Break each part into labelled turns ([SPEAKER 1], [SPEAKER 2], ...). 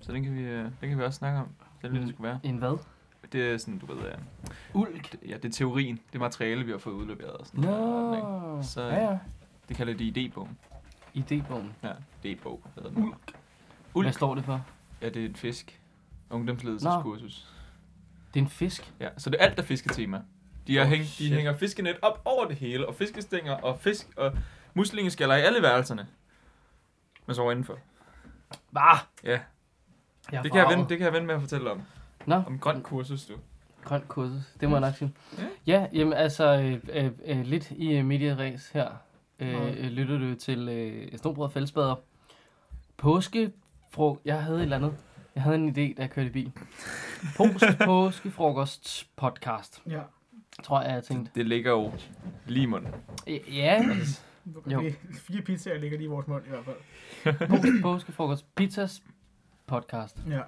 [SPEAKER 1] Så den kan vi, øh, den kan vi også snakke om. Den vil det
[SPEAKER 2] Mm.
[SPEAKER 1] skulle være.
[SPEAKER 2] En hvad?
[SPEAKER 1] Det er sådan, du ved, øh,
[SPEAKER 2] Ulk.
[SPEAKER 1] det- ja, det er teorien, det er materiale, vi har fået udleveret og sådan
[SPEAKER 2] Nå.
[SPEAKER 1] noget. ikke? Så-
[SPEAKER 2] Ja, ja.
[SPEAKER 1] Det kalder de idébogen.
[SPEAKER 2] Idébogen.
[SPEAKER 1] Ja, idébog. Hvad hedder den?
[SPEAKER 2] Ulk.
[SPEAKER 1] Ulk.
[SPEAKER 2] Hvad står det for?
[SPEAKER 1] Ja, det er en fisk. Ungdomsledelseskursus.
[SPEAKER 2] Det er en fisk.
[SPEAKER 1] Ja, så det er alt, der fisketema. De, har
[SPEAKER 2] Oh,
[SPEAKER 1] hæng, de
[SPEAKER 2] shit.
[SPEAKER 1] hænger fiskenet op over det hele, og fiskestænger og fisk og muslingeskaller i alle værelserne. Men så indenfor.
[SPEAKER 2] Bah!
[SPEAKER 1] Ja,
[SPEAKER 2] Jeg er
[SPEAKER 1] det kan, jeg
[SPEAKER 2] forarvet.
[SPEAKER 1] vende, det kan jeg vende med at fortælle om.
[SPEAKER 2] Nå,
[SPEAKER 1] Om grøn kursus, du.
[SPEAKER 2] grøn kursus. Det må jeg nok sige.
[SPEAKER 1] Ja.
[SPEAKER 2] Ja, jamen altså, øh, øh, øh, lidt i øh, medieræs her øh,
[SPEAKER 1] Nå.
[SPEAKER 2] øh, lytter du til øh, Snobrød og Fællesbader. Påskefrog... Jeg havde et eller andet. Jeg havde en idé, da jeg kørte i bil. Post påskefrokost podcast,
[SPEAKER 3] Ja,
[SPEAKER 2] tror jeg, jeg tænkte.
[SPEAKER 1] Det ligger jo lige i munden.
[SPEAKER 2] Øh, Ja,
[SPEAKER 3] hvor
[SPEAKER 2] Jo.
[SPEAKER 3] godt det, fire pizzaer ligger lige i vores mund i hvert fald.
[SPEAKER 2] post påskefrokost pizzas podcast
[SPEAKER 3] Ja.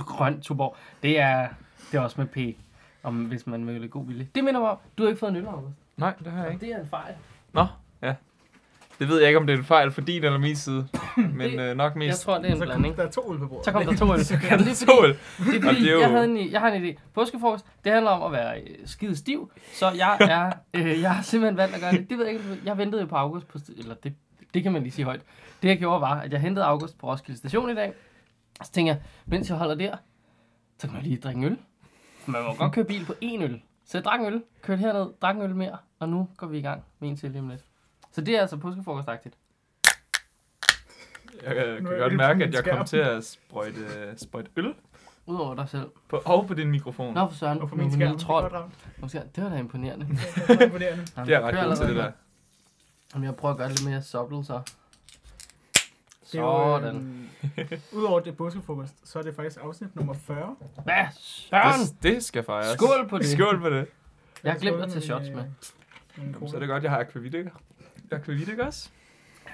[SPEAKER 2] grøn tuborg. Det er, det er også med P, om hvis man vil have god vilje. Det minder mig om, du har ikke fået en øl, August.
[SPEAKER 1] Nej, det har jeg
[SPEAKER 2] Og Det er en fejl.
[SPEAKER 1] Det ved jeg ikke, om det er en fejl fra din eller min side, men
[SPEAKER 2] Det-
[SPEAKER 1] øh, nok
[SPEAKER 2] Jeg
[SPEAKER 1] mest.
[SPEAKER 2] tror, det er en
[SPEAKER 3] Så kom,
[SPEAKER 2] blanding.
[SPEAKER 3] der er to øl på bordet.
[SPEAKER 2] Så kom der to øl. Jamen, det er fordi,
[SPEAKER 1] Tål.
[SPEAKER 2] det er
[SPEAKER 1] Og
[SPEAKER 2] fordi
[SPEAKER 1] det er jo-
[SPEAKER 2] jeg, havde en, jeg har en idé. Påskefrokost, det handler om at være øh, skide stiv, så jeg er, øh, jeg har simpelthen valgt at gøre det. Det ved jeg ikke, om du ved. jeg ventede jo på August på, st- eller det, det kan man lige sige højt. Det jeg gjorde var, at jeg hentede August på Roskilde Station i dag, så tænker jeg, mens jeg holder der, så kan man lige drikke en øl. Man må godt køre bil på én øl. Så jeg drak en øl, kørte herned, drak en øl mere, og nu går vi i gang med en til lige om lidt. Så det er altså påskefrokostagtigt.
[SPEAKER 1] Jeg kan,
[SPEAKER 3] Nu
[SPEAKER 1] kan
[SPEAKER 3] er
[SPEAKER 1] godt
[SPEAKER 3] ølpen
[SPEAKER 1] mærke,
[SPEAKER 3] min
[SPEAKER 1] at jeg
[SPEAKER 3] skærm.
[SPEAKER 1] kom til at sprøjte, sprøjte øl
[SPEAKER 2] Udover dig selv.
[SPEAKER 1] på, og på din mikrofon.
[SPEAKER 2] Nå for søren,
[SPEAKER 3] Og på
[SPEAKER 2] du er
[SPEAKER 3] min
[SPEAKER 2] en
[SPEAKER 3] skærm.
[SPEAKER 2] lille trold.
[SPEAKER 3] Det er godt,
[SPEAKER 2] Måske- Det var da imponerende.
[SPEAKER 3] Ravn. Det er imponerende.
[SPEAKER 1] Det er jeg ret god til det der.
[SPEAKER 2] Jamen, jeg prøver at gøre det lidt mere subtle, så.
[SPEAKER 3] Det er jo,
[SPEAKER 2] Sådan.
[SPEAKER 3] øhm, Udover det påskefrokost, så er det faktisk afsnit nummer 40.
[SPEAKER 2] Hvad søren?
[SPEAKER 1] Det, det skal fejres.
[SPEAKER 2] Skål på det.
[SPEAKER 1] Skål på det.
[SPEAKER 2] Jeg har glemt
[SPEAKER 3] Skål
[SPEAKER 2] at tage shots med.
[SPEAKER 3] øh, en
[SPEAKER 1] Jamen, så
[SPEAKER 3] cola.
[SPEAKER 1] er det godt, jeg har akvavit, ikke? Akvavit, ikke også?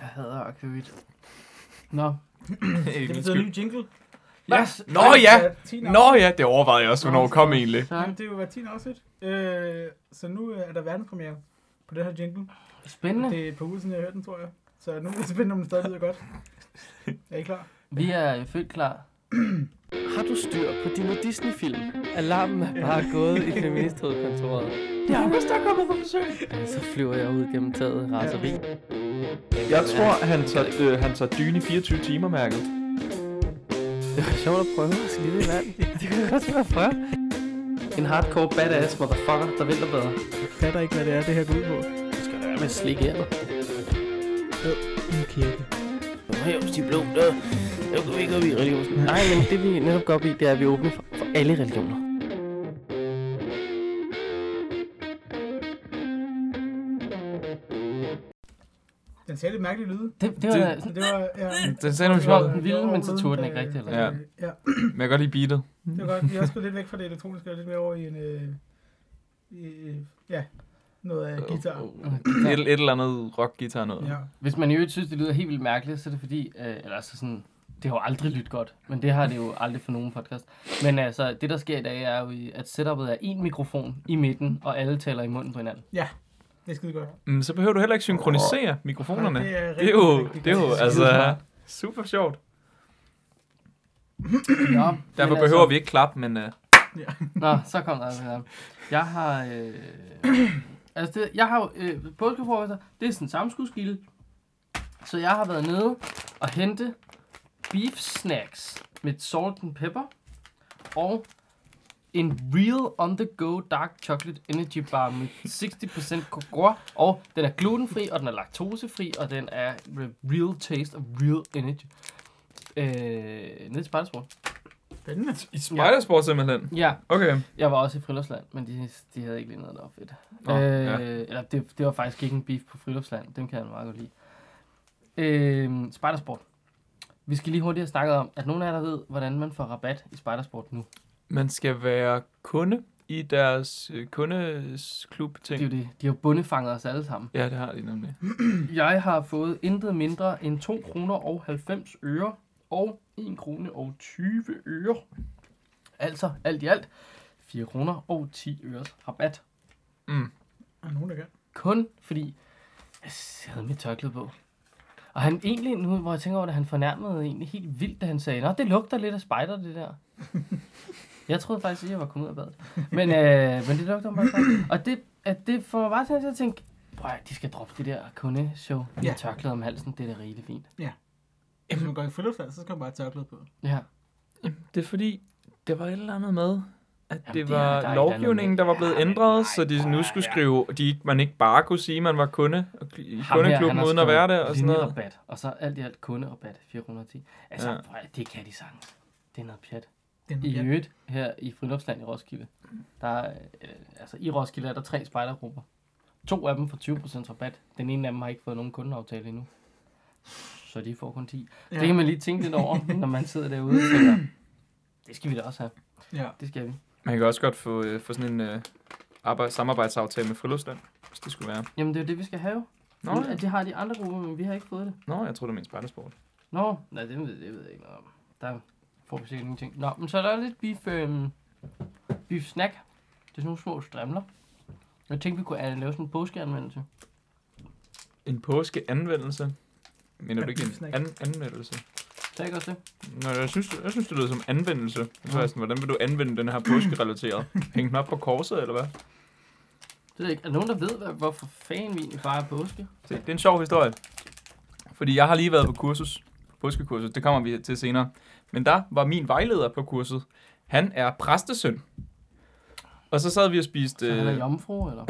[SPEAKER 2] Jeg hader akvavit. Nå.
[SPEAKER 1] det
[SPEAKER 3] Det betyder ny jingle.
[SPEAKER 2] Ja.
[SPEAKER 1] Nå ja!
[SPEAKER 3] Det er 10
[SPEAKER 1] Nå ja, det overvejede jeg også, hvornår kom egentlig.
[SPEAKER 3] Jamen,
[SPEAKER 2] Søren.
[SPEAKER 3] det er jo hver 10. afsnit. Øh, så nu øh, er der verdenspremiere på den her jingle.
[SPEAKER 2] Spændende.
[SPEAKER 3] Det er et par uger siden, jeg hørte den, tror jeg. Så nu er det spændende, om den stadig lyder godt. Er I klar?
[SPEAKER 2] Vi er født klar. Har du styr på dine Disney-film? Alarmen er bare gået i feministhovedkontoret. Det er August, der er kommet på besøg. Så flyver jeg ud gennem taget i raseri.
[SPEAKER 1] Jeg tror, han tager, øh, han tager dyne i 24 timer, mærket.
[SPEAKER 2] Det var sjovt at prøve at skide i vand. Det kunne jeg også være prøve. En hardcore badass motherfucker, der venter bedre.
[SPEAKER 3] Jeg fatter ikke, hvad det er, det her går ud på.
[SPEAKER 2] Du skal da være med at slikke af dig.
[SPEAKER 3] En kirke.
[SPEAKER 2] Nu hæves de blå, der. Nu går vi ikke op i religionen. Nej, men det vi netop går op i, det er, at vi åbner for, for alle religioner.
[SPEAKER 3] Den sagde lidt mærkelige lyde.
[SPEAKER 2] Det, det var
[SPEAKER 3] Så det var, ja,
[SPEAKER 1] Den sagde nogle
[SPEAKER 2] Det var
[SPEAKER 1] sjove,
[SPEAKER 2] den vilde, men så tog den ikke
[SPEAKER 3] Øh,
[SPEAKER 2] rigtigt, eller
[SPEAKER 3] øh,
[SPEAKER 1] hvad?
[SPEAKER 3] Ja,
[SPEAKER 1] men jeg kan godt lide beatet.
[SPEAKER 3] det var godt. Vi har også gået lidt væk fra det elektroniske, og lidt mere over i en, øh, i, øh, ja, noget af guitar.
[SPEAKER 1] Øh, Et, et eller andet rock-guitar noget.
[SPEAKER 3] Ja.
[SPEAKER 2] Hvis man i øvrigt synes, det lyder helt vildt mærkeligt, så er det fordi, øh, eller altså sådan, det har jo aldrig lyttet godt, men det har det jo aldrig for nogen podcast. Men altså, det der sker i dag er jo, i- at setupet er en mikrofon i midten, og alle taler i munden på hinanden.
[SPEAKER 3] Det er skide godt.
[SPEAKER 1] Mm, så behøver du heller ikke synkronisere mikrofonerne.
[SPEAKER 3] Det er,
[SPEAKER 1] Det er jo, det er jo altså super sjovt.
[SPEAKER 2] Ja,
[SPEAKER 1] Derfor
[SPEAKER 2] altså-
[SPEAKER 1] behøver vi ikke klappe, men uh,
[SPEAKER 2] Nå, så kom der altså. Jeg har... Øh, altså, det, jeg har jo, øh, påskefrokoster. Det er sådan en samskudskilde. Så jeg har været nede og hente beef snacks med salt and pepper og en real on the go dark chocolate energy bar med 60% kokor, og den er glutenfri, og den er laktosefri, og den er real taste og real energy. Øh, ned til Spejdersport.
[SPEAKER 3] Spændende.
[SPEAKER 1] i spejdersport simpelthen.
[SPEAKER 2] Ja,
[SPEAKER 1] Okay.
[SPEAKER 2] jeg var også i friluftsland, men de, de havde ikke lige noget, der var fedt.
[SPEAKER 1] Nå,
[SPEAKER 2] øh,
[SPEAKER 1] ja.
[SPEAKER 2] Eller det, det var faktisk ikke en beef på friluftsland. Dem kan jeg meget godt lide. Øh, spidersport. Vi skal lige hurtigt have snakket om, at nogen af jer, der ved, hvordan man får rabat i spidersport nu.
[SPEAKER 1] Man skal være kunde i deres øh,
[SPEAKER 2] Det er jo
[SPEAKER 1] kundeklub-ting.
[SPEAKER 2] det. De har jo bundefanget os alle sammen.
[SPEAKER 1] Ja, det har de nemlig.
[SPEAKER 2] Jeg har fået intet mindre end 2 kroner og 90 øre og 1 krone og 20 øre. Altså alt i alt 4 kroner og 10 øres rabat.
[SPEAKER 1] Mm.
[SPEAKER 3] Er der nogen, der kan?
[SPEAKER 2] Kun fordi jeg havde mit tørklæde på. Og han egentlig, nu hvor jeg tænker over det, han fornærmede egentlig helt vildt, da han sagde, Nå, det lugter lidt af spider, det der. jeg troede faktisk, at jeg var kommet ud af badet. Men, øh, men det lugter bare spider. Og det, at det får mig bare til at tænke, prøv at, de skal droppe det der kundeshow med
[SPEAKER 3] Ja.
[SPEAKER 2] ja. tørklæde om halsen, det er da rigtig fint.
[SPEAKER 3] Hvis man går i friluftsland, så skal man bare have tørklæde på.
[SPEAKER 2] Ja.
[SPEAKER 1] Det er fordi, der var et eller andet med, at det,
[SPEAKER 2] det er-
[SPEAKER 1] det var
[SPEAKER 2] der er
[SPEAKER 1] der
[SPEAKER 2] et
[SPEAKER 1] lovgivningen,
[SPEAKER 2] andet
[SPEAKER 1] der
[SPEAKER 2] med-
[SPEAKER 1] var blevet
[SPEAKER 2] Ja, men
[SPEAKER 1] ændret,
[SPEAKER 2] nej,
[SPEAKER 1] så de nu
[SPEAKER 2] prøv
[SPEAKER 1] skulle
[SPEAKER 2] at-
[SPEAKER 1] skrive, at de, ikke- man ikke bare kunne sige, at man var kunde i
[SPEAKER 2] Ham her,
[SPEAKER 1] kundeklubben,
[SPEAKER 2] han har
[SPEAKER 1] uden at være
[SPEAKER 2] skrevet
[SPEAKER 1] det og sådan noget.
[SPEAKER 2] Vinderabat, og så alt i alt kunderabat, 410. Altså,
[SPEAKER 1] Ja.
[SPEAKER 2] ja. prøv, at, det kan de sagtens. Det er noget pjat.
[SPEAKER 3] Den,
[SPEAKER 2] I
[SPEAKER 3] ja.
[SPEAKER 2] øvrigt, her i Friluftsland i Roskilde, der er, øh, altså i Roskilde er der tre spejdergrupper. To af dem får 20% rabat. Den ene af dem har ikke fået nogen kundeaftale endnu. Så de får kun 10. Ja. Det kan man lige tænke lidt over, når man sidder derude og tænker, det skal vi da også have.
[SPEAKER 3] ja.
[SPEAKER 2] Det skal vi.
[SPEAKER 1] Man kan også godt få, øh, få sådan en øh, arbejde, samarbejdsaftale med Friluftsland, hvis det skulle være.
[SPEAKER 2] Jamen det er jo det, vi skal have.
[SPEAKER 1] Nå,
[SPEAKER 2] Nå,
[SPEAKER 1] ja.
[SPEAKER 2] at de har de andre grupper, men vi har ikke fået det.
[SPEAKER 1] Nå jeg tror, det er min spejdersport.
[SPEAKER 2] Nå, nej, det ved, det ved jeg ikke noget om. Der får vi sikkert ingenting. Nå, men så er der lidt beef, øh, beef snack. Det er sådan nogle små strimler. Jeg tænkte, vi kunne øh, lave sådan en påskeanvendelse.
[SPEAKER 1] En påskeanvendelse. Mener
[SPEAKER 3] Ja,
[SPEAKER 1] du ikke en
[SPEAKER 3] snack.
[SPEAKER 1] an- anvendelse?
[SPEAKER 2] Tag ikke også det?
[SPEAKER 1] Nå, jeg synes, jeg synes, det lyder som anvendelse. Jeg tror, jeg sådan, hvordan vil du anvende den her påskerelateret? Hænge den op på korset, eller hvad?
[SPEAKER 2] Det ved jeg ikke. Er der nogen, der ved, hvad, hvorfor fanden vi egentlig fejrer påske?
[SPEAKER 1] Se, det er en sjov historie. Fordi jeg har lige været på kursus, påskekursus, det kommer vi til senere. Men der var min vejleder på kurset. Han er præstesøn. Og så sad vi og spiste,
[SPEAKER 2] Så han er
[SPEAKER 1] øh,
[SPEAKER 2] jomfru, eller?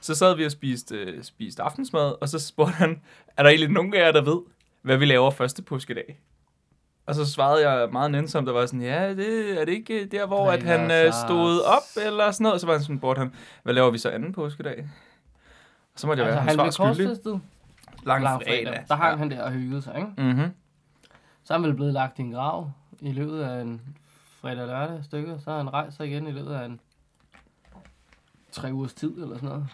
[SPEAKER 1] så sad vi og spiste, øh, spiste aftensmad, og så spurgte han, er der egentlig nogen af jer, der ved, hvad vi laver første påskedag? Og så svarede jeg meget nænsomt, der var sådan, ja, det, er det ikke der, hvor at han
[SPEAKER 2] Drikker
[SPEAKER 1] øh,
[SPEAKER 2] sig
[SPEAKER 1] stod op, eller sådan noget? Så var han sådan, spurgte han, hvad laver vi så anden påskedag? Og så måtte jeg være altså, hans
[SPEAKER 2] blev
[SPEAKER 1] svar skyldig.
[SPEAKER 2] korsfæstet
[SPEAKER 1] Lang
[SPEAKER 2] langfredag.
[SPEAKER 1] fredag. altså.
[SPEAKER 2] Der hang han der og hyggede sig, ikke?
[SPEAKER 1] Mm-hmm.
[SPEAKER 2] Så er han vel blevet lagt i en grav i løbet af en fredag lørdag stykke. Så har han rejst sig igen i løbet af en tre ugers tid, eller sådan noget.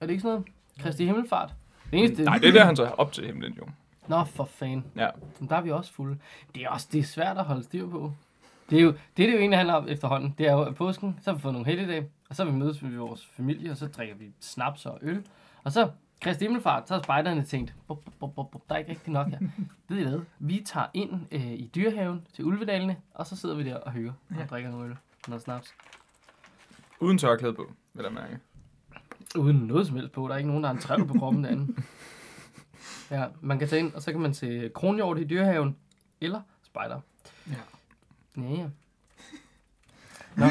[SPEAKER 2] Er det ikke sådan noget? Kristi Himmelfart? Det eneste...
[SPEAKER 1] Nej, det er der, han så er op til himlen jo.
[SPEAKER 2] Nå, for fan.
[SPEAKER 1] Ja.
[SPEAKER 2] Men der er vi også fulde. Det er også det er svært at holde styr på. Det er jo det, er det jo egentlig handler om efterhånden. Det er jo at påsken, så har vi fået nogle helligdage, og så vil vi mødes med vores familie, og så drikker vi snaps og øl. Og så Kristi Himmelfart, så har spejderne tænkt, bup, bup, bup, bup, bup, der er ikke rigtig nok her. Ved I hvad? Vi tager ind øh, i dyrehaven til Ulvedalene, og så sidder vi der og hygger og drikker nogle øl og noget snaps.
[SPEAKER 1] Uden tørklæde på, vil jeg mærke.
[SPEAKER 2] Uden noget som helst på. Der er ikke nogen, der har en trævel på kroppen derinde. Ja, man kan tage ind, og så kan man se kronhjort i dyrehaven. Eller spejder.
[SPEAKER 3] Ja.
[SPEAKER 2] Ja, ja. Nå.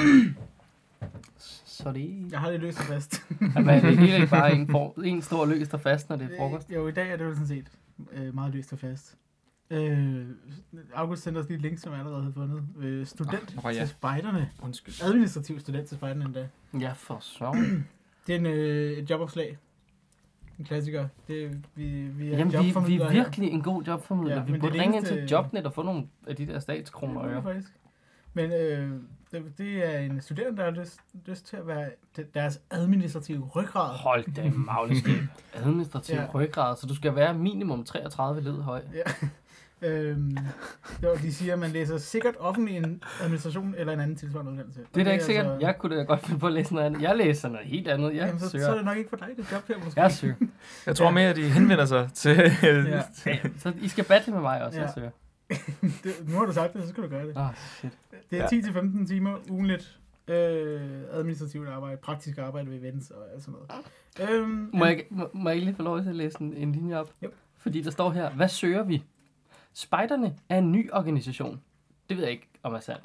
[SPEAKER 2] Sorry.
[SPEAKER 3] Jeg har det løst og fast.
[SPEAKER 2] Jamen, er det hele ikke bare en, form, en stor løs, der fast, når det er frokost?
[SPEAKER 3] jo, i dag er det jo sådan set øh, meget løst og fast. Øh, August sendte os lige et link, som jeg allerede havde fundet. Øh, student
[SPEAKER 1] Ah,
[SPEAKER 3] oh,
[SPEAKER 1] nå ja.
[SPEAKER 3] ja. til spejderne.
[SPEAKER 1] Undskyld.
[SPEAKER 3] Administrativ student til spejderne endda.
[SPEAKER 2] Ja, for så.
[SPEAKER 3] Det er en, øh, et jobopslag. En klassiker. Det, er- vi, vi er
[SPEAKER 2] Jamen, vi, vi
[SPEAKER 3] jobformidlere
[SPEAKER 2] er
[SPEAKER 3] her.
[SPEAKER 2] virkelig en god jobformidler.
[SPEAKER 3] Ja,
[SPEAKER 2] Ja, vi
[SPEAKER 3] men det er
[SPEAKER 2] burde
[SPEAKER 3] det
[SPEAKER 2] ringe ind
[SPEAKER 3] eneste-
[SPEAKER 2] til Jobnet og få nogle af de der
[SPEAKER 3] Det
[SPEAKER 2] statskroner.
[SPEAKER 3] er det
[SPEAKER 2] Ja.
[SPEAKER 3] faktisk. Men øh, det, det er en studerende, der har lyst, lyst til at være de- deres administrative ryggrad.
[SPEAKER 2] Hold da magleskab. Administrativ
[SPEAKER 3] Ja.
[SPEAKER 2] ja. ryggrad, så du skal være minimum 33 led høj.
[SPEAKER 3] Ja. Øhm, jo, de siger, at man læser sikkert offentlig en administration eller en anden tilsvarende uddannelse. Og
[SPEAKER 2] Det er da ikke sikkert.
[SPEAKER 3] altså-
[SPEAKER 2] Jeg kunne da godt finde på at læse noget andet. Jeg læser noget helt andet. Jeg
[SPEAKER 3] Jamen, så, så er
[SPEAKER 2] søger.
[SPEAKER 3] det nok ikke for dig, det job her måske.
[SPEAKER 2] Jeg søger.
[SPEAKER 1] Jeg tror mere, at de henvender sig til...
[SPEAKER 3] Ja.
[SPEAKER 2] Så I skal battle med mig også.
[SPEAKER 3] Ja.
[SPEAKER 2] Jeg søger.
[SPEAKER 3] Det, nu har du sagt det, så skal du gøre det.
[SPEAKER 2] Åh, oh, shit.
[SPEAKER 3] Det
[SPEAKER 1] Ja.
[SPEAKER 3] er 10-15 timer ugenligt øh, administrativt arbejde, praktisk arbejde ved events og alt sådan noget. Øhm,
[SPEAKER 2] Må jeg, må, må jeg ikke lige få lov til at læse en, en linje op?
[SPEAKER 3] Yep.
[SPEAKER 2] Fordi der står her, hvad søger vi? Spejderne er en ny organisation. Det ved jeg ikke, om er sandt.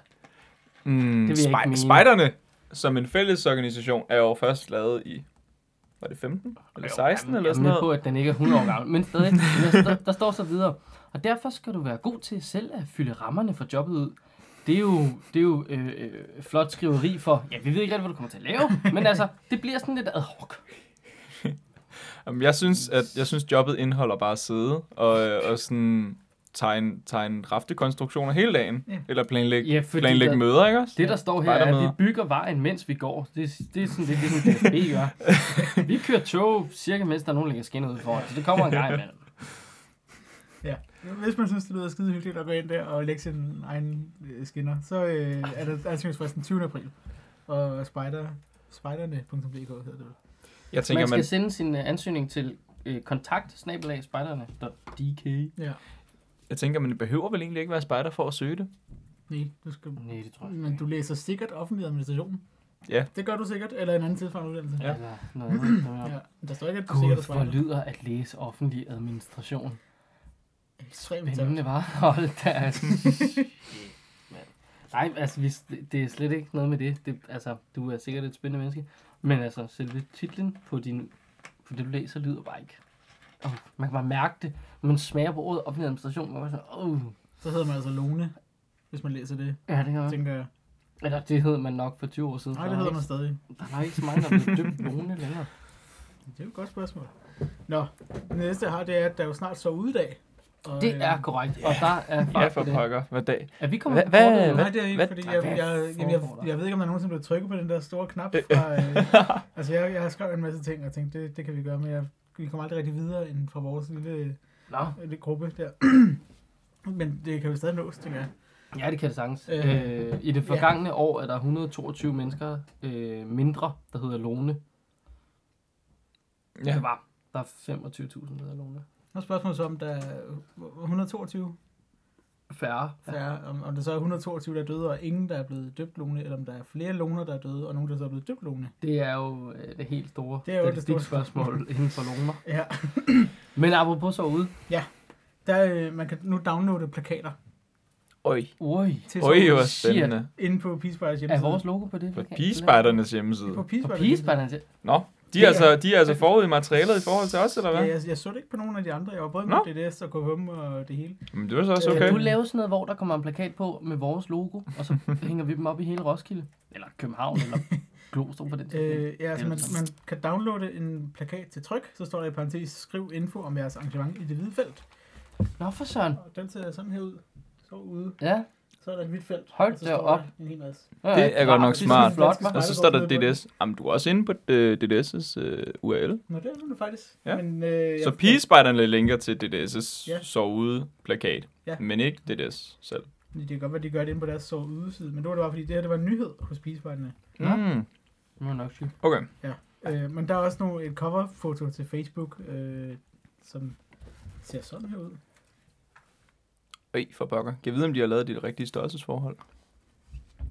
[SPEAKER 1] mm,
[SPEAKER 2] Det vil jeg ikke mene.
[SPEAKER 1] spe- spejderne, som en fælles organisation, er jo først lavet i... Var det 15? Eller 16?
[SPEAKER 2] jeg
[SPEAKER 1] eller
[SPEAKER 2] er
[SPEAKER 1] sådan
[SPEAKER 2] med på,
[SPEAKER 1] noget?
[SPEAKER 2] at den ikke er 100 år gammel, men stadig. Men der, der står så videre. Og derfor skal du være god til selv at fylde rammerne for jobbet ud. Det er jo, det er jo øh, øh, flot skriveri for, ja, vi ved ikke rigtig, hvad du kommer til at lave, men altså, det bliver sådan lidt ad hoc.
[SPEAKER 1] Jamen, Jeg synes, at jeg synes, jobbet indeholder bare at sidde og, øh, og sådan tegne, tegne raftekonstruktioner hele dagen.
[SPEAKER 3] Ja.
[SPEAKER 1] Eller planlægge,
[SPEAKER 2] Ja, fordi
[SPEAKER 1] planlægge
[SPEAKER 2] der-
[SPEAKER 1] møder, ikke også?
[SPEAKER 2] Det, der står her, er, at
[SPEAKER 1] Spejdermøder.
[SPEAKER 2] vi bygger vejen, mens vi går. Det, er- det er sådan lidt ligesom DSB gør. Vi kører tog, cirka mens der er nogen, der ligger skinnet ud foran. Så det kommer en gang imellem.
[SPEAKER 3] Ja. Hvis man synes, det lyder skide hyggeligt at gå ind der og lægge sin egen øh, skinner, så øh, er der ansøgningsfristen 20. april. Og spider, spiderne.dk hedder det vel.
[SPEAKER 1] Jeg tænker,
[SPEAKER 2] Man
[SPEAKER 1] man,
[SPEAKER 2] skal sende sin øh, ansøgning til øh, kontakt snabelag spejderne.dk.
[SPEAKER 3] Ja.
[SPEAKER 1] Jeg tænker, man behøver vel egentlig ikke være spejder for at søge det.
[SPEAKER 3] Nej, du skal...
[SPEAKER 2] Nej, det tror jeg
[SPEAKER 3] Men du læser sikkert offentlig administration.
[SPEAKER 1] Ja.
[SPEAKER 3] Det gør du sikkert, eller en anden tilsvarende uddannelse.
[SPEAKER 1] Ja.
[SPEAKER 2] Eller noget andet. noget andet.
[SPEAKER 3] ja. Der står ikke, at du sikkert
[SPEAKER 2] Gud,
[SPEAKER 3] er
[SPEAKER 2] hvor
[SPEAKER 3] spejder.
[SPEAKER 2] lyder at læse offentlig administration.
[SPEAKER 3] Ekstremt
[SPEAKER 2] Spændende,
[SPEAKER 3] tørt.
[SPEAKER 2] var. Hold da. altså. Mand. Nej, altså, hvis, det, det er slet ikke noget med det. det. Altså, du er sikkert et spændende menneske. Men altså, selve titlen på, din, på det, du læser, lyder bare ikke. Oh, man kan bare mærke det. Når man smager på ordet offentlig administration, man er sådan, oh,
[SPEAKER 3] Så hedder man altså Lone, hvis man læser det,
[SPEAKER 2] ja, det gør man.
[SPEAKER 3] tænker jeg.
[SPEAKER 2] Eller det hed man nok for 20 år siden.
[SPEAKER 3] Nej,
[SPEAKER 2] for
[SPEAKER 3] det
[SPEAKER 2] der
[SPEAKER 3] hedder
[SPEAKER 2] er
[SPEAKER 3] man stadig.
[SPEAKER 2] ikke- Der er ikke så mange, der er blevet døbt nogen længere.
[SPEAKER 3] Det er jo et godt spørgsmål. Nå, det næste jeg har, det er, at der jo snart så udedag. Og,
[SPEAKER 2] Det
[SPEAKER 3] øh,
[SPEAKER 2] er korrekt, og der er
[SPEAKER 1] Ja,
[SPEAKER 2] fart på
[SPEAKER 1] for
[SPEAKER 2] det.
[SPEAKER 1] pokker. Hvad dag?
[SPEAKER 2] Er vi kommet
[SPEAKER 1] Hva- hvad-
[SPEAKER 2] kortet nu?
[SPEAKER 3] Nej, det er ikke,
[SPEAKER 1] Hvad-
[SPEAKER 3] fordi
[SPEAKER 2] hvad-
[SPEAKER 3] jeg,
[SPEAKER 2] hvad
[SPEAKER 3] jeg, jeg, jeg,
[SPEAKER 2] foregår der?
[SPEAKER 3] jeg, ved ikke, om der nogensinde blev trykket på den der store knap. Fra, øh, altså, jeg, jeg har skrevet en masse ting og tænkt, det, det kan vi gøre, men jeg, vi kommer aldrig rigtig videre end fra vores lille,
[SPEAKER 2] Nå,
[SPEAKER 3] lille gruppe der. men det kan vi stadig nås, tænker jeg.
[SPEAKER 2] ja, det kan det sagtens.
[SPEAKER 3] Øh,
[SPEAKER 2] Øh, I det forgangne år er der 122 mennesker øh, mindre, der hedder Lone. Ja.
[SPEAKER 1] Ja.
[SPEAKER 2] Det var. Der er 25.000, der hedder Lone.
[SPEAKER 3] Nu er spørgsmålet så, om der er 122
[SPEAKER 2] Færre.
[SPEAKER 3] færre, om, om der så er 122, der er døde, og ingen, der er blevet døbt lone, eller om der er flere loner, der er døde, og nogen, der så er blevet døbt lone.
[SPEAKER 2] Det er jo øh, det helt store
[SPEAKER 3] Det er jo det store
[SPEAKER 2] spørgsmål inden for Loner.
[SPEAKER 3] Ja.
[SPEAKER 2] Men apropos så ude.
[SPEAKER 3] Der, øh, man kan nu downloade plakater
[SPEAKER 1] Øj.
[SPEAKER 2] Ui,
[SPEAKER 3] til
[SPEAKER 1] Øj,
[SPEAKER 3] sommer
[SPEAKER 1] hvor
[SPEAKER 2] shit.
[SPEAKER 1] spændende.
[SPEAKER 3] inde på Peace Spiders
[SPEAKER 2] er
[SPEAKER 3] hjemmeside.
[SPEAKER 2] vores logo på altså. det?
[SPEAKER 1] På
[SPEAKER 2] plakat?
[SPEAKER 1] pigespejdernes hjemmeside.
[SPEAKER 3] På Peace
[SPEAKER 2] På
[SPEAKER 3] Spiders. hjemmeside.
[SPEAKER 2] pigespejdernes
[SPEAKER 1] Nå, de
[SPEAKER 3] Det
[SPEAKER 1] er,
[SPEAKER 3] er-
[SPEAKER 1] altså, de er altså forud i materialet i forhold til os, eller hvad?
[SPEAKER 3] Ja, jeg, jeg så det ikke på nogen af de andre. Jeg var både
[SPEAKER 1] Nå.
[SPEAKER 3] med DDS og KVM og det hele.
[SPEAKER 1] Men det var så også
[SPEAKER 3] Øh,
[SPEAKER 1] okay.
[SPEAKER 2] Kan du lave sådan noget, hvor der kommer en plakat på med vores logo, og så hænger vi dem op i hele Roskilde? Eller København, eller Glostrup på den tid.
[SPEAKER 3] Øh, ja, altså,
[SPEAKER 2] er
[SPEAKER 3] man,
[SPEAKER 2] det samme.
[SPEAKER 3] man kan downloade en plakat til tryk, så står der i parentes, skriv info om jeres arrangement i det hvide felt.
[SPEAKER 2] Nå for søren.
[SPEAKER 3] Og den ser sådan her ud. Så ude.
[SPEAKER 2] Ja,
[SPEAKER 3] Så er der et hvidt felt.
[SPEAKER 2] Hold
[SPEAKER 3] og så
[SPEAKER 2] da
[SPEAKER 3] står
[SPEAKER 2] op.
[SPEAKER 3] der En hel masse.
[SPEAKER 1] Det er godt nok smart.
[SPEAKER 2] Flot, hva'?
[SPEAKER 1] Og så står der DDS. Jamen, du er også inde på øh, DDS' øh, URL.
[SPEAKER 3] Nå, det er det faktisk.
[SPEAKER 1] Ja.
[SPEAKER 3] Men, øh,
[SPEAKER 1] Så
[SPEAKER 3] jeg-
[SPEAKER 1] pigespejderne linker til DDS'
[SPEAKER 3] Ja.
[SPEAKER 1] soveude plakat,
[SPEAKER 3] Ja.
[SPEAKER 1] men ikke DDS selv.
[SPEAKER 3] Det kan godt være, de gør det inde på deres sår udeside, men det var det bare, fordi det her det var en nyhed hos Peace Spiderne.
[SPEAKER 2] Nå.
[SPEAKER 1] Mm.
[SPEAKER 2] Nu er nok syg.
[SPEAKER 1] Okay.
[SPEAKER 3] Øh, men der er også nogle, et coverfoto til Facebook, øh, som ser sådan her ud.
[SPEAKER 1] Øj, for pokker. Kan jeg vide, om de har lavet dit rigtige størrelsesforhold?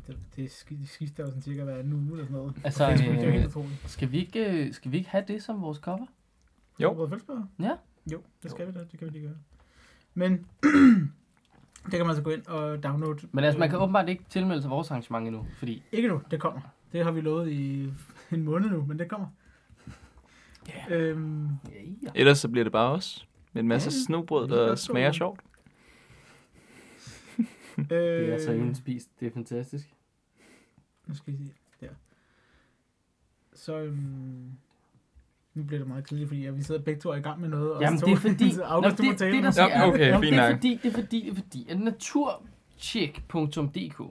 [SPEAKER 3] Det, det skifter jo sådan cirka hver anden uge eller sådan noget.
[SPEAKER 2] Altså,
[SPEAKER 3] Facebook, det er jo helt
[SPEAKER 2] øh,
[SPEAKER 3] utroligt.
[SPEAKER 2] skal, vi ikke, øh, skal vi ikke have det som vores cover?
[SPEAKER 1] Jo.
[SPEAKER 3] Røde Fællesbad?
[SPEAKER 2] Ja.
[SPEAKER 3] Jo, det skal vi da. Det kan vi lige gøre. Men det kan man altså gå ind og downloade.
[SPEAKER 2] Men altså, man kan
[SPEAKER 3] Øh,
[SPEAKER 2] åbenbart ikke tilmelde sig vores arrangement endnu, fordi
[SPEAKER 3] Ikke nu, det kommer. Det har vi lovet i en måned nu, men det kommer.
[SPEAKER 1] Ja.
[SPEAKER 3] Øhm,
[SPEAKER 2] ja,
[SPEAKER 1] Ellers så bliver det bare os. Med en masse
[SPEAKER 3] Ja, ja.
[SPEAKER 1] snobrød,
[SPEAKER 3] Vi kan
[SPEAKER 1] der
[SPEAKER 3] godt stå
[SPEAKER 1] smager
[SPEAKER 3] med.
[SPEAKER 1] sjovt.
[SPEAKER 3] øh,
[SPEAKER 2] det er altså så indspist. Det er fantastisk.
[SPEAKER 3] Nu skal vi se. Der. Så øhm, nu bliver det meget kedeligt, fordi ja, vi sidder begge to i gang med noget. Og
[SPEAKER 2] Jamen,
[SPEAKER 3] så-
[SPEAKER 2] det er fordi...
[SPEAKER 3] så
[SPEAKER 2] Nå,
[SPEAKER 3] August, du må
[SPEAKER 2] det,
[SPEAKER 3] tale
[SPEAKER 2] det,
[SPEAKER 3] nu.
[SPEAKER 2] der sker,
[SPEAKER 1] Ja, okay,
[SPEAKER 2] Nå,
[SPEAKER 1] fint
[SPEAKER 2] det er
[SPEAKER 1] nok.
[SPEAKER 2] fordi, det er fordi, det er fordi, at naturcheck.dk,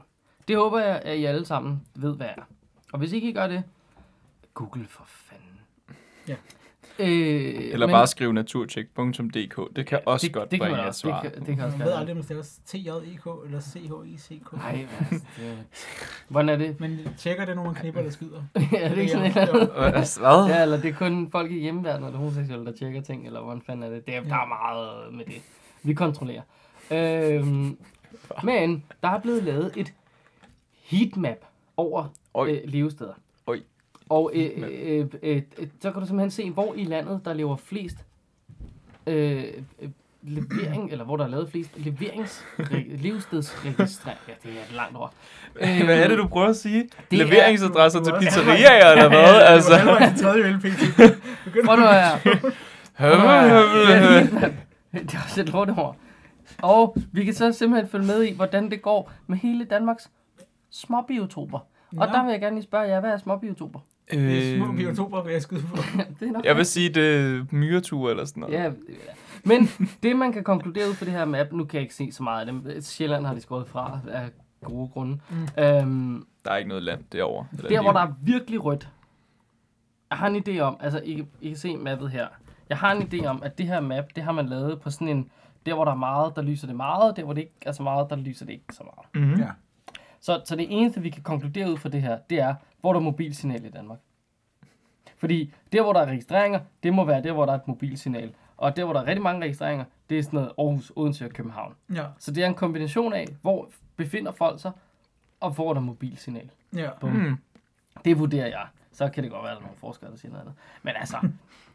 [SPEAKER 2] det håber jeg, at I alle sammen ved, hvad er. Og hvis ikke I gør det, Google for fanden.
[SPEAKER 3] Ja.
[SPEAKER 2] Øh,
[SPEAKER 1] Eller
[SPEAKER 2] men-
[SPEAKER 1] bare skrive naturcheck.dk. Det kan også godt
[SPEAKER 2] det kan
[SPEAKER 1] bringe
[SPEAKER 2] man
[SPEAKER 1] et
[SPEAKER 2] også, det
[SPEAKER 1] svar.
[SPEAKER 2] kan, det kan også
[SPEAKER 3] Man ved aldrig,
[SPEAKER 2] godt.
[SPEAKER 3] om det er TJEK eller CHICK.
[SPEAKER 2] Nej, altså, det... Hvordan er det?
[SPEAKER 3] Men tjekker det, når man knipper eller skider?
[SPEAKER 2] er det ikke sådan et
[SPEAKER 3] Jo,
[SPEAKER 2] eller andet?
[SPEAKER 1] Hvad? Hvad?
[SPEAKER 2] Ja, eller det er kun folk i hjemmeværende eller homoseksuelle, der tjekker ting, eller hvordan fanden er det? det er, der er meget med det. Vi kontrollerer. Øhm, men der er blevet lavet et heatmap over
[SPEAKER 1] Oj.
[SPEAKER 2] øh, levesteder.
[SPEAKER 1] Oj.
[SPEAKER 2] Og øh, øh, øh, øh, så kan du simpelthen se, hvor i landet, der lever flest øh, øh, levering, eller hvor der er lavet flest leverings, levestedsregistrering. Ja, det er et langt ord.
[SPEAKER 1] Hvad er det, du prøver at sige?
[SPEAKER 2] det er-
[SPEAKER 1] Leveringsadresser til
[SPEAKER 3] du er-
[SPEAKER 1] pizzeriaer eller hvad? Altså.
[SPEAKER 3] Det var halvvejs i tredje LPT. Begynder
[SPEAKER 2] Prøv nu at
[SPEAKER 1] Høvl, høvl,
[SPEAKER 2] Det er også et lorteord. Og vi kan så simpelthen følge med i, hvordan det går med hele Danmarks småbiotoper. Og
[SPEAKER 3] Nå.
[SPEAKER 2] der vil jeg gerne lige spørge jer, hvad er småbiotoper?
[SPEAKER 3] Det er små
[SPEAKER 1] høvl. Øh,
[SPEAKER 3] biotoper, vil jeg skyde på.
[SPEAKER 2] Det er nok
[SPEAKER 1] Jeg vil sige, det er myretur eller sådan noget.
[SPEAKER 2] Ja, men det man kan konkludere ud fra det her map, nu kan jeg ikke se så meget af dem. Sjælland har de skåret fra af gode grunde. Mm. Øhm,
[SPEAKER 1] Der er ikke noget land derovre. Eller
[SPEAKER 2] der hvor der
[SPEAKER 1] liv.
[SPEAKER 2] er virkelig rødt, jeg har en idé om, altså I, kan- I kan se mappet her. Jeg har en idé om, at det her map, det har man lavet på sådan en, der hvor der er meget, der lyser det meget, der hvor det ikke er så meget, der lyser det ikke så meget.
[SPEAKER 1] Mhm.
[SPEAKER 3] Ja.
[SPEAKER 2] Så, så det eneste, vi kan konkludere ud fra det her, det er, hvor er der mobilsignal i Danmark. Fordi der, hvor der er registreringer, det må være der, hvor der er et mobilsignal. Og der, hvor der er rigtig mange registreringer, det er sådan noget Aarhus, Odense og København.
[SPEAKER 3] Ja,
[SPEAKER 2] Så det er en kombination af, hvor befinder folk sig, og hvor er der mobilsignal.
[SPEAKER 3] ja.
[SPEAKER 1] Mm.
[SPEAKER 2] Det vurderer jeg. Så kan det godt være, at der er nogle forskere, der siger noget andet. Men altså,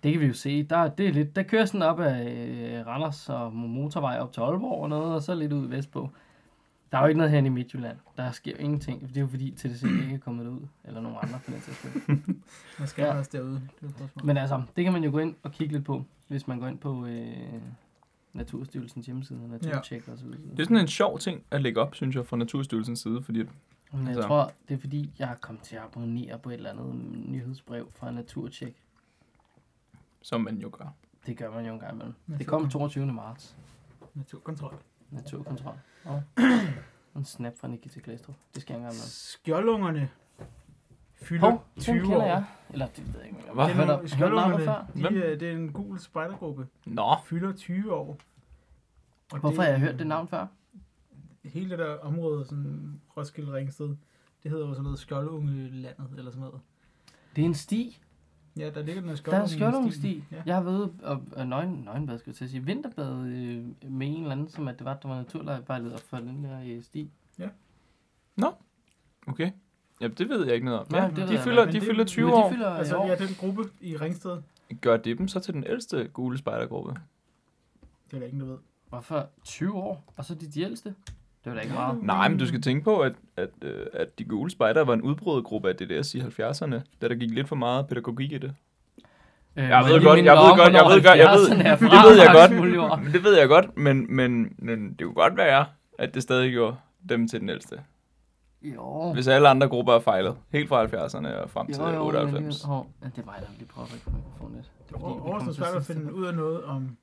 [SPEAKER 2] det kan vi jo se. Der, det er lidt, der kører sådan op ad øh, Randers og motorvej op til Aalborg og noget, og så lidt ud vestpå. Der er jo ikke noget her i Midtjylland. Der sker jo ingenting. Det er jo fordi TDC ikke er kommet ud. Eller nogen andre for den sags skyld.
[SPEAKER 3] Man skal
[SPEAKER 2] Ja.
[SPEAKER 3] ja. også derude. Det er et spørgsmål.
[SPEAKER 2] Men altså, det kan man jo gå ind og kigge lidt på, hvis man går ind på øh, Naturstyrelsens hjemmeside, og Naturtjek ja. og så videre.
[SPEAKER 1] Det er sådan en sjov ting at lægge op, synes jeg, fra Naturstyrelsens side, fordi at-
[SPEAKER 2] Men jeg
[SPEAKER 1] Altså-
[SPEAKER 2] tror, det er fordi, jeg er kommet til at abonnere på et eller andet nyhedsbrev fra Naturtjek.
[SPEAKER 1] som man jo gør.
[SPEAKER 2] Det gør man jo en gang imellem. Det
[SPEAKER 3] Naturkon-
[SPEAKER 2] kom 22. marts.
[SPEAKER 3] Naturkontrol.
[SPEAKER 2] Naturkontrol. Og en snap fra Nikita Klæstrup. Det skal jeg engang med.
[SPEAKER 3] Skjoldungerne fylder
[SPEAKER 2] Hov, den
[SPEAKER 3] 20
[SPEAKER 2] kender
[SPEAKER 3] år.
[SPEAKER 2] jeg. Eller det ved jeg ikke,
[SPEAKER 1] Hvad?
[SPEAKER 2] Hvad?
[SPEAKER 3] Det er
[SPEAKER 2] Hvad?
[SPEAKER 3] nogle, skjoldungerne,
[SPEAKER 1] Hvem?
[SPEAKER 3] de, øh, det er en gul spejdergruppe,
[SPEAKER 1] Nå,
[SPEAKER 3] fylder 20 år. Og
[SPEAKER 2] Hvorfor
[SPEAKER 3] det-
[SPEAKER 2] har jeg hørt det navn før?
[SPEAKER 3] Hele det der område, sådan Roskilde Ringsted, det hedder jo sådan noget Skjoldungelandet, eller sådan noget.
[SPEAKER 2] Det er en sti.
[SPEAKER 3] Ja, der ligger den her
[SPEAKER 2] Der er en
[SPEAKER 3] skjoldunge.
[SPEAKER 2] skjoldungsti.
[SPEAKER 3] Ja.
[SPEAKER 2] Jeg har været ude og, og nøgen, nøgenbad, skulle jeg til at sige, vinterbad øh, med en eller anden, som at det var, der var naturlejvejleder for den der øh, sti.
[SPEAKER 1] okay. Jamen, det ved jeg ikke noget om.
[SPEAKER 2] Nej,
[SPEAKER 1] Ja,
[SPEAKER 2] det ved
[SPEAKER 1] de
[SPEAKER 2] jeg
[SPEAKER 1] fylder,
[SPEAKER 3] ikke,
[SPEAKER 1] de
[SPEAKER 3] men det-
[SPEAKER 1] fylder
[SPEAKER 3] men
[SPEAKER 1] 20
[SPEAKER 2] Men de
[SPEAKER 1] år.
[SPEAKER 2] fylder
[SPEAKER 3] Altså,
[SPEAKER 2] altså, år.
[SPEAKER 3] ja, den gruppe i Ringsted,
[SPEAKER 1] Gør det dem så til den ældste gule spejdergruppe?
[SPEAKER 3] det er der ingen, der ved.
[SPEAKER 2] Hvorfor 20 år? Og så de de ældste? Det var da ikke meget.
[SPEAKER 1] Nej, men du skal tænke på, at, at, øh, at de gule spejder var en udbrudgruppe af DDS i 70'erne, da der gik lidt for meget pædagogik i det.
[SPEAKER 2] Øh,
[SPEAKER 1] Jeg
[SPEAKER 2] må
[SPEAKER 1] ved
[SPEAKER 2] lige
[SPEAKER 1] godt,
[SPEAKER 2] minde
[SPEAKER 1] jeg
[SPEAKER 2] dig
[SPEAKER 1] ved
[SPEAKER 2] om,
[SPEAKER 1] godt, jeg
[SPEAKER 2] hvornår
[SPEAKER 1] ved godt, jeg ved,
[SPEAKER 2] 70'erne er
[SPEAKER 1] det ved jeg
[SPEAKER 2] fra,
[SPEAKER 1] godt,
[SPEAKER 2] Max Muljord?
[SPEAKER 1] Men det ved jeg godt, men, men, men det kunne godt være, at det stadig gjorde dem til den ældste.
[SPEAKER 2] Jo.
[SPEAKER 1] Hvis alle andre grupper er fejlet, helt fra 70'erne og frem til
[SPEAKER 2] Jo, jo, men
[SPEAKER 1] 98.
[SPEAKER 2] alligevel- Hov, ja, det er mig, der lige prøver at rykke mikrofonen lidt. Det er
[SPEAKER 3] Det
[SPEAKER 2] fordi, vi
[SPEAKER 3] er også
[SPEAKER 2] kommer til
[SPEAKER 3] svært at
[SPEAKER 2] sidst.
[SPEAKER 3] finde ud af noget om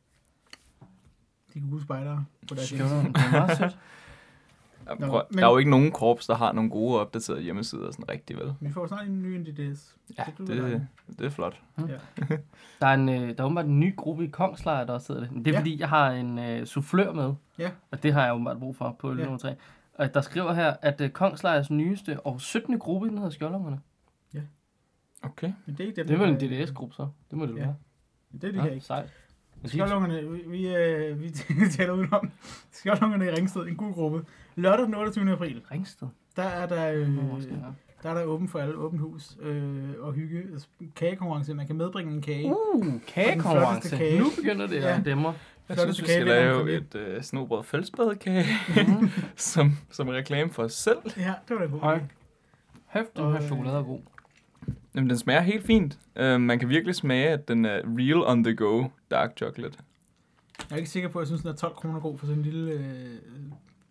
[SPEAKER 3] de gule spejdere på deres hjemmeside.
[SPEAKER 2] Skjolden, det er meget sødt.
[SPEAKER 1] Jeg
[SPEAKER 3] Nå,
[SPEAKER 1] prøver,
[SPEAKER 3] men-
[SPEAKER 1] der er jo ikke nogen korps, der har nogle gode opdaterede hjemmesider sådan rigtig, vel?
[SPEAKER 3] Vi får snart en ny NDDS.
[SPEAKER 1] Ja,
[SPEAKER 3] lyder
[SPEAKER 1] det,
[SPEAKER 3] dejligt.
[SPEAKER 1] det er flot.
[SPEAKER 2] Der er, en, øh, der er åbenbart en ny gruppe i Kongslejr, der også hedder det. Det er ja.
[SPEAKER 3] Ja.
[SPEAKER 2] fordi, jeg har en øh, soufflør med,
[SPEAKER 3] Ja.
[SPEAKER 2] og det har jeg åbenbart brug for på ja.
[SPEAKER 3] Ja.
[SPEAKER 2] nummer 3. Og der skriver her, at øh, Kongslejrs nyeste og 17. gruppe, den hedder Skjoldungerne.
[SPEAKER 1] Okay.
[SPEAKER 3] Men det er ikke dem,
[SPEAKER 2] Det er vel en
[SPEAKER 3] der-
[SPEAKER 2] DDS-gruppe så. Det må det jo
[SPEAKER 3] Ja,
[SPEAKER 2] være.
[SPEAKER 3] Det er de
[SPEAKER 2] Ja,
[SPEAKER 3] her ikke.
[SPEAKER 2] Sejt. Men de-
[SPEAKER 3] Skjoldungerne, vi, vi, øh, vi taler udenom. Skjoldungerne i Ringsted, en god gruppe. Lørdag den 28. april,
[SPEAKER 2] Ringsted.
[SPEAKER 3] der er der, øh,
[SPEAKER 2] Øh,
[SPEAKER 3] der, er der åben for alle, åbent hus øh, og hygge. Altså, Kagekonkurrence, man kan medbringe en kage.
[SPEAKER 2] uh,
[SPEAKER 3] flotteste
[SPEAKER 2] kagekonkurrence.
[SPEAKER 3] kage.
[SPEAKER 2] Nu begynder det
[SPEAKER 3] Ja.
[SPEAKER 2] at dæmre.
[SPEAKER 1] Jeg
[SPEAKER 3] Flotte
[SPEAKER 1] synes, vi
[SPEAKER 3] kage,
[SPEAKER 1] skal
[SPEAKER 3] det er
[SPEAKER 1] lave
[SPEAKER 3] en
[SPEAKER 1] et øh, snobrød fællesbadekage,
[SPEAKER 2] Mm.
[SPEAKER 1] som, som reklame for os selv.
[SPEAKER 3] Ja, det var da en god
[SPEAKER 2] Hej.
[SPEAKER 3] idé.
[SPEAKER 2] Hæft, den her
[SPEAKER 3] Øh.
[SPEAKER 2] chokolade er god.
[SPEAKER 1] Jamen, den smager helt fint. Uh, man kan virkelig smage, at den er real on the go dark chocolate.
[SPEAKER 3] Jeg er ikke sikker på, at jeg synes, den er 12 kroner god for sådan en lille øh,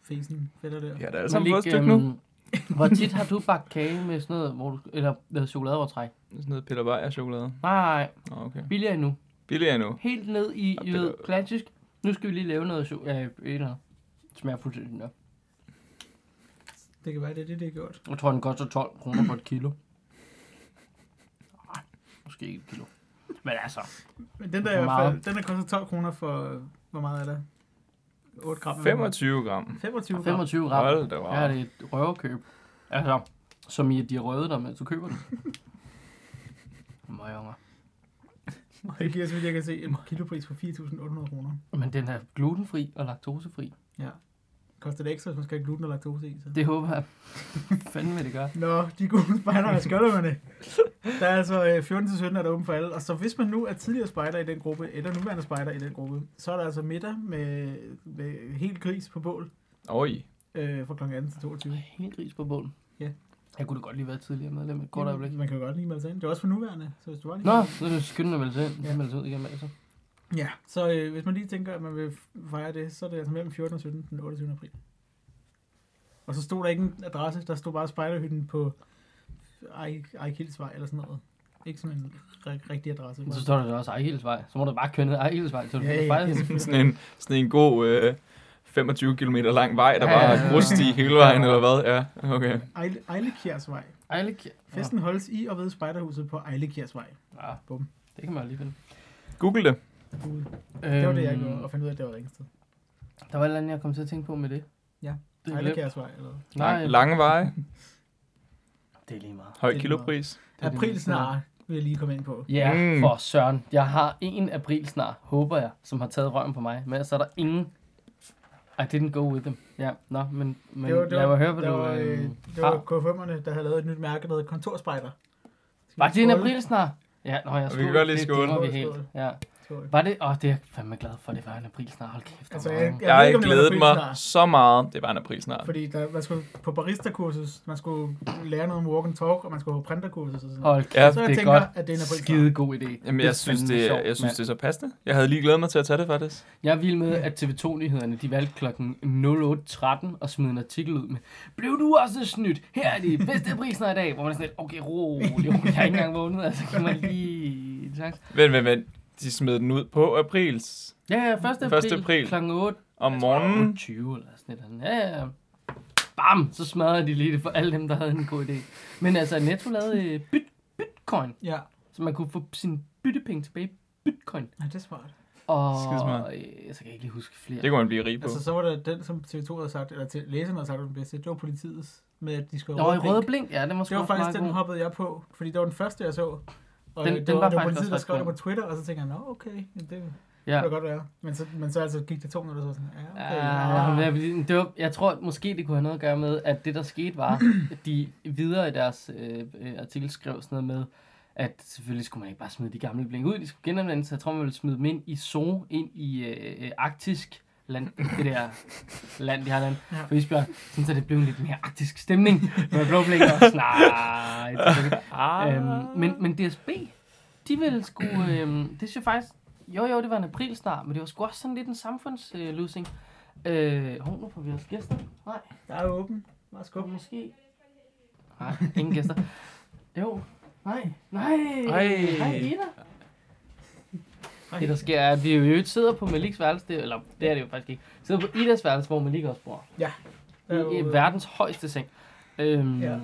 [SPEAKER 3] fesen fætter der.
[SPEAKER 1] Ja, der er
[SPEAKER 2] Men
[SPEAKER 1] altså et
[SPEAKER 2] Lik,
[SPEAKER 1] stykke nu.
[SPEAKER 2] øhm, Hvor tit har du bagt kage med sådan noget, hvor du, eller med chokoladeovertræk?
[SPEAKER 1] Det er Sådan noget Peter Beyer chokolade.
[SPEAKER 2] Nej,
[SPEAKER 1] Nå, okay.
[SPEAKER 2] billigere endnu.
[SPEAKER 1] Billigere nu.
[SPEAKER 2] Helt ned i,
[SPEAKER 1] Og
[SPEAKER 2] I
[SPEAKER 1] det
[SPEAKER 2] ved,
[SPEAKER 1] der-
[SPEAKER 2] klassisk. Nu skal vi lige lave noget cho- ja, et eller andet. Det Smager fuldstændig op.
[SPEAKER 3] Det kan være, det er det, det er gjort.
[SPEAKER 2] Jeg tror, den koster 12 kroner for et kilo. Nej, måske ikke et kilo. Men altså,
[SPEAKER 3] Men den der, i
[SPEAKER 2] Hvor
[SPEAKER 3] hvert fald,
[SPEAKER 2] meget?
[SPEAKER 3] den der koster 12 kroner for, hvor meget er der? 8 gram? eller hvad?
[SPEAKER 1] 25 gram.
[SPEAKER 3] 25 gram.
[SPEAKER 2] 25 gram,
[SPEAKER 1] Hold da
[SPEAKER 2] der er
[SPEAKER 1] wow.
[SPEAKER 2] det et røverkøb. Altså, som i, at de er røde der, mens du køber den. Møgunger.
[SPEAKER 3] Det giver, så vidt jeg kan se, en kilopris på 4.800 kroner.
[SPEAKER 2] Men den er glutenfri og laktosefri.
[SPEAKER 3] Ja. Koster det ekstra, hvis man skal have gluten og laktose i? Så.
[SPEAKER 2] Det håber jeg fandme, det gør.
[SPEAKER 3] Nå, de gode spejdere er skjoldungerne. Der er altså øh, 14-17 er der åben for alle. Og så hvis man nu er tidligere spejder i den gruppe, eller nuværende spejder i den gruppe, så er der altså middag med, med helt gris på bål
[SPEAKER 1] Oj.
[SPEAKER 3] øh, fra kl. 18 til 22.
[SPEAKER 2] Helt gris på bunden.
[SPEAKER 3] Ja.
[SPEAKER 2] Jeg kunne da godt lige være tidligere medlem et kort øjeblik.
[SPEAKER 3] Man kan jo godt lige melde sig ind. Det er også for nuværende. Så hvis du var lige
[SPEAKER 2] Nå, så er det skyndt at melde sig ind. Ja.
[SPEAKER 3] Ja.
[SPEAKER 2] Melde sig ud igen bagefter.
[SPEAKER 3] Ja, så øh, hvis man lige tænker, at man vil f- fejre det, så er det altså mellem 14 og 17 den 28. april. Og så stod der ikke en adresse, der stod bare spejderhytten på Ej- Ejkildsvej eller sådan noget. Ikke sådan en ri- rigtig adresse.
[SPEAKER 2] Så står der da også Ejhilsvej. Så må du bare køre ned Ejhilsvej, så du
[SPEAKER 3] Ja,
[SPEAKER 2] finder
[SPEAKER 3] ja,
[SPEAKER 2] fejl.
[SPEAKER 3] det er selvfølgelig.
[SPEAKER 1] Sådan en, sådan en god øh, 25 km lang vej, der
[SPEAKER 2] Ja, ja,
[SPEAKER 1] bare
[SPEAKER 2] ja.
[SPEAKER 1] har grussti hele vejen, eller hvad? Ja, okay.
[SPEAKER 3] Ejle- Ejlekjærsvej.
[SPEAKER 2] Ejlik.
[SPEAKER 3] Festen holdes i og ved spejderhuset på Ejlekjærsvej.
[SPEAKER 2] Ja,
[SPEAKER 3] Bum.
[SPEAKER 2] det kan man jo lige finde.
[SPEAKER 1] Google det.
[SPEAKER 3] Gud. Det var det,
[SPEAKER 2] Øhm,
[SPEAKER 3] jeg gjorde, og fandt ud af, at det var Ringsted.
[SPEAKER 2] Der var et eller andet, jeg kom til at tænke på med det.
[SPEAKER 3] Ja.
[SPEAKER 2] Det er lidt.
[SPEAKER 3] Ejlekjærsvej eller hvad?
[SPEAKER 2] Nej,
[SPEAKER 1] Lang, lange veje,
[SPEAKER 2] det er lige meget.
[SPEAKER 1] høj
[SPEAKER 3] Det er
[SPEAKER 1] kilopris.
[SPEAKER 2] Det er det
[SPEAKER 3] April
[SPEAKER 2] næste.
[SPEAKER 3] snart. vil jeg lige komme ind på.
[SPEAKER 2] Ja, yeah,
[SPEAKER 1] Mm.
[SPEAKER 2] for søren. Jeg har en april snart, håber jeg, som har taget røven på mig. Men så er der ingen... I didn't go with them. Ja, nå, men, men det var, det var, lad mig høre, hvad
[SPEAKER 3] det
[SPEAKER 2] du...
[SPEAKER 3] var, øh,
[SPEAKER 2] Øh,
[SPEAKER 3] det var
[SPEAKER 2] har.
[SPEAKER 3] K5'erne, der havde lavet et nyt mærke, der hedder Kontorspejder. Skal
[SPEAKER 2] var
[SPEAKER 3] vi
[SPEAKER 2] det en
[SPEAKER 3] skåle?
[SPEAKER 2] april snart? Ja, nå, jeg
[SPEAKER 1] Og vi kan godt lige
[SPEAKER 2] Det-
[SPEAKER 1] skåle.
[SPEAKER 2] Det, glemmer vi
[SPEAKER 3] Skål.
[SPEAKER 2] helt. Ja.
[SPEAKER 3] Skål.
[SPEAKER 2] Var det? Åh, oh, det er jeg fandme glad for, det var en april snart. Hold kæft,
[SPEAKER 3] Altså,
[SPEAKER 2] altså,
[SPEAKER 3] jeg,
[SPEAKER 2] jeg...
[SPEAKER 3] jeg, ved
[SPEAKER 1] Jeg
[SPEAKER 3] ikke,
[SPEAKER 1] har
[SPEAKER 3] om det var en
[SPEAKER 1] glædet mig
[SPEAKER 3] aprilsnar,
[SPEAKER 1] så meget. Det var en april snart.
[SPEAKER 3] Fordi der, man skulle på barista-kursus, man skulle lære noget om walk and talk, og man skulle på printerkursus og sådan noget.
[SPEAKER 2] Hold kæft,
[SPEAKER 1] Ja.
[SPEAKER 2] ja,
[SPEAKER 3] Så
[SPEAKER 2] det
[SPEAKER 3] jeg
[SPEAKER 2] er
[SPEAKER 3] tænker,
[SPEAKER 2] godt.
[SPEAKER 3] at det er en aprilsnar.
[SPEAKER 2] Skide god idé.
[SPEAKER 1] Jamen,
[SPEAKER 2] Det er
[SPEAKER 1] jeg synes,
[SPEAKER 2] fandme
[SPEAKER 1] det, er,
[SPEAKER 2] sjovt,
[SPEAKER 1] jeg synes,
[SPEAKER 2] mand.
[SPEAKER 1] det er så passende. Jeg havde lige glædet mig til at tage det, faktisk.
[SPEAKER 2] Jeg er vild med, at TV2-nyhederne de valgte kl. 08.13 og smed en artikel ud med Blev du også snydt? Her er de bedste priser i dag. Hvor man er sådan lidt, okay, rolig, rolig, jeg har ikke engang vågnet, altså kan man lige... en chance.
[SPEAKER 1] Vent, vent, vent. De smed den ud på aprils
[SPEAKER 2] Ja, ja, 1. april,
[SPEAKER 1] Første april.
[SPEAKER 2] kl. 8.
[SPEAKER 1] om
[SPEAKER 2] Mm.
[SPEAKER 1] morgenen.
[SPEAKER 2] 20 eller sådan noget. Ja, ja. Bam, så smadrede de lige det for alle dem, der havde en god idé. Men altså, Netto lavede øh, byt, bitcoin,
[SPEAKER 3] Ja,
[SPEAKER 2] så man kunne få sine byttepenge tilbage i bitcoin.
[SPEAKER 3] ja, det er smart.
[SPEAKER 2] Og
[SPEAKER 1] Skidesmart.
[SPEAKER 2] øh, så kan jeg ikke lige huske flere.
[SPEAKER 1] Det kunne man blive rig på.
[SPEAKER 3] Altså, så var det den, som TV2 havde sagt, eller til læserne havde sagt, var den bedste. Det var politiets med, at de skulle have
[SPEAKER 2] Nå, i
[SPEAKER 3] blink.
[SPEAKER 2] røde blink, ja, den var sgu
[SPEAKER 3] Det var
[SPEAKER 2] også meget
[SPEAKER 3] faktisk den,
[SPEAKER 2] god.
[SPEAKER 3] hoppede jeg på, fordi det var den første, jeg så. Og
[SPEAKER 2] Den-
[SPEAKER 3] den, det,
[SPEAKER 2] den
[SPEAKER 3] var,
[SPEAKER 2] var
[SPEAKER 3] det var
[SPEAKER 2] faktisk
[SPEAKER 3] politiet, der
[SPEAKER 2] også
[SPEAKER 3] skrev
[SPEAKER 2] ret
[SPEAKER 3] det på
[SPEAKER 2] god.
[SPEAKER 3] Twitter, og så tænkte jeg, nå, okay, det ja.
[SPEAKER 2] Ja.
[SPEAKER 3] kunne da godt være. Men så, men så altså, gik det to minutter, og så var jeg sådan, ja, okay.
[SPEAKER 2] Ah,
[SPEAKER 3] ja.
[SPEAKER 2] men jeg- det var, jeg tror måske, det kunne have noget at gøre med, at det der skete var, at de videre i deres øh, øh, artikel skrev sådan noget med, at selvfølgelig skulle man ikke bare smide de gamle blink ud, de skulle genanvendes, så jeg tror, man ville smide dem ind i zoo, ind i øh, øh, arktisk land, det der land, de har land
[SPEAKER 3] Ja.
[SPEAKER 2] på Isbjørn, sådan så det blev en lidt mere arktisk stemning med blå blink og sådan, nej, det er ikke.
[SPEAKER 1] Ah.
[SPEAKER 2] Øhm, men, men DSB, de ville sgu, øhm, det synes jeg faktisk, jo jo, det var en april snart, men det var sgu også sådan lidt en samfundsløsning. Øh, hov, nu får vi også gæster. Nej,
[SPEAKER 3] Der er åben. Bare skub.
[SPEAKER 2] Kom. måske. Nej, ingen gæster. Jo, nej, nej,
[SPEAKER 1] Ej.
[SPEAKER 2] hej Ida.
[SPEAKER 3] Hej.
[SPEAKER 2] Det der sker er, at vi jo i øvrigt sidder på Maliks værelse, det, eller det er det jo faktisk ikke, sidder på Idas værelse, hvor Malik også bor.
[SPEAKER 3] Der er jo,
[SPEAKER 2] I, i
[SPEAKER 3] øh,
[SPEAKER 2] verdens højeste seng. Øhm,
[SPEAKER 3] Ja.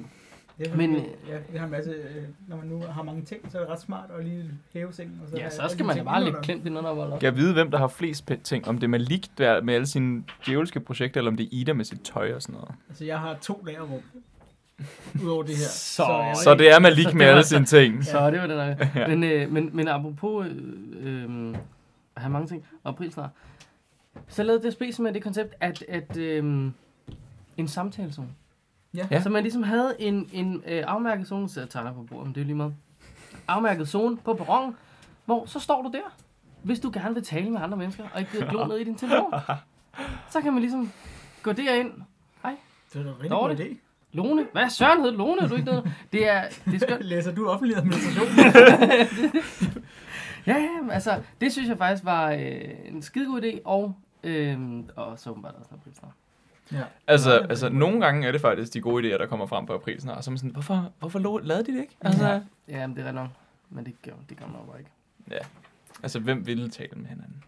[SPEAKER 3] det er,
[SPEAKER 2] men-
[SPEAKER 3] men, ja, vi har en masse, øh, når man nu har mange ting, så er det ret smart at lige hæve sengen. Og så
[SPEAKER 2] ja,
[SPEAKER 3] have
[SPEAKER 2] så
[SPEAKER 3] alle
[SPEAKER 2] skal
[SPEAKER 3] de
[SPEAKER 2] man da
[SPEAKER 3] ting
[SPEAKER 2] bare lidt
[SPEAKER 3] indenunder.
[SPEAKER 2] klemt i noget,
[SPEAKER 1] Jeg ved, hvem der har flest pe- ting. Om det er Malik der med alle sine djævelske projekter, eller om det er Ida med sit tøj og sådan noget.
[SPEAKER 3] Altså, jeg har to lagerrum. Udover det her.
[SPEAKER 2] Så-
[SPEAKER 3] jeg
[SPEAKER 1] Så det er Malik med
[SPEAKER 2] Det var
[SPEAKER 1] alle
[SPEAKER 2] så-
[SPEAKER 1] sine ting.
[SPEAKER 2] Så det var det nok.
[SPEAKER 1] Ja.
[SPEAKER 2] Men, øh, men, men apropos øh, øh, at have mange ting, og april snart, så lavede DSB simpelthen det koncept, at, at øh, en samtalezone.
[SPEAKER 3] Ja.
[SPEAKER 1] Ja.
[SPEAKER 2] Så man ligesom havde en, en øh, afmærket zone, så jeg tegner på bordet, men det er jo lige meget. Afmærket zone på perronen, hvor så står du der, hvis du gerne vil tale med andre mennesker, og ikke bliver glo ned i din telefon. Så kan man ligesom gå derind,
[SPEAKER 3] Det er da en rigtig god
[SPEAKER 2] Dårligt.
[SPEAKER 3] idé.
[SPEAKER 2] Lone, hvad søren hed Lone, er du ikke noget? Det er, det er skønt.
[SPEAKER 3] Læser du offentlig administration?
[SPEAKER 2] Ja, ja, men altså, det synes jeg faktisk var øh, en skide god idé, og, øh, og så åbenbart også en aprilsnar.
[SPEAKER 3] ja.
[SPEAKER 1] Altså, altså, nogle gange er det faktisk de gode idéer, der kommer frem på april snart. Så er man sådan, hvorfor, hvorfor lo- lavede de det ikke? Altså,
[SPEAKER 2] Ja. Ja, men det er rigtig nok, men det gør, det gør man jo bare ikke.
[SPEAKER 1] altså, hvem ville tale med hinanden?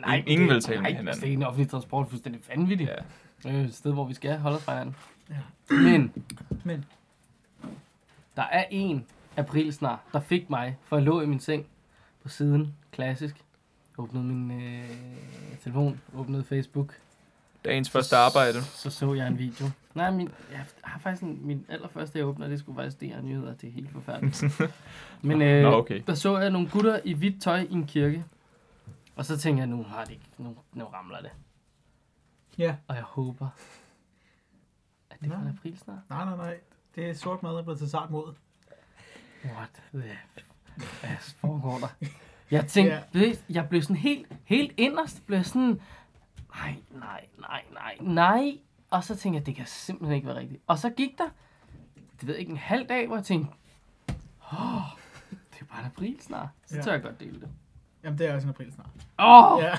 [SPEAKER 2] Nej,
[SPEAKER 1] Ingen
[SPEAKER 2] det-
[SPEAKER 1] vil tale med
[SPEAKER 2] nej,
[SPEAKER 1] hinanden.
[SPEAKER 2] Nej, det er en offentlig transport, fuldstændig vanvittigt.
[SPEAKER 1] Ja.
[SPEAKER 2] Ja. Øh, et sted, hvor vi skal holde os fra hinanden.
[SPEAKER 3] Ja.
[SPEAKER 2] Men,
[SPEAKER 3] Men.
[SPEAKER 2] der er en aprilsnar, der fik mig, for jeg lå i min seng på siden, klassisk, åbnede min øh, telefon, åbnede Facebook,
[SPEAKER 1] Dagens første arbejde.
[SPEAKER 2] Så så jeg en video. Nej, min, jeg har faktisk en, min allerførste, jeg åbner, det skulle faktisk DR Nyheder. Det er helt forfærdeligt. Men øh,
[SPEAKER 1] Nå, okay.
[SPEAKER 2] der så jeg nogle gutter i hvidt tøj i en kirke. Og så tænker jeg, nu har det ikke, nu, nu ramler det.
[SPEAKER 3] Ja.
[SPEAKER 2] Og jeg håber, at det
[SPEAKER 3] Nå.
[SPEAKER 2] var en april snart.
[SPEAKER 3] Nej, nej, nej. Det er sort mad, der er blevet til sart mod.
[SPEAKER 2] What the ass foregår der? Jeg tænkte,
[SPEAKER 3] Ja.
[SPEAKER 2] yeah. jeg blev sådan helt, helt inderst, blev jeg sådan, nej, nej, nej, nej, nej. Og så tænkte jeg, det kan simpelthen ikke være rigtigt. Og så gik der, det ved jeg ikke, en halv dag, hvor jeg tænkte, åh, det er bare en april snart. Så
[SPEAKER 3] Ja.
[SPEAKER 2] tør jeg godt dele det.
[SPEAKER 3] Jamen, det er også en april snart.
[SPEAKER 2] Åh, oh,
[SPEAKER 3] Ja.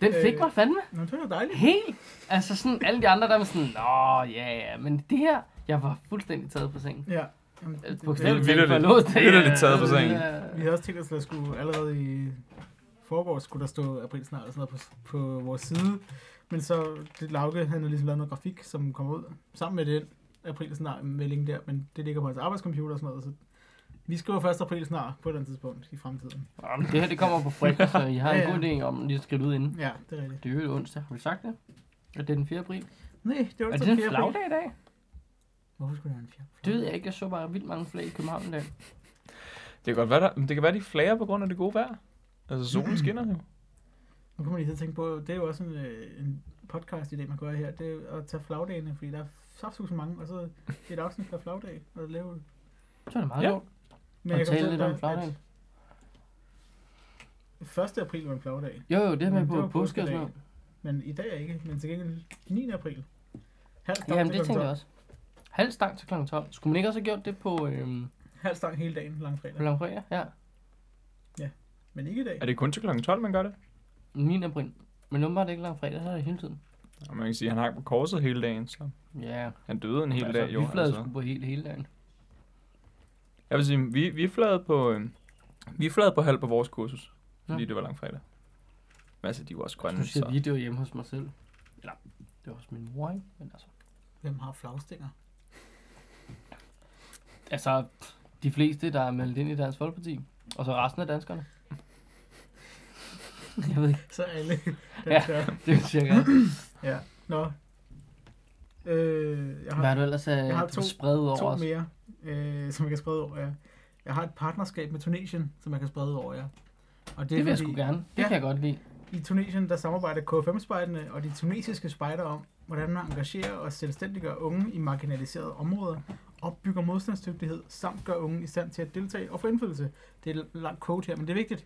[SPEAKER 2] den fik
[SPEAKER 3] Øh.
[SPEAKER 2] mig fandme
[SPEAKER 3] Nå, det var dejligt.
[SPEAKER 2] helt. Altså sådan, alle de andre, der var sådan, nå, ja, ja, men det her, jeg var fuldstændig taget på sengen.
[SPEAKER 3] Ja. Jamen,
[SPEAKER 2] Øh,
[SPEAKER 3] det-
[SPEAKER 2] Bogstaveligt
[SPEAKER 1] Vildt-
[SPEAKER 2] talt, for jeg lå der.
[SPEAKER 1] vitterligt taget på sengen.
[SPEAKER 2] Ja.
[SPEAKER 3] Vi havde også tænkt os, at der skulle allerede i forgårs skulle der stå april snart og sådan noget på, på vores side. Men så det Lauke, han har ligesom lavet noget grafik, som kommer ud sammen med den april snart melding der, men det ligger på hans arbejdscomputer og sådan noget, så vi skriver først april snart på et eller andet tidspunkt i fremtiden.
[SPEAKER 2] Jamen, det her det kommer på fredag, så I har
[SPEAKER 3] Ja,
[SPEAKER 2] en
[SPEAKER 3] ja.
[SPEAKER 2] god idé om lige at skrive det ud inden.
[SPEAKER 3] Ja, det er rigtigt.
[SPEAKER 2] Det er jo onsdag, har vi sagt det? At det er den 4. april.
[SPEAKER 3] Nej, det var
[SPEAKER 2] Er
[SPEAKER 3] altså
[SPEAKER 2] det en
[SPEAKER 3] fjerde april.
[SPEAKER 2] flagdag i dag?
[SPEAKER 3] Hvorfor skulle det være en fjerde?
[SPEAKER 2] Det ved jeg ikke, jeg så bare vildt mange flag i København i dag.
[SPEAKER 1] Det kan godt være, der, men det kan være, de flager på grund af det gode vejr. Altså, solen skinner jo.
[SPEAKER 3] Nu kan man lige sidde og tænke på, det er jo også en, øh, en podcast i det, man gør her, det er jo at tage flagdagene, fordi der er saftsus så mange, og så et afsnit per flagdag, og lave det.
[SPEAKER 2] Det var da meget
[SPEAKER 1] Ja.
[SPEAKER 2] ja. sjovt.
[SPEAKER 3] Men
[SPEAKER 2] Og tale lidt
[SPEAKER 3] fortælle
[SPEAKER 2] om
[SPEAKER 3] dig, at
[SPEAKER 2] flagdagen.
[SPEAKER 3] 1. april var en flagdag,
[SPEAKER 2] Jo, jo, det er
[SPEAKER 3] Men
[SPEAKER 2] med
[SPEAKER 3] det
[SPEAKER 2] på
[SPEAKER 3] var
[SPEAKER 2] påske og sådan
[SPEAKER 3] påskedag.
[SPEAKER 2] noget.
[SPEAKER 3] men i dag ikke, men til gengæld 9. april. Halv stang
[SPEAKER 2] Jamen,
[SPEAKER 3] til
[SPEAKER 2] det
[SPEAKER 3] klokken
[SPEAKER 2] tænker jeg
[SPEAKER 3] 12.
[SPEAKER 2] også. Halv stang til kl. 12. Skulle man ikke også have gjort det på, øhm,
[SPEAKER 3] Halv stang hele dagen,
[SPEAKER 2] på
[SPEAKER 3] langfredag.
[SPEAKER 2] langfredag? Ja.
[SPEAKER 3] Men ikke i dag.
[SPEAKER 1] Er det kun til kl. 12, man gør det?
[SPEAKER 2] Den 9. april. Men nu var det ikke langfredag, så er det hele tiden.
[SPEAKER 1] Og man kan sige, at han hang på korset hele dagen, så
[SPEAKER 2] Ja,
[SPEAKER 1] han døde en hel
[SPEAKER 2] altså,
[SPEAKER 1] dag. Jo,
[SPEAKER 2] vi flade
[SPEAKER 1] altså.
[SPEAKER 2] skulle på hele, hele dagen.
[SPEAKER 1] Jeg vil sige, vi, vi flade på, øh, vi flade på halv på vores kursus, fordi
[SPEAKER 2] Ja.
[SPEAKER 1] det var langfredag. Men altså, de var også
[SPEAKER 2] Nu
[SPEAKER 1] grønne,
[SPEAKER 2] siger
[SPEAKER 1] så...
[SPEAKER 2] vi, det var hjemme hos mig selv. Eller, det var hos min mor, ikke? Men altså,
[SPEAKER 3] Hvem har flagstænger?
[SPEAKER 2] altså, de fleste, der er meldt ind i Dansk Folkeparti, og så resten af danskerne. Jeg ved ikke,
[SPEAKER 3] Så alle
[SPEAKER 2] Ja.
[SPEAKER 3] danskere.
[SPEAKER 2] det er cirka.
[SPEAKER 3] ja. Nå. Øh,
[SPEAKER 2] Hvad
[SPEAKER 3] jeg har
[SPEAKER 2] er du ellers
[SPEAKER 3] Jeg har
[SPEAKER 2] uh,
[SPEAKER 3] to-
[SPEAKER 2] spredt over
[SPEAKER 3] to
[SPEAKER 2] os?
[SPEAKER 3] mere, øh, som jeg kan sprede over jer. Jeg har et partnerskab med Tunesien, som jeg kan sprede over jer. Og
[SPEAKER 2] Det vil jeg sgu
[SPEAKER 3] fordi-
[SPEAKER 2] gerne. Det
[SPEAKER 3] Ja.
[SPEAKER 2] kan jeg godt lide.
[SPEAKER 3] I Tunesien, der samarbejder K5-spejderne og de tunesiske spejder om, hvordan man engagerer og selvstændiggør unge i marginaliserede områder, opbygger modstandsdygtighed, samt gør unge i stand til at deltage og få indflydelse. Det er et langt quote her, men det er vigtigt.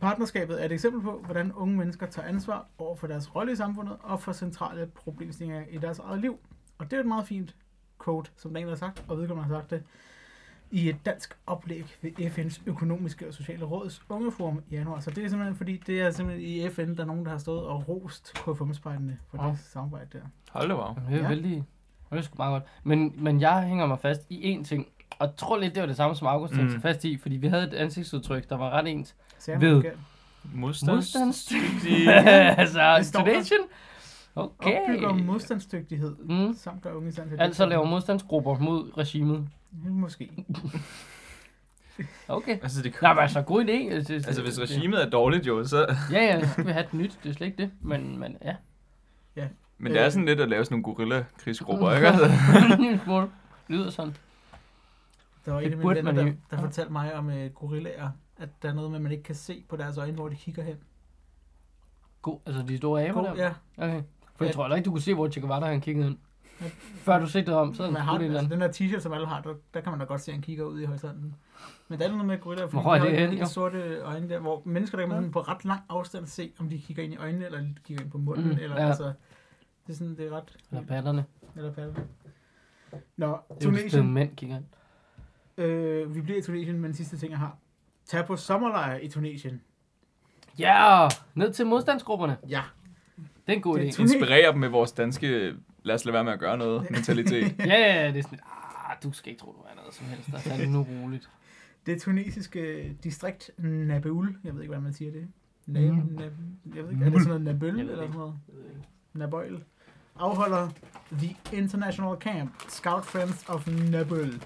[SPEAKER 3] Partnerskabet er et eksempel på, hvordan unge mennesker tager ansvar over for deres rolle i samfundet og for centrale problemstillinger i deres eget liv. Og det er et meget fint quote, som der en, der har sagt, og vedkommende har sagt det, i et dansk oplæg ved FN's økonomiske og sociale råds ungeforum i januar. Så det er simpelthen fordi, det er simpelthen i FN, der er nogen, der har stået og rost KFM-spejderne for
[SPEAKER 2] Ja.
[SPEAKER 3] det samarbejde der.
[SPEAKER 1] Hold da, wow.
[SPEAKER 2] Jamen, Det er
[SPEAKER 3] Ja.
[SPEAKER 2] ja. vældig... Det er sgu meget godt. Men, men jeg hænger mig fast i én ting. Og jeg tror lidt, det var det samme som August
[SPEAKER 1] Mm.
[SPEAKER 2] mm. fast i, fordi vi havde et ansigtsudtryk, der var ret ens.
[SPEAKER 3] Sagde
[SPEAKER 2] Ved.
[SPEAKER 3] man, kan-
[SPEAKER 1] Modstands...
[SPEAKER 2] Modstandsdygtig.
[SPEAKER 1] Modstands-
[SPEAKER 2] altså,
[SPEAKER 3] Det står der.
[SPEAKER 2] Tunation. Okay.
[SPEAKER 3] Opbygger modstandsdygtighed,
[SPEAKER 2] Mm.
[SPEAKER 3] samt gør unge i stand til at
[SPEAKER 2] Altså
[SPEAKER 3] deltage.
[SPEAKER 2] laver modstandsgrupper mod regimet.
[SPEAKER 3] Måske.
[SPEAKER 2] Okay.
[SPEAKER 1] altså, det
[SPEAKER 2] Nej, men altså, god idé. Altså,
[SPEAKER 1] altså, hvis regimet er dårligt jo, så...
[SPEAKER 2] Ja, ja, så skal vi have et nyt. Det er slet ikke det. Men, men ja.
[SPEAKER 1] Men det er
[SPEAKER 3] Øh.
[SPEAKER 1] sådan lidt at lave sådan nogle gorilla-krigsgrupper, ikke? Altså,
[SPEAKER 2] en lille smule. Lyder sådan.
[SPEAKER 3] Der var
[SPEAKER 2] Det
[SPEAKER 3] en af mine
[SPEAKER 2] burde
[SPEAKER 3] venner,
[SPEAKER 2] man
[SPEAKER 3] der,
[SPEAKER 2] ikke.
[SPEAKER 3] der fortalte mig om uh, gorillaer, at der er noget med, at man ikke kan se på deres øjne, hvor de kigger hen.
[SPEAKER 2] God, altså de store aber der.
[SPEAKER 3] God, ja.
[SPEAKER 2] Okay. For
[SPEAKER 3] Ja.
[SPEAKER 2] jeg tror heller ikke, du kunne se, hvor Che Guevara han kiggede hen.
[SPEAKER 3] Ja.
[SPEAKER 2] Før du sigtede om, så havde
[SPEAKER 3] Man
[SPEAKER 2] han
[SPEAKER 3] har,
[SPEAKER 2] skudt en eller
[SPEAKER 3] altså,
[SPEAKER 2] anden.
[SPEAKER 3] den der t-shirt, som alle har, der, der kan man da godt se, at han kigger ud i horisonten. Men der er noget med gorillaer, fordi
[SPEAKER 2] Hvor er
[SPEAKER 3] de har
[SPEAKER 2] det
[SPEAKER 3] jo
[SPEAKER 2] hen,
[SPEAKER 3] helt
[SPEAKER 2] jo?
[SPEAKER 3] sorte øjne der, hvor mennesker, der kan man
[SPEAKER 2] Ja.
[SPEAKER 3] sådan på ret lang afstand se, om de kigger ind i øjnene, eller de kigger ind på munden, mm,
[SPEAKER 2] Mm,
[SPEAKER 3] eller ja.
[SPEAKER 2] ja.
[SPEAKER 3] altså, det er sådan, det er ret,
[SPEAKER 2] Eller patterne.
[SPEAKER 3] eller patter.
[SPEAKER 2] Det
[SPEAKER 3] Nå,
[SPEAKER 2] er jo det sted,
[SPEAKER 3] Tunesien,
[SPEAKER 2] mænd kigger ind.
[SPEAKER 3] øh, vi bliver i Tunesien, men sidste ting, jeg har. Tag på sommerlejr i Tunesien.
[SPEAKER 2] Ja, ned til modstandsgrupperne.
[SPEAKER 3] Ja,
[SPEAKER 2] Det er en god
[SPEAKER 3] Det er
[SPEAKER 2] idé.
[SPEAKER 3] to-
[SPEAKER 1] inspirere dem med vores danske, lad os lade være med at gøre noget, mentalitet.
[SPEAKER 2] Ja, ja, ja, det er sådan, ah, du skal ikke tro, du er noget som helst. Der er nu roligt.
[SPEAKER 3] det tunesiske distrikt Nabeul, jeg ved ikke, hvordan man siger det. Nab,
[SPEAKER 2] Mm.
[SPEAKER 3] nab, jeg ved ikke, er det sådan noget Nabøl
[SPEAKER 2] Jeg ved
[SPEAKER 3] eller sådan
[SPEAKER 2] ikke.
[SPEAKER 3] noget? Nabøl afholder The International Camp Scout Friends of Nabøl.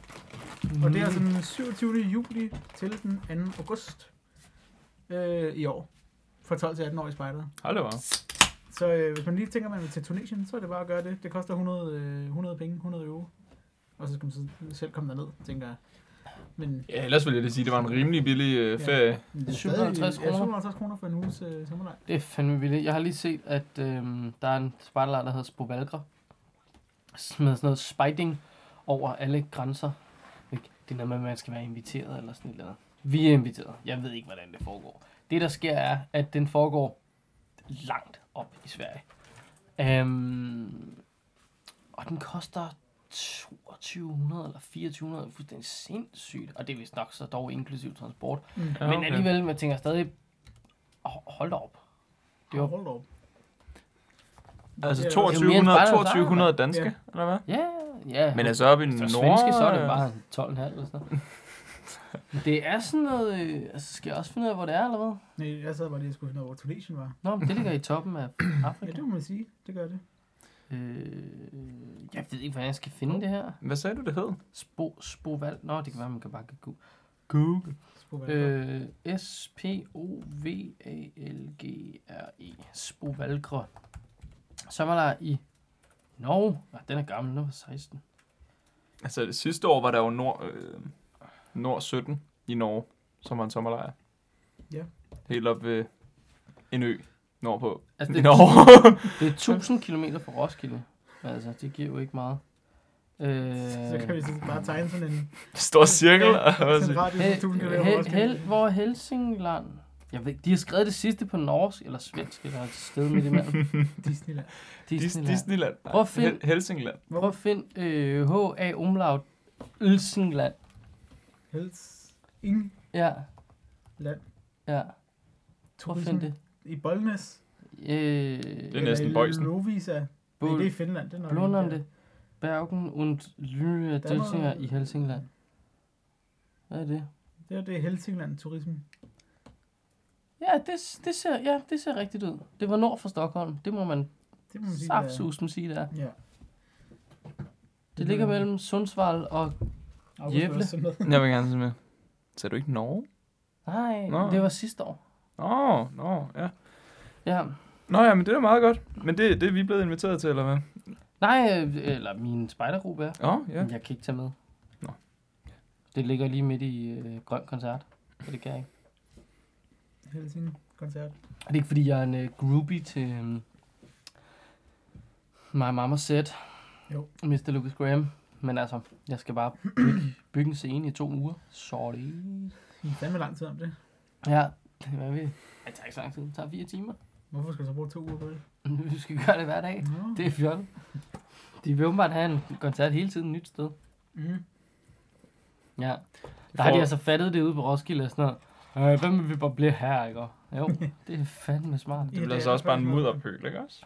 [SPEAKER 3] Og det er altså den 27. juli til den 2. august øh, i år. For 12 til 18 år i spejder.
[SPEAKER 1] Hold da, wow.
[SPEAKER 3] Så øh, hvis man lige tænker, at man vil til Tunesien, så er det bare at gøre det. Det koster 100, øh, 100 penge, 100 euro. Og så skal man så selv komme derned, tænker jeg. Men
[SPEAKER 1] Ja, ellers ville jeg da sige, at det var en rimelig billig øh,
[SPEAKER 3] Ja.
[SPEAKER 1] ferie.
[SPEAKER 3] det er
[SPEAKER 2] 750
[SPEAKER 3] stadig- Ja,
[SPEAKER 2] kroner.
[SPEAKER 3] 750 kroner for en uges øh, sommerlejr.
[SPEAKER 2] Det er fandme vildt. Jeg har lige set, at øhm, der er en spejderlejr, der hedder Spovalgre. Med sådan noget spejding over alle grænser. Ikke? Det er noget med, at man skal være inviteret eller sådan et eller andet. Vi er inviteret. Jeg ved ikke, hvordan det foregår. Det, der sker, er, at den foregår langt op i Sverige. Øhm, og den koster 2200 eller 2400, Det er fuldstændig sindssygt. Og det er vist nok så dog inklusiv transport.
[SPEAKER 1] Ja,
[SPEAKER 2] Men alligevel, man tænker stadig, "Åh, hold da op. Det var-
[SPEAKER 3] Hold op.
[SPEAKER 1] Altså
[SPEAKER 3] Det er-
[SPEAKER 1] 2200,
[SPEAKER 2] bare-
[SPEAKER 1] 2200 danske,
[SPEAKER 3] Ja.
[SPEAKER 1] eller hvad?
[SPEAKER 2] Ja, ja.
[SPEAKER 1] Men altså op i
[SPEAKER 2] Hvis det
[SPEAKER 1] Norge...
[SPEAKER 2] var svenske, så er det bare 12,5 eller sådan noget. Men Det er sådan noget... Øh, altså, skal jeg også finde ud af, hvor det er, eller hvad?
[SPEAKER 3] Nej, jeg sad bare lige og skulle finde ud af, hvor Tunesien var.
[SPEAKER 2] Nå, men det ligger i toppen af
[SPEAKER 3] Ja,
[SPEAKER 2] Afrika.
[SPEAKER 3] det må man sige. Det gør det.
[SPEAKER 2] Øh, jeg ved ikke, hvordan jeg skal finde det her.
[SPEAKER 1] Hvad sagde du, det hed?
[SPEAKER 2] Spo, spoval. Nå, det kan være, man kan bare google. Google.
[SPEAKER 3] Skulle være godt.
[SPEAKER 2] Øh, S-P-O-V-A-L-G-R-E. Spovalgre. Sommerlejr i Norge. Ah, den er gammel, den var 16.
[SPEAKER 1] Altså sidste år var der jo Nord, øh, Nord 17, i Norge, som var en sommerlejr.
[SPEAKER 3] Ja.
[SPEAKER 1] Helt op ved en ø nordpå.
[SPEAKER 2] Altså,
[SPEAKER 1] I
[SPEAKER 2] det,
[SPEAKER 1] Norge.
[SPEAKER 2] det er 1000 km fra Roskilde. Altså, det giver jo ikke meget. Øh,
[SPEAKER 3] Så kan vi så bare tegne sådan en,
[SPEAKER 1] Stor cirkel.
[SPEAKER 3] Ja,
[SPEAKER 1] og hvad
[SPEAKER 3] sådan en
[SPEAKER 1] siger-
[SPEAKER 3] radius af 1000 km
[SPEAKER 2] Hel-
[SPEAKER 3] Roskilde.
[SPEAKER 2] Hel- hvor er Helsingland? Jeg ved, ikke, de har skrevet det sidste på norsk eller svensk, eller et sted midt imellem.
[SPEAKER 3] Disneyland.
[SPEAKER 1] Dis-
[SPEAKER 2] Disneyland.
[SPEAKER 1] Disneyland. Nej,
[SPEAKER 2] Prøv at finde-
[SPEAKER 1] Hel- Helsingland.
[SPEAKER 2] Prøv at finde øh, H.A. Umlaut Ølsingland.
[SPEAKER 3] Hels. Ingen.
[SPEAKER 2] Ja,
[SPEAKER 3] Land.
[SPEAKER 2] ja. Prøv at finde det.
[SPEAKER 3] I Boldnæs.
[SPEAKER 2] Øh,
[SPEAKER 1] Det er næsten Boysen.
[SPEAKER 3] Lovisa. Nej, det er
[SPEAKER 2] Bol-
[SPEAKER 3] i Finland. Det er nok
[SPEAKER 2] Blundernde,
[SPEAKER 3] ikke
[SPEAKER 2] Bergen und Lyne
[SPEAKER 3] der.
[SPEAKER 2] Dølsinger i Helsingland. Hvad er det?
[SPEAKER 3] Det er det er Helsingland Turisme.
[SPEAKER 2] Ja, det, det ser, ja, det ser rigtigt ud. Det var nord for Stockholm. Det må man
[SPEAKER 3] Det må man sige. det
[SPEAKER 2] saftsus sige, det er.
[SPEAKER 3] er. Ja.
[SPEAKER 2] Det ligger mellem Sundsvall og...
[SPEAKER 3] August var
[SPEAKER 2] Jævle.
[SPEAKER 3] også med.
[SPEAKER 1] Jeg vil gerne se med. Sagde du ikke Norge?
[SPEAKER 2] Nej,
[SPEAKER 1] Nå.
[SPEAKER 2] det var sidste år.
[SPEAKER 1] Åh, oh, no, ja.
[SPEAKER 2] Ja.
[SPEAKER 1] Nå ja, men det er da meget godt. Men det, det er vi blevet inviteret til, eller hvad?
[SPEAKER 2] Nej, øh, eller min spejdergruppe er.
[SPEAKER 1] Åh, oh, ja.
[SPEAKER 2] Men jeg kan ikke tage med.
[SPEAKER 1] Nå.
[SPEAKER 2] Det ligger lige midt i øh, grøn koncert. Så det kan jeg ikke.
[SPEAKER 3] Helsing koncert.
[SPEAKER 2] Og Det er ikke, fordi jeg er en øh, groupie til øh, My Mama Said.
[SPEAKER 3] Jo.
[SPEAKER 2] Mr. Lucas Graham. Men altså, jeg skal bare bygge, bygge en scene i to uger. Sorry.
[SPEAKER 3] Det er fandme lang tid om det.
[SPEAKER 2] Ja, det er hvad vi... Ej, det tager ikke så lang tid. Det tager fire timer.
[SPEAKER 3] Hvorfor skal du så bruge to uger på det?
[SPEAKER 2] Vi skal gøre det hver dag.
[SPEAKER 3] Nå.
[SPEAKER 2] Det er fjollet. De vil åbenbart have en koncert hele tiden et nyt sted.
[SPEAKER 3] Mm.
[SPEAKER 2] Ja. Der har de altså fattet det ude på Roskilde og sådan noget. Øh, hvad med vi bare bliver her, ikke? Og Jo, det er fandme smart.
[SPEAKER 1] Det
[SPEAKER 3] Ja,
[SPEAKER 1] bliver
[SPEAKER 3] det
[SPEAKER 1] så
[SPEAKER 3] er
[SPEAKER 1] også bare en
[SPEAKER 3] faktisk-
[SPEAKER 1] mudderpøl, ikke også?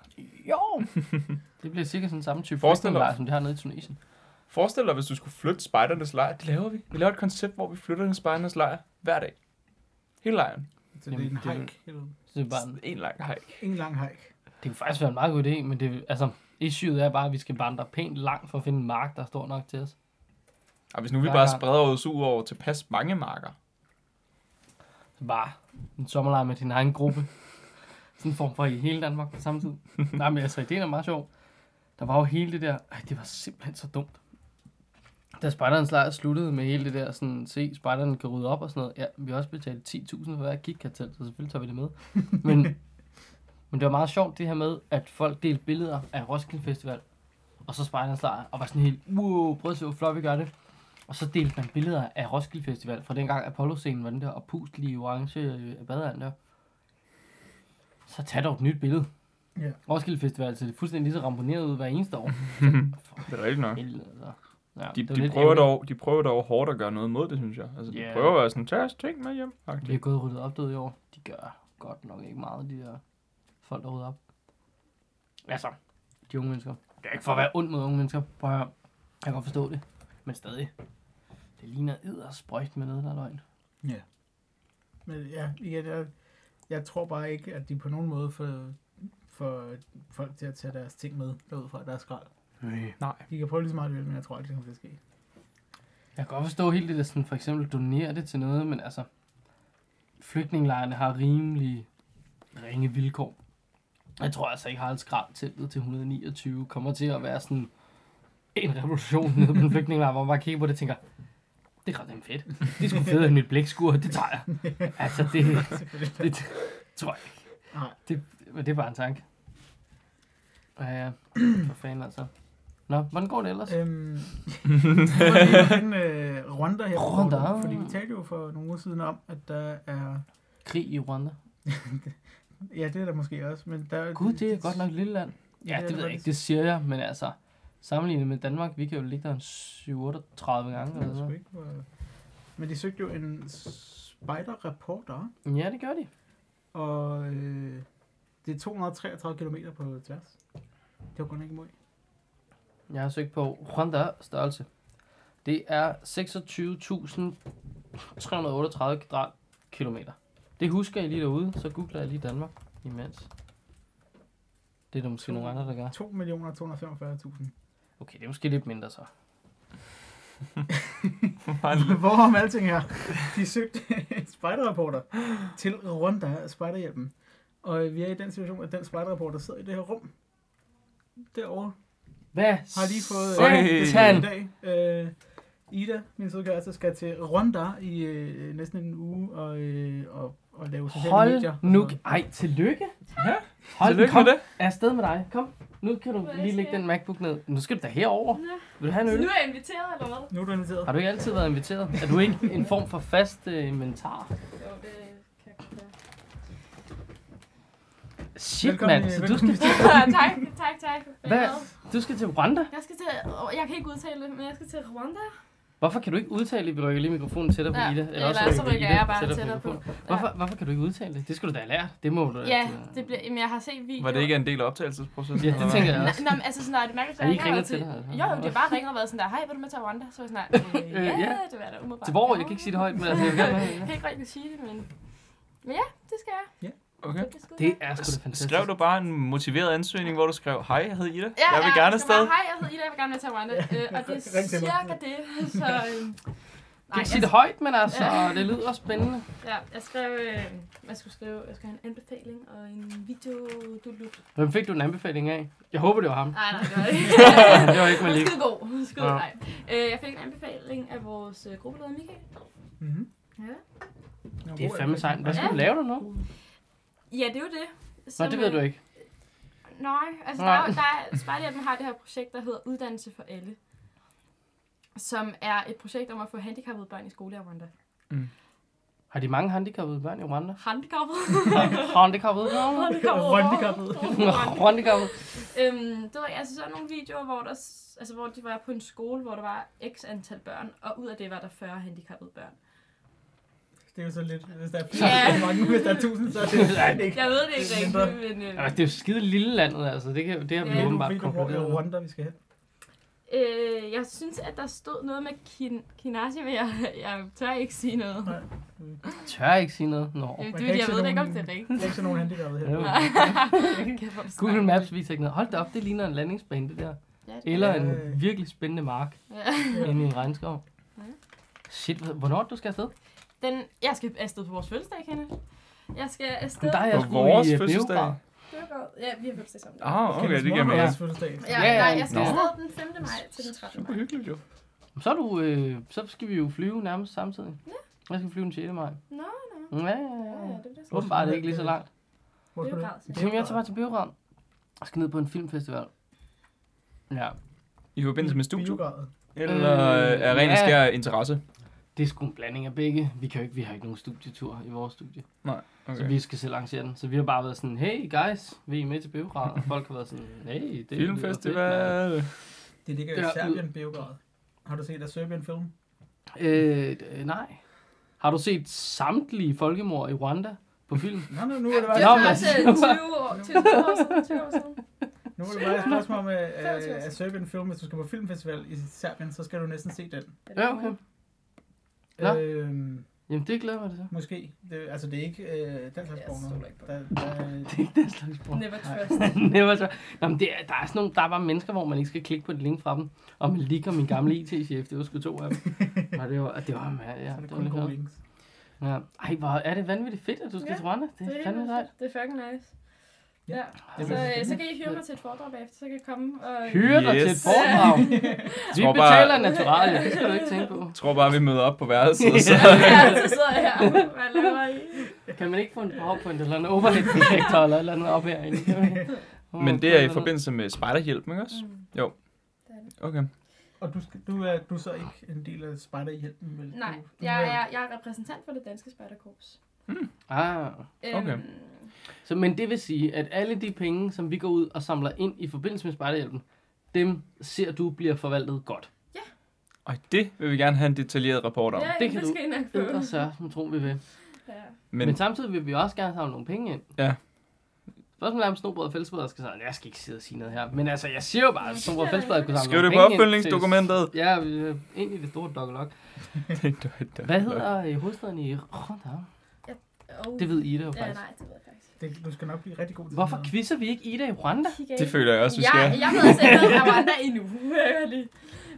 [SPEAKER 2] Jo! det bliver sikkert sådan samme type
[SPEAKER 1] Forestil dig-
[SPEAKER 2] flygtningelejr, som de har nede i Tunesien.
[SPEAKER 1] Forestil dig, hvis du skulle flytte spejdernes lejr. Det laver vi. Vi laver et koncept, hvor vi flytter den spejdernes lejr hver dag. Hele lejren.
[SPEAKER 3] Så det er
[SPEAKER 2] Jamen,
[SPEAKER 3] en
[SPEAKER 2] det er-
[SPEAKER 3] hike. eller
[SPEAKER 2] Så det, er bare,
[SPEAKER 1] En lang hej.
[SPEAKER 3] En lang hike.
[SPEAKER 2] det kunne faktisk være en meget god idé, men det, altså, issueet er bare, at vi skal vandre pænt langt for at finde en mark, der er stor nok til os.
[SPEAKER 1] Og hvis nu vi
[SPEAKER 2] Hver
[SPEAKER 1] bare
[SPEAKER 2] gang.
[SPEAKER 1] spreder os ud over tilpas mange marker.
[SPEAKER 2] Så bare en sommerlejr med din egen gruppe. Sådan en form for i hele Danmark på samme tid. Nej, men altså, ideen er meget sjov. Der var jo hele det der... Ej, det var simpelthen så dumt. Da spejderens lejr sluttede med hele det der, sådan, se, spejderne kan rydde op og sådan noget. Ja, vi har også betalt 10.000 for hver kikkartel, så selvfølgelig tager vi det med. Men, men det var meget sjovt det her med, at folk delte billeder af Roskilde Festival, og så spejderens lejr, og var sådan helt, wow, prøv at se, hvor flot vi gør det. Og så delte man billeder af Roskilde Festival fra dengang Apollo-scenen var den der, og puslige orange øh, badeand der. Så tag dog et nyt billede.
[SPEAKER 3] Ja.
[SPEAKER 2] Roskilde Festival ser det fuldstændig lige så ramponeret ud hver eneste år. For
[SPEAKER 1] Det er rigtigt nok.
[SPEAKER 2] helvede, altså. Ja,
[SPEAKER 1] De,
[SPEAKER 2] det var
[SPEAKER 1] de,
[SPEAKER 2] lidt
[SPEAKER 1] prøver
[SPEAKER 2] ærgerligt.
[SPEAKER 1] dog, de prøver dog hårdt at gøre noget mod det, synes jeg. Altså, de
[SPEAKER 2] Ja.
[SPEAKER 1] prøver at være sådan, tag jeres ting med hjem.
[SPEAKER 2] Vi har
[SPEAKER 1] agtigt.
[SPEAKER 2] gået og ryddet op derude i år. De gør godt nok ikke meget, de der folk, der rydder op. Altså, de unge mennesker. Det er ikke for at være ond mod unge mennesker. Prøv at høre. Jeg kan godt forstå det. Men stadig. Det ligner eddersprøjt med noget, der er løgn.
[SPEAKER 3] Men ja, igen, jeg, jeg tror bare ikke, at de på nogen måde får, får folk til at tage deres ting med derud fra deres skrald.
[SPEAKER 2] Nej.
[SPEAKER 1] Nej.
[SPEAKER 3] De kan prøve lige så meget, de vil, men jeg tror aldrig, det kommer til at ske.
[SPEAKER 2] Jeg kan godt forstå helt det der sådan, for eksempel donere det til noget, men altså, flygtningelejrene har rimelig ringe vilkår. Jeg tror altså ikke, Harald Skram teltet til 129 kommer til at være sådan en revolution nede på en flygtningelejr, hvor man bare kigger på det og tænker, det er dem fedt. Det er sgu fedt i mit blækskur, det tager jeg. Altså, det, det tror jeg ikke.
[SPEAKER 3] Nej.
[SPEAKER 2] Det, men det er bare en tanke. Ja, ja. For fanden altså. Nå, hvordan går det ellers?
[SPEAKER 3] Øhm, nu var det lige at finde øh, Rwanda her. på
[SPEAKER 2] Rwanda.
[SPEAKER 3] kortet, Fordi vi talte jo for nogle uger siden om, at der er...
[SPEAKER 2] Krig i Rwanda.
[SPEAKER 3] Ja, det er der måske også, men der...
[SPEAKER 2] Gud, det er godt nok et lille land. Ja, det, ved jeg ikke, det siger jeg, men altså, sammenlignet med Danmark, vi kan jo ligge der en 37 gange
[SPEAKER 3] Det
[SPEAKER 2] eller
[SPEAKER 3] ved jeg
[SPEAKER 2] sådan
[SPEAKER 3] sgu ikke, hvor- Men de søgte jo en spider-reporter,
[SPEAKER 2] noget. Ja, det gør de.
[SPEAKER 3] og øh, det er 233 km på tværs. Det var godt nok ikke meget.
[SPEAKER 2] Jeg har søgt på Rwanda størrelse. Det er 26.338 kvadratkilometer. Det husker I lige derude, så googler jeg lige Danmark imens. Det er der måske nogle andre, der gør.
[SPEAKER 3] 2.245.000.
[SPEAKER 2] Okay, det er måske lidt mindre så.
[SPEAKER 3] Hvor om alting her? De søgte en spejderreporter til Rwanda Spejderhjælpen. Og øh, vi er i den situation, at den spejderreporter sidder i det her rum. Derovre
[SPEAKER 2] Hvad?
[SPEAKER 3] har lige fået
[SPEAKER 1] Satan!
[SPEAKER 3] i dag. Øh, Ida, min søde kæreste, skal til Rwanda i øh, næsten en uge og, øh, og, og lave sociale medier. og
[SPEAKER 2] Hold
[SPEAKER 3] sådan
[SPEAKER 2] nu...
[SPEAKER 3] noget.
[SPEAKER 2] Ej, tillykke.
[SPEAKER 1] Ja.
[SPEAKER 2] Hold
[SPEAKER 1] Tillykke
[SPEAKER 2] kom.
[SPEAKER 1] med det.
[SPEAKER 2] Afsted med dig. Kom. Nu kan du
[SPEAKER 4] Hvor
[SPEAKER 2] lige lægge
[SPEAKER 4] skal
[SPEAKER 2] den MacBook ned. Nu skal du da herover.
[SPEAKER 4] Nå.
[SPEAKER 2] Vil du have en
[SPEAKER 4] Så
[SPEAKER 2] øl?
[SPEAKER 4] nu er jeg inviteret, eller hvad?
[SPEAKER 3] Nu er du inviteret.
[SPEAKER 2] Har du ikke altid været inviteret? Er du ikke en form for fast øh, inventar?
[SPEAKER 4] Jo, det kan jeg godt gøre.
[SPEAKER 2] Shit,
[SPEAKER 3] Velkommen,
[SPEAKER 2] mand.
[SPEAKER 3] øh,
[SPEAKER 2] Så du
[SPEAKER 3] velkommen
[SPEAKER 2] skal,
[SPEAKER 3] til-
[SPEAKER 4] tak, tak, tak.
[SPEAKER 2] hvad? du skal til Rwanda?
[SPEAKER 4] Jeg skal til, åh, jeg kan ikke udtale det, men jeg skal til Rwanda.
[SPEAKER 2] Hvorfor kan du ikke udtale det? Vi rykker lige mikrofonen tættere på
[SPEAKER 4] Ja,
[SPEAKER 2] Ida.
[SPEAKER 4] eller så
[SPEAKER 2] vi
[SPEAKER 4] rykker
[SPEAKER 2] Ida
[SPEAKER 4] jeg bare tættere på.
[SPEAKER 2] mikrofonen. øh, Hvorfor, hvorfor kan du ikke udtale det? Det skulle du da have lært. Det må du da-
[SPEAKER 4] Ja, det bliver, jamen, jeg har set videoer.
[SPEAKER 1] Var det ikke en del af optagelsesprocessen?
[SPEAKER 2] Ja,
[SPEAKER 1] eller
[SPEAKER 2] det
[SPEAKER 1] hvad?
[SPEAKER 2] tænker jeg
[SPEAKER 4] Nej,
[SPEAKER 2] også.
[SPEAKER 4] nå, men altså sådan, nej, det mærkeligt,
[SPEAKER 2] Har I ikke
[SPEAKER 4] ringer
[SPEAKER 2] ringet til dig?
[SPEAKER 4] Jo, jo, det er bare ringer og været sådan der, hej, vil du med til Rwanda? Så er jeg sådan der,
[SPEAKER 2] Øh,
[SPEAKER 4] øh, ja,
[SPEAKER 2] ja.
[SPEAKER 4] det var da umiddelbart.
[SPEAKER 2] Til hvor? Jeg kan ikke sige det højt, men altså, jeg vil gerne have
[SPEAKER 4] Jeg kan ikke rigtig sige det, men... Men ja, det skal jeg.
[SPEAKER 1] Okay.
[SPEAKER 4] Det skal
[SPEAKER 2] Det
[SPEAKER 4] jeg.
[SPEAKER 2] er sgu da fantastisk.
[SPEAKER 1] Skrev du bare en motiveret ansøgning, hvor du skrev, hej, jeg hedder Ida,
[SPEAKER 4] Ja,
[SPEAKER 1] jeg vil
[SPEAKER 4] ja,
[SPEAKER 1] gerne
[SPEAKER 4] jeg skal bare,
[SPEAKER 1] afsted?
[SPEAKER 4] Hej, jeg hedder Ida, jeg vil gerne med til Rwanda. Øh, og det er
[SPEAKER 3] Ring til mig.
[SPEAKER 4] cirka det, så... Øh,
[SPEAKER 2] Du kan ikke sige det højt, men altså, det lyder spændende.
[SPEAKER 4] Ja, jeg skrev, øh, jeg skulle skrive, jeg skal have en anbefaling og en video, du lut.
[SPEAKER 2] Hvem fik du en anbefaling af? Jeg håber, det var ham.
[SPEAKER 4] Nej, nej, det var det ikke.
[SPEAKER 2] det var ikke Malik.
[SPEAKER 4] Skide god, skide
[SPEAKER 2] Nå.
[SPEAKER 4] god, nej. Øh, jeg fik en anbefaling af vores øh, gruppeleder Michael.
[SPEAKER 3] Mm-hmm.
[SPEAKER 4] Ja.
[SPEAKER 2] Det er fandme sejt. Hvad skal du lave der nu?
[SPEAKER 4] Ja, det er jo det.
[SPEAKER 2] Nå,
[SPEAKER 4] Som,
[SPEAKER 2] det ved
[SPEAKER 4] øh,
[SPEAKER 2] du ikke.
[SPEAKER 4] Nej, altså
[SPEAKER 2] Nej.
[SPEAKER 4] der er, jo- der er Spejlig at man har det her projekt, der hedder Uddannelse for Alle. Som er et projekt om at få handicappede børn i skole i Rwanda.
[SPEAKER 2] Har de mange handicappede børn i Rwanda?
[SPEAKER 4] Handicappede?
[SPEAKER 2] Handicappede børn?
[SPEAKER 3] Handicappede.
[SPEAKER 2] Handicappede.
[SPEAKER 4] Øhm, det var altså sådan nogle videoer, hvor, der, s- altså, hvor de var på en skole, hvor der var x antal børn, og ud af det var der 40 handicappede børn.
[SPEAKER 3] Det er jo så lidt, hvis der er
[SPEAKER 4] Ja.
[SPEAKER 3] mange, hvis der er tusind, så er det slet ikke.
[SPEAKER 4] Jeg ved det ikke
[SPEAKER 3] Det er
[SPEAKER 4] rigtigt, men...
[SPEAKER 2] Ja,
[SPEAKER 4] Øh,
[SPEAKER 2] det er jo skide lille landet, altså. Det, kan, det har vi ja,
[SPEAKER 4] Ja.
[SPEAKER 3] Det er jo
[SPEAKER 2] åbenbart
[SPEAKER 3] fordi, du bruger- det er
[SPEAKER 2] konkluderet. med.
[SPEAKER 3] Rwanda, vi skal hen.
[SPEAKER 4] øh, jeg synes, at der stod noget med kin- kinasi, men jeg, jeg tør ikke sige noget.
[SPEAKER 3] Nej.
[SPEAKER 2] Jeg tør ikke sige noget. Nå.
[SPEAKER 4] Øh,
[SPEAKER 3] Man
[SPEAKER 4] det,
[SPEAKER 3] kan
[SPEAKER 4] er
[SPEAKER 3] ikke
[SPEAKER 4] fordi, jeg
[SPEAKER 3] se
[SPEAKER 4] ved da ikke, om
[SPEAKER 3] nogen-
[SPEAKER 4] det er rigtigt.
[SPEAKER 3] Der er ikke sådan nogen handicappede her.
[SPEAKER 2] Jo.
[SPEAKER 4] Kæft, hvor er det
[SPEAKER 2] Google
[SPEAKER 4] svært.
[SPEAKER 2] Maps viser ikke noget. Hold da op, det ligner en landingsbane, det der.
[SPEAKER 4] Ja, det-
[SPEAKER 2] Eller en
[SPEAKER 3] Øh.
[SPEAKER 2] virkelig spændende mark
[SPEAKER 4] Ja.
[SPEAKER 2] inde i en regnskov.
[SPEAKER 4] Ja.
[SPEAKER 2] Shit, hvad- hvornår er det, du skal afsted?
[SPEAKER 4] Den, jeg skal afsted på vores fødselsdag, Kenneth. Jeg skal afsted.
[SPEAKER 2] Men der er jeg
[SPEAKER 1] På
[SPEAKER 2] sgu
[SPEAKER 1] vores
[SPEAKER 2] i øh,
[SPEAKER 1] fødselsdag?
[SPEAKER 2] Beograd.
[SPEAKER 4] Ja, vi har fødselsdag sammen.
[SPEAKER 1] Ah, okay, det giver
[SPEAKER 3] mig.
[SPEAKER 1] mening.
[SPEAKER 2] Ja.
[SPEAKER 3] Ja. Fødselsdag.
[SPEAKER 4] Ja,
[SPEAKER 2] Ja, ja,
[SPEAKER 4] nej, jeg skal
[SPEAKER 1] nå.
[SPEAKER 4] afsted den 5. maj til den 13.
[SPEAKER 1] Super
[SPEAKER 4] maj.
[SPEAKER 1] hyggeligt jo.
[SPEAKER 2] Så, er du, øh, så skal vi jo flyve nærmest samtidig. Ja. Jeg skal flyve den 6. maj.
[SPEAKER 4] Nå, nå.
[SPEAKER 2] Ja, ja, ja.
[SPEAKER 4] Ja, ja, det bliver så.
[SPEAKER 2] Åbenbart er det ikke lige så langt.
[SPEAKER 3] Hvor
[SPEAKER 4] Det
[SPEAKER 3] skal du
[SPEAKER 4] er jo
[SPEAKER 3] hen?
[SPEAKER 4] gratis. ja.
[SPEAKER 2] Jamen, jeg tager bare til Beograd og skal ned på en filmfestival. Ja,
[SPEAKER 1] I forbindelse med studiet?
[SPEAKER 3] Biograden.
[SPEAKER 1] Eller
[SPEAKER 2] Øh,
[SPEAKER 1] øh, er ren og
[SPEAKER 2] ja.
[SPEAKER 1] skær interesse?
[SPEAKER 2] det er sgu en blanding af begge. Vi, kan jo ikke, vi har ikke nogen studietur i vores studie, okay.
[SPEAKER 1] Nej,
[SPEAKER 2] så
[SPEAKER 1] okay.
[SPEAKER 2] vi skal selv arrangere den. Så vi har bare været sådan, hey guys, vil I med til Beograd? Og folk har været sådan, hey, det er
[SPEAKER 1] Filmfestival.
[SPEAKER 3] Det ligger jo
[SPEAKER 2] Ja,
[SPEAKER 3] i
[SPEAKER 2] ud.
[SPEAKER 3] Serbien, Beograd. Har du set at Serbian film?
[SPEAKER 2] Øh, d- nej. Har du set samtlige folkemord i Rwanda på film?
[SPEAKER 3] Nå, nå, nu er det
[SPEAKER 4] Det
[SPEAKER 3] bare,
[SPEAKER 4] er
[SPEAKER 2] Nå,
[SPEAKER 4] jo
[SPEAKER 2] men-
[SPEAKER 4] også øh, 20 år, 20 år siden. 20 år siden.
[SPEAKER 3] nu er det bare et spørgsmål om øh,
[SPEAKER 4] Femogtyve.
[SPEAKER 3] øh, at Serbian film. Hvis du skal på filmfestival i Serbien, så skal du næsten se den.
[SPEAKER 2] ja, okay. Nå.
[SPEAKER 3] Øhm,
[SPEAKER 2] Jamen, det glæder mig det så.
[SPEAKER 3] måske. Det, altså, det er ikke øh, den slags
[SPEAKER 4] Jeg
[SPEAKER 3] porno.
[SPEAKER 4] stoler ikke på
[SPEAKER 3] Der, der,
[SPEAKER 2] Det er ikke den slags sprog.
[SPEAKER 4] Never trust.
[SPEAKER 2] Never så. Nå, men det er, der er sådan nogle, der er bare mennesker, hvor man ikke skal klikke på et link fra dem. Og man ligger min gamle IT-chef, det var sgu to af dem. Og det var, og det var, ja,
[SPEAKER 3] ja,
[SPEAKER 2] ja,
[SPEAKER 3] så er det
[SPEAKER 2] det
[SPEAKER 3] kun
[SPEAKER 2] var
[SPEAKER 3] gode
[SPEAKER 2] lidt
[SPEAKER 3] links.
[SPEAKER 2] ja. Ej, hvor er det vanvittigt fedt, at du skal
[SPEAKER 4] Ja,
[SPEAKER 2] til Rwanda. Det
[SPEAKER 4] Det
[SPEAKER 2] er
[SPEAKER 4] er
[SPEAKER 2] fandme
[SPEAKER 4] helt
[SPEAKER 2] sejt.
[SPEAKER 4] vildt. Det er fucking nice. Ja.
[SPEAKER 3] Det
[SPEAKER 4] Så,
[SPEAKER 3] bliver
[SPEAKER 4] øh, så
[SPEAKER 3] spændende.
[SPEAKER 4] kan I hyre mig til et foredrag bagefter, så kan jeg komme og...
[SPEAKER 2] Hyre dig til et
[SPEAKER 1] Yes.
[SPEAKER 2] foredrag. Vi
[SPEAKER 1] Tror bare-
[SPEAKER 2] betaler naturalia, det skal du ikke tænke på.
[SPEAKER 1] Jeg tror bare, vi møder op på værelset, og så
[SPEAKER 4] ja, så sidder jeg her. Hvad laver I?
[SPEAKER 2] Kan man ikke få en powerpoint eller en overhead projektor eller et eller andet op herinde?
[SPEAKER 1] Men det er i forbindelse med spejderhjælp, ikke også?
[SPEAKER 4] Mm.
[SPEAKER 1] Jo.
[SPEAKER 4] Det er det.
[SPEAKER 1] Okay.
[SPEAKER 3] Og du, skal, du, er, du er så ikke en del af spejderhjælpen, vel?
[SPEAKER 4] Nej,
[SPEAKER 3] Du, du
[SPEAKER 4] jeg
[SPEAKER 3] er-
[SPEAKER 4] er, jeg er repræsentant for det danske spejderkorps.
[SPEAKER 2] Ah.
[SPEAKER 4] Øhm,
[SPEAKER 1] Okay.
[SPEAKER 2] Så, men det vil sige, at alle de penge, som vi går ud og samler ind i forbindelse med spejderhjælpen, dem ser du bliver forvaltet godt.
[SPEAKER 1] Og det vil vi gerne have en detaljeret rapport om.
[SPEAKER 4] Ja,
[SPEAKER 2] Det kan
[SPEAKER 4] det, kan det
[SPEAKER 2] du
[SPEAKER 4] skal I nok få.
[SPEAKER 2] Ed og sørg, som tror vi vil.
[SPEAKER 4] Ja.
[SPEAKER 2] Men,
[SPEAKER 1] Men
[SPEAKER 2] Men samtidig vil vi også gerne samle nogle penge ind.
[SPEAKER 1] Ja.
[SPEAKER 2] Spørgsmålet er, om snobrød og fællesbrød skal sige, jeg skal ikke sidde og sige noget her. Men altså, jeg siger jo bare, at
[SPEAKER 4] Ja,
[SPEAKER 2] snobrød og
[SPEAKER 4] det er
[SPEAKER 2] fællesbrød kunne samle
[SPEAKER 1] skriv det
[SPEAKER 2] nogle
[SPEAKER 1] på
[SPEAKER 2] penge ind
[SPEAKER 1] opfølgningsdokumentet.
[SPEAKER 2] Til, ja, vi- ind i det store dokkelok. Hvad hedder øh, hovedstaden i Rwanda?
[SPEAKER 4] Oh.
[SPEAKER 2] Det ved Ida jo
[SPEAKER 4] Ja,
[SPEAKER 2] faktisk.
[SPEAKER 4] nej, det ved jeg faktisk.
[SPEAKER 3] Det, du skal nok blive rigtig god til
[SPEAKER 2] Hvorfor
[SPEAKER 3] sådan
[SPEAKER 2] quizzer vi ikke Ida i Rwanda?
[SPEAKER 4] Kigger
[SPEAKER 1] Det
[SPEAKER 4] I?
[SPEAKER 1] føler jeg også, vi
[SPEAKER 4] jeg,
[SPEAKER 1] skal.
[SPEAKER 4] jeg ved altså ikke, hvad Rwanda endnu. Hørlig.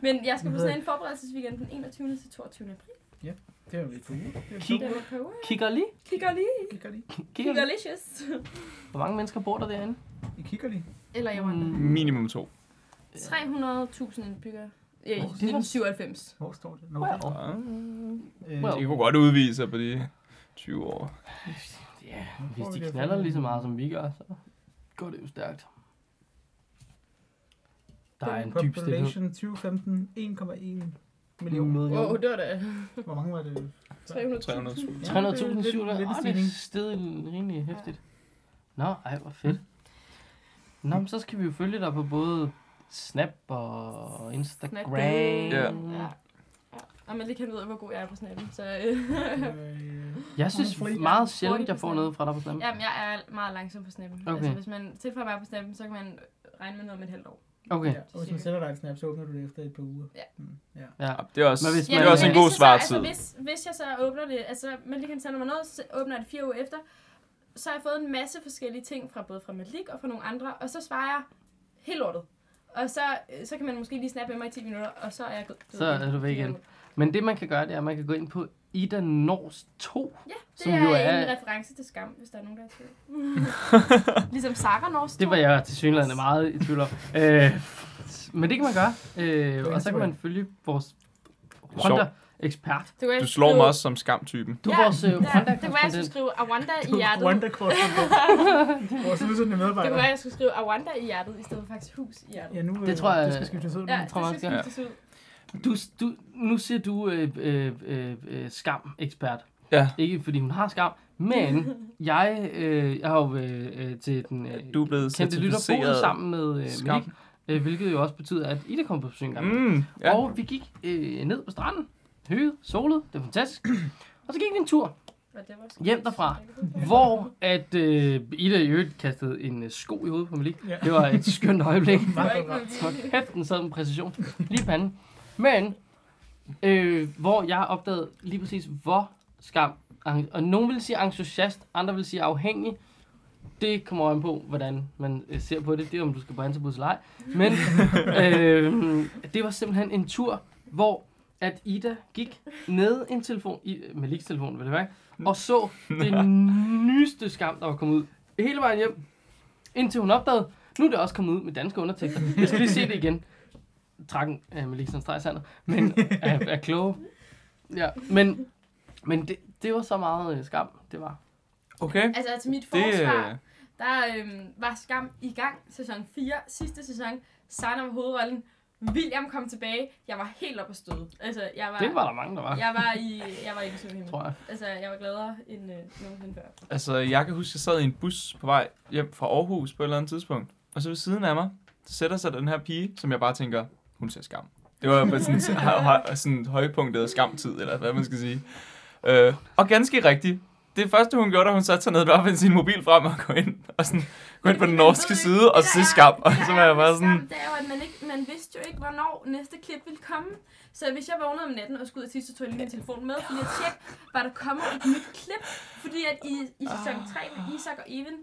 [SPEAKER 4] Men jeg skal på
[SPEAKER 3] Hvad?
[SPEAKER 4] sådan en forberedelsesweekend den 21. til 22. april.
[SPEAKER 3] noget. Det er jo lidt cool. Det er
[SPEAKER 2] Kig.
[SPEAKER 4] Den
[SPEAKER 3] super.
[SPEAKER 4] er på.
[SPEAKER 2] Kigger lige.
[SPEAKER 4] Kigger lige.
[SPEAKER 3] I Kigger lige.
[SPEAKER 2] Kigger
[SPEAKER 4] Kigger
[SPEAKER 2] lige. Hvor mange mennesker bor der derinde?
[SPEAKER 3] I kigger lige.
[SPEAKER 4] Eller i Rwanda.
[SPEAKER 1] Minimum to.
[SPEAKER 4] 300.000 indbyggere. Ja, i
[SPEAKER 3] Nå, det var-
[SPEAKER 4] 1997.
[SPEAKER 3] Hvor står det? Nå, wow.
[SPEAKER 1] Ah.
[SPEAKER 3] øh,
[SPEAKER 2] Well.
[SPEAKER 1] I kunne godt udvise sig på de 20 år.
[SPEAKER 2] Ja, hvis de knaller lige så meget, som vi gør, så går det jo stærkt. Der er en dyb stillhed.
[SPEAKER 3] Population 2015, 1,1 millioner.
[SPEAKER 2] Million.
[SPEAKER 4] Wow, det var da
[SPEAKER 3] Hvor mange var det?
[SPEAKER 1] 300.000.
[SPEAKER 4] 300.000.
[SPEAKER 2] 300.000
[SPEAKER 3] Lidt-
[SPEAKER 2] syvler.
[SPEAKER 3] lidt en
[SPEAKER 2] Åh, det
[SPEAKER 3] stigning.
[SPEAKER 2] er stedet rimelig hæftigt. Nå, ej, hvor fedt.
[SPEAKER 3] Mm.
[SPEAKER 2] Nå, men så skal vi jo følge dig på både Snap og Instagram.
[SPEAKER 1] Ja.
[SPEAKER 4] Ja. Ja. Og man lige kan ud af, hvor god jeg er på snappen. Så, øh,
[SPEAKER 3] Øh,
[SPEAKER 2] Jeg synes
[SPEAKER 3] Hurtigt.
[SPEAKER 2] meget sjældent, jeg får noget fra dig på Snap.
[SPEAKER 4] jamen, jeg er meget langsom på snappen.
[SPEAKER 2] Okay.
[SPEAKER 4] Altså, hvis man tilføjer mig på snappen, så kan man regne med noget om et halvt år.
[SPEAKER 2] Okay.
[SPEAKER 3] ja. Og hvis man sender dig et snap, så åbner du det efter et par uger.
[SPEAKER 4] Ja.
[SPEAKER 3] Mm, ja.
[SPEAKER 2] Ja.
[SPEAKER 1] Det er også,
[SPEAKER 2] Men hvis
[SPEAKER 1] det
[SPEAKER 2] man-
[SPEAKER 1] er også en
[SPEAKER 4] men
[SPEAKER 1] god
[SPEAKER 4] hvis jeg så-
[SPEAKER 1] svartid.
[SPEAKER 4] Altså, hvis, hvis jeg så åbner det, altså man lige kan sende mig noget, så åbner jeg det fire uger efter, så har jeg fået en masse forskellige ting fra både fra Malik og fra nogle andre, og så svarer jeg helt lortet. Og så, øh, så kan man måske lige snappe med mig i 10 minutter, og så er jeg gået.
[SPEAKER 2] Så er du væk igen. Men det, man kan gøre, det er, at man kan gå ind på Ida Nors 2.
[SPEAKER 4] Ja, det
[SPEAKER 2] Som
[SPEAKER 4] er,
[SPEAKER 2] jo
[SPEAKER 4] en
[SPEAKER 2] er-
[SPEAKER 4] reference til skam, hvis der er nogen, der er i tvivl. ligesom Sara Nors
[SPEAKER 2] Det var jeg til synligheden meget i tvivl om. Øh, men det kan man gøre. Øh, og så kan man følge vores Honda-ekspert.
[SPEAKER 4] Du, kan
[SPEAKER 1] Du
[SPEAKER 4] også
[SPEAKER 1] slår mig
[SPEAKER 4] skrive-
[SPEAKER 1] også som skamtypen.
[SPEAKER 2] Du er
[SPEAKER 4] Ja,
[SPEAKER 2] vores øh,
[SPEAKER 4] Ja, det kunne være, jeg skulle
[SPEAKER 2] Honda-korrespondent.
[SPEAKER 4] skrive Awanda i hjertet.
[SPEAKER 3] Rwanda korrespondent. Vores udsendte
[SPEAKER 4] Det
[SPEAKER 3] medarbejder.
[SPEAKER 4] kunne være, jeg skulle skrive Awanda i hjertet, i stedet for faktisk hus i hjertet.
[SPEAKER 3] Ja, nu,
[SPEAKER 2] Det
[SPEAKER 3] øh,
[SPEAKER 2] tror jeg-
[SPEAKER 3] Du skal skifte sådan.
[SPEAKER 4] Ja,
[SPEAKER 3] Ja.
[SPEAKER 4] det
[SPEAKER 2] tror jeg også,
[SPEAKER 4] skal
[SPEAKER 1] ja.
[SPEAKER 4] skiftes
[SPEAKER 2] Du,
[SPEAKER 4] ud.
[SPEAKER 2] du, nu siger du øh, øh, øh, øh, skam-ekspert.
[SPEAKER 1] Ja.
[SPEAKER 2] Ikke fordi hun har skam, men jeg, øh, jeg har jo øh, øh, til den øh,
[SPEAKER 1] Du er blevet
[SPEAKER 2] kendte lytter boet
[SPEAKER 1] certificeret
[SPEAKER 2] sammen med øh,
[SPEAKER 1] skam.
[SPEAKER 2] Malik, øh, hvilket jo også betyder, at Ida kom på besøg en gang.
[SPEAKER 1] Mm,
[SPEAKER 2] Ja.
[SPEAKER 1] ja.
[SPEAKER 2] Og vi gik øh, ned på stranden, høget, solet, det var fantastisk. og så gik vi en tur,
[SPEAKER 4] Og det var også-
[SPEAKER 2] Hjem derfra. hvor at øh, Ida i øvrigt kastede en øh, sko i hovedet på Malik.
[SPEAKER 3] Ja.
[SPEAKER 2] Det var et skønt øjeblik.
[SPEAKER 4] Det var ikke med vilje.
[SPEAKER 2] Hold kæft, den sad med præcision. Lige i panden. Men, øh, hvor jeg opdagede lige præcis, hvor skam, ang- og nogen vil sige entusiast, andre vil sige afhængig. Det kommer an på, hvordan man øh, ser på det. Det er, om du skal på Hansebus eller ej. Men øh, det var simpelthen en tur, hvor at Ida gik ned en telefon, i, Maliks telefon, vil det være, og så den nyeste skam, der var kommet ud hele vejen hjem, indtil hun opdagede, nu er det også kommet ud med danske undertekster. Jeg skal lige se det igen. Trakken øh, af Melissa Strejsander. Men er, er kloge. Ja, men, men det, det var så meget øh, skam, det var.
[SPEAKER 1] Okay.
[SPEAKER 4] Altså til mit
[SPEAKER 1] Det,
[SPEAKER 4] forsvar,
[SPEAKER 1] øh,
[SPEAKER 4] der øhm, var Skam i gang, sæson 4, sidste sæson. Sarah var hovedrollen. William kom tilbage. Jeg var helt op at støde. Altså, jeg var,
[SPEAKER 2] Det var der mange, der var,
[SPEAKER 4] jeg var i, jeg var i den syvende himmel.
[SPEAKER 2] tror jeg.
[SPEAKER 4] Altså, jeg var gladere end øh, nogensinde før.
[SPEAKER 1] Altså, jeg kan huske, jeg sad i en bus på vej hjem fra Aarhus på et eller andet tidspunkt. Og så ved siden af mig, så sætter sig den her pige, som jeg bare tænker, hun ser skam. Det var på sådan, hø- sådan højpunktet af skamtid, eller hvad man skal sige. Øh, og ganske rigtigt. Det første, hun gjorde, da hun satte sig ned, det var at finde sin mobil frem og gå ind, og sådan, gå ind på den
[SPEAKER 4] Fordi man
[SPEAKER 1] norske
[SPEAKER 4] ved
[SPEAKER 1] side
[SPEAKER 4] ikke,
[SPEAKER 1] og
[SPEAKER 4] det
[SPEAKER 1] se
[SPEAKER 4] der
[SPEAKER 1] skam.
[SPEAKER 4] er-
[SPEAKER 1] Og
[SPEAKER 4] det der
[SPEAKER 1] så
[SPEAKER 4] er
[SPEAKER 1] var jeg
[SPEAKER 4] med
[SPEAKER 1] bare
[SPEAKER 4] skam,
[SPEAKER 1] sådan,
[SPEAKER 4] Det er jo, at man, ikke, man vidste jo ikke, hvornår næste klip ville komme. Så hvis jeg vågnede om natten og skulle ud og tisse, så tog jeg lige min telefon med, fordi jeg tjekke, var der kommet et nyt klip. Fordi at i, i sæson
[SPEAKER 2] Ah.
[SPEAKER 4] 3 med Isak og Even,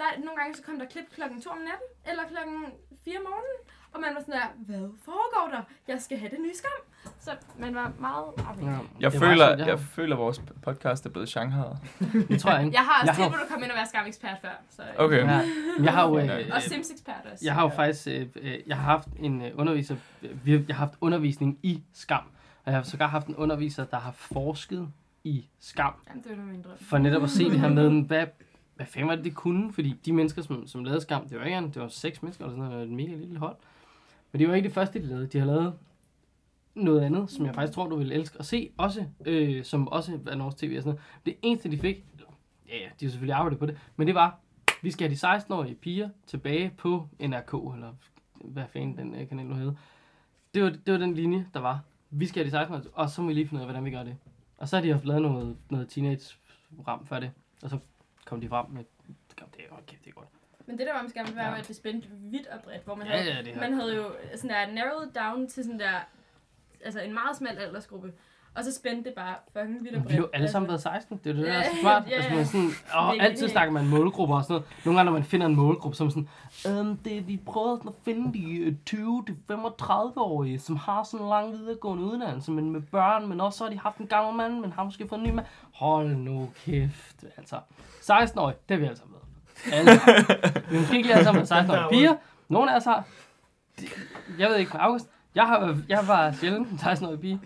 [SPEAKER 4] der, nogle gange så kom der klip klokken 2 om natten, eller klokken 4 om morgenen. Og man var sådan der, hvad foregår der? Jeg skal have det nye skam. Så man var meget afhængig.
[SPEAKER 2] Ja,
[SPEAKER 1] jeg
[SPEAKER 2] det var
[SPEAKER 1] føler,
[SPEAKER 2] sådan,
[SPEAKER 1] jeg føler, vores podcast er blevet shanghajet.
[SPEAKER 2] Det tror jeg ikke.
[SPEAKER 4] Jeg har også
[SPEAKER 2] Jeg har-
[SPEAKER 4] tilbudt at komme ind og være skamekspert før. Så,
[SPEAKER 1] Okay.
[SPEAKER 2] Ja, jeg har jo...
[SPEAKER 1] Ja.
[SPEAKER 2] Øh,
[SPEAKER 4] Og Sims-ekspert også.
[SPEAKER 2] jeg har jo faktisk, øh, øh, jeg har haft en øh, underviser, øh, vi- jeg har haft undervisning i skam, og jeg har sågar haft en underviser, der har forsket i skam,
[SPEAKER 4] Jamen, det var nu min drøm.
[SPEAKER 2] for netop at se det her med, hvad, hvad fanden var det, det kunne? Fordi de mennesker, som, som lavede Skam, det var ikke andet, det var seks mennesker eller sådan noget, et mega lille hold. Men det var ikke det første, de lavede. De har lavet noget andet, som jeg faktisk tror, du vil elske at se, også, øh, som også er Norsk TV og sådan noget. Det eneste, de fik, ja, ja, de har selvfølgelig arbejdet på det, men det var, vi skal have de 16-årige piger tilbage på NRK, eller hvad fanden den øh, kanal nu hed. Det var, det var den linje, der var. Vi skal have de 16-årige, og så må vi lige finde ud af, hvordan vi gør det. Og så har de haft lavet noget, noget teenage ram før det. Og så kom de frem med, kom, det er jo kæft, det er godt.
[SPEAKER 4] Men det der var med skærmen, det var,
[SPEAKER 2] Ja.
[SPEAKER 4] ja. at det spændte vidt og bredt, hvor man,
[SPEAKER 2] Ja,
[SPEAKER 4] havde,
[SPEAKER 2] ja, det har-
[SPEAKER 4] man havde jo sådan der narrowed down til sådan der, altså en meget smal aldersgruppe, og så spændte det bare fucking vidt
[SPEAKER 2] Men vi
[SPEAKER 4] og bredt.
[SPEAKER 2] har jo alle sammen
[SPEAKER 4] altså,
[SPEAKER 2] været 16, det er jo det, der er
[SPEAKER 4] Ja,
[SPEAKER 2] så smart.
[SPEAKER 4] ja,
[SPEAKER 2] Altså,
[SPEAKER 4] ja.
[SPEAKER 2] man er sådan,
[SPEAKER 4] Det
[SPEAKER 2] åh,
[SPEAKER 4] er
[SPEAKER 2] altid
[SPEAKER 4] genialt.
[SPEAKER 2] snakker man målgrupper og sådan noget. Nogle gange, når man finder en målgruppe, så er man sådan, øhm, det, vi prøver sådan at finde de øh, 20-35-årige, som har sådan en lang videregående uddannelse, men med børn, men også så har de haft en gammel mand, men har måske fået en ny mand. Hold nu kæft, altså. 16-årige, det er vi alle sammen med. Alle sammen. Vi er måske ikke lige alle sammen med 16-årige piger. Nogle af os har, jeg ved ikke, men August, Jeg, har, jeg var sjældent en 16-årig pige.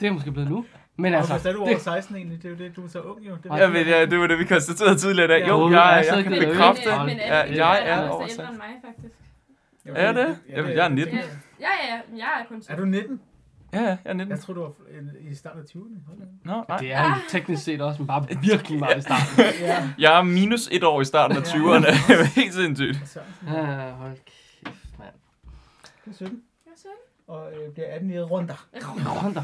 [SPEAKER 2] Det er måske blevet nu. Men
[SPEAKER 3] Altså,
[SPEAKER 2] altså,
[SPEAKER 3] Hvorfor er du
[SPEAKER 2] det-
[SPEAKER 3] over 16 egentlig? Det er jo det, du er så ung jo. Det
[SPEAKER 2] Ej,
[SPEAKER 1] Ja, men ja, det var det, vi konstaterede tidligere i dag. Jo,
[SPEAKER 2] Ja,
[SPEAKER 1] jeg,
[SPEAKER 2] altså,
[SPEAKER 1] jeg kan
[SPEAKER 2] det er jo
[SPEAKER 1] bekræfte.
[SPEAKER 2] ikke-
[SPEAKER 1] Ja,
[SPEAKER 4] Men, men,
[SPEAKER 1] jeg er
[SPEAKER 4] over
[SPEAKER 1] over
[SPEAKER 4] 16. ældre
[SPEAKER 1] 16.
[SPEAKER 4] end mig, faktisk.
[SPEAKER 3] Jo,
[SPEAKER 1] Er det? Jamen, jeg er 19.
[SPEAKER 4] Ja, ja, ja, men jeg er kun
[SPEAKER 3] Er du 19?
[SPEAKER 1] Ja, ja, jeg er 19.
[SPEAKER 3] Jeg tror du var øh, i starten af 20'erne. Hold da.
[SPEAKER 1] Nå, nej.
[SPEAKER 2] det er jo teknisk set også bare virkelig meget i starten.
[SPEAKER 3] Ja.
[SPEAKER 1] Jeg er minus et år i starten af 20'erne. Helt sindssygt.
[SPEAKER 3] Sørensen,
[SPEAKER 2] Ah, hold kæft, mand.
[SPEAKER 3] Du Altså, er 17
[SPEAKER 4] Jeg er søn.
[SPEAKER 3] og øh, bliver 18 i Ronda.
[SPEAKER 2] Ronda.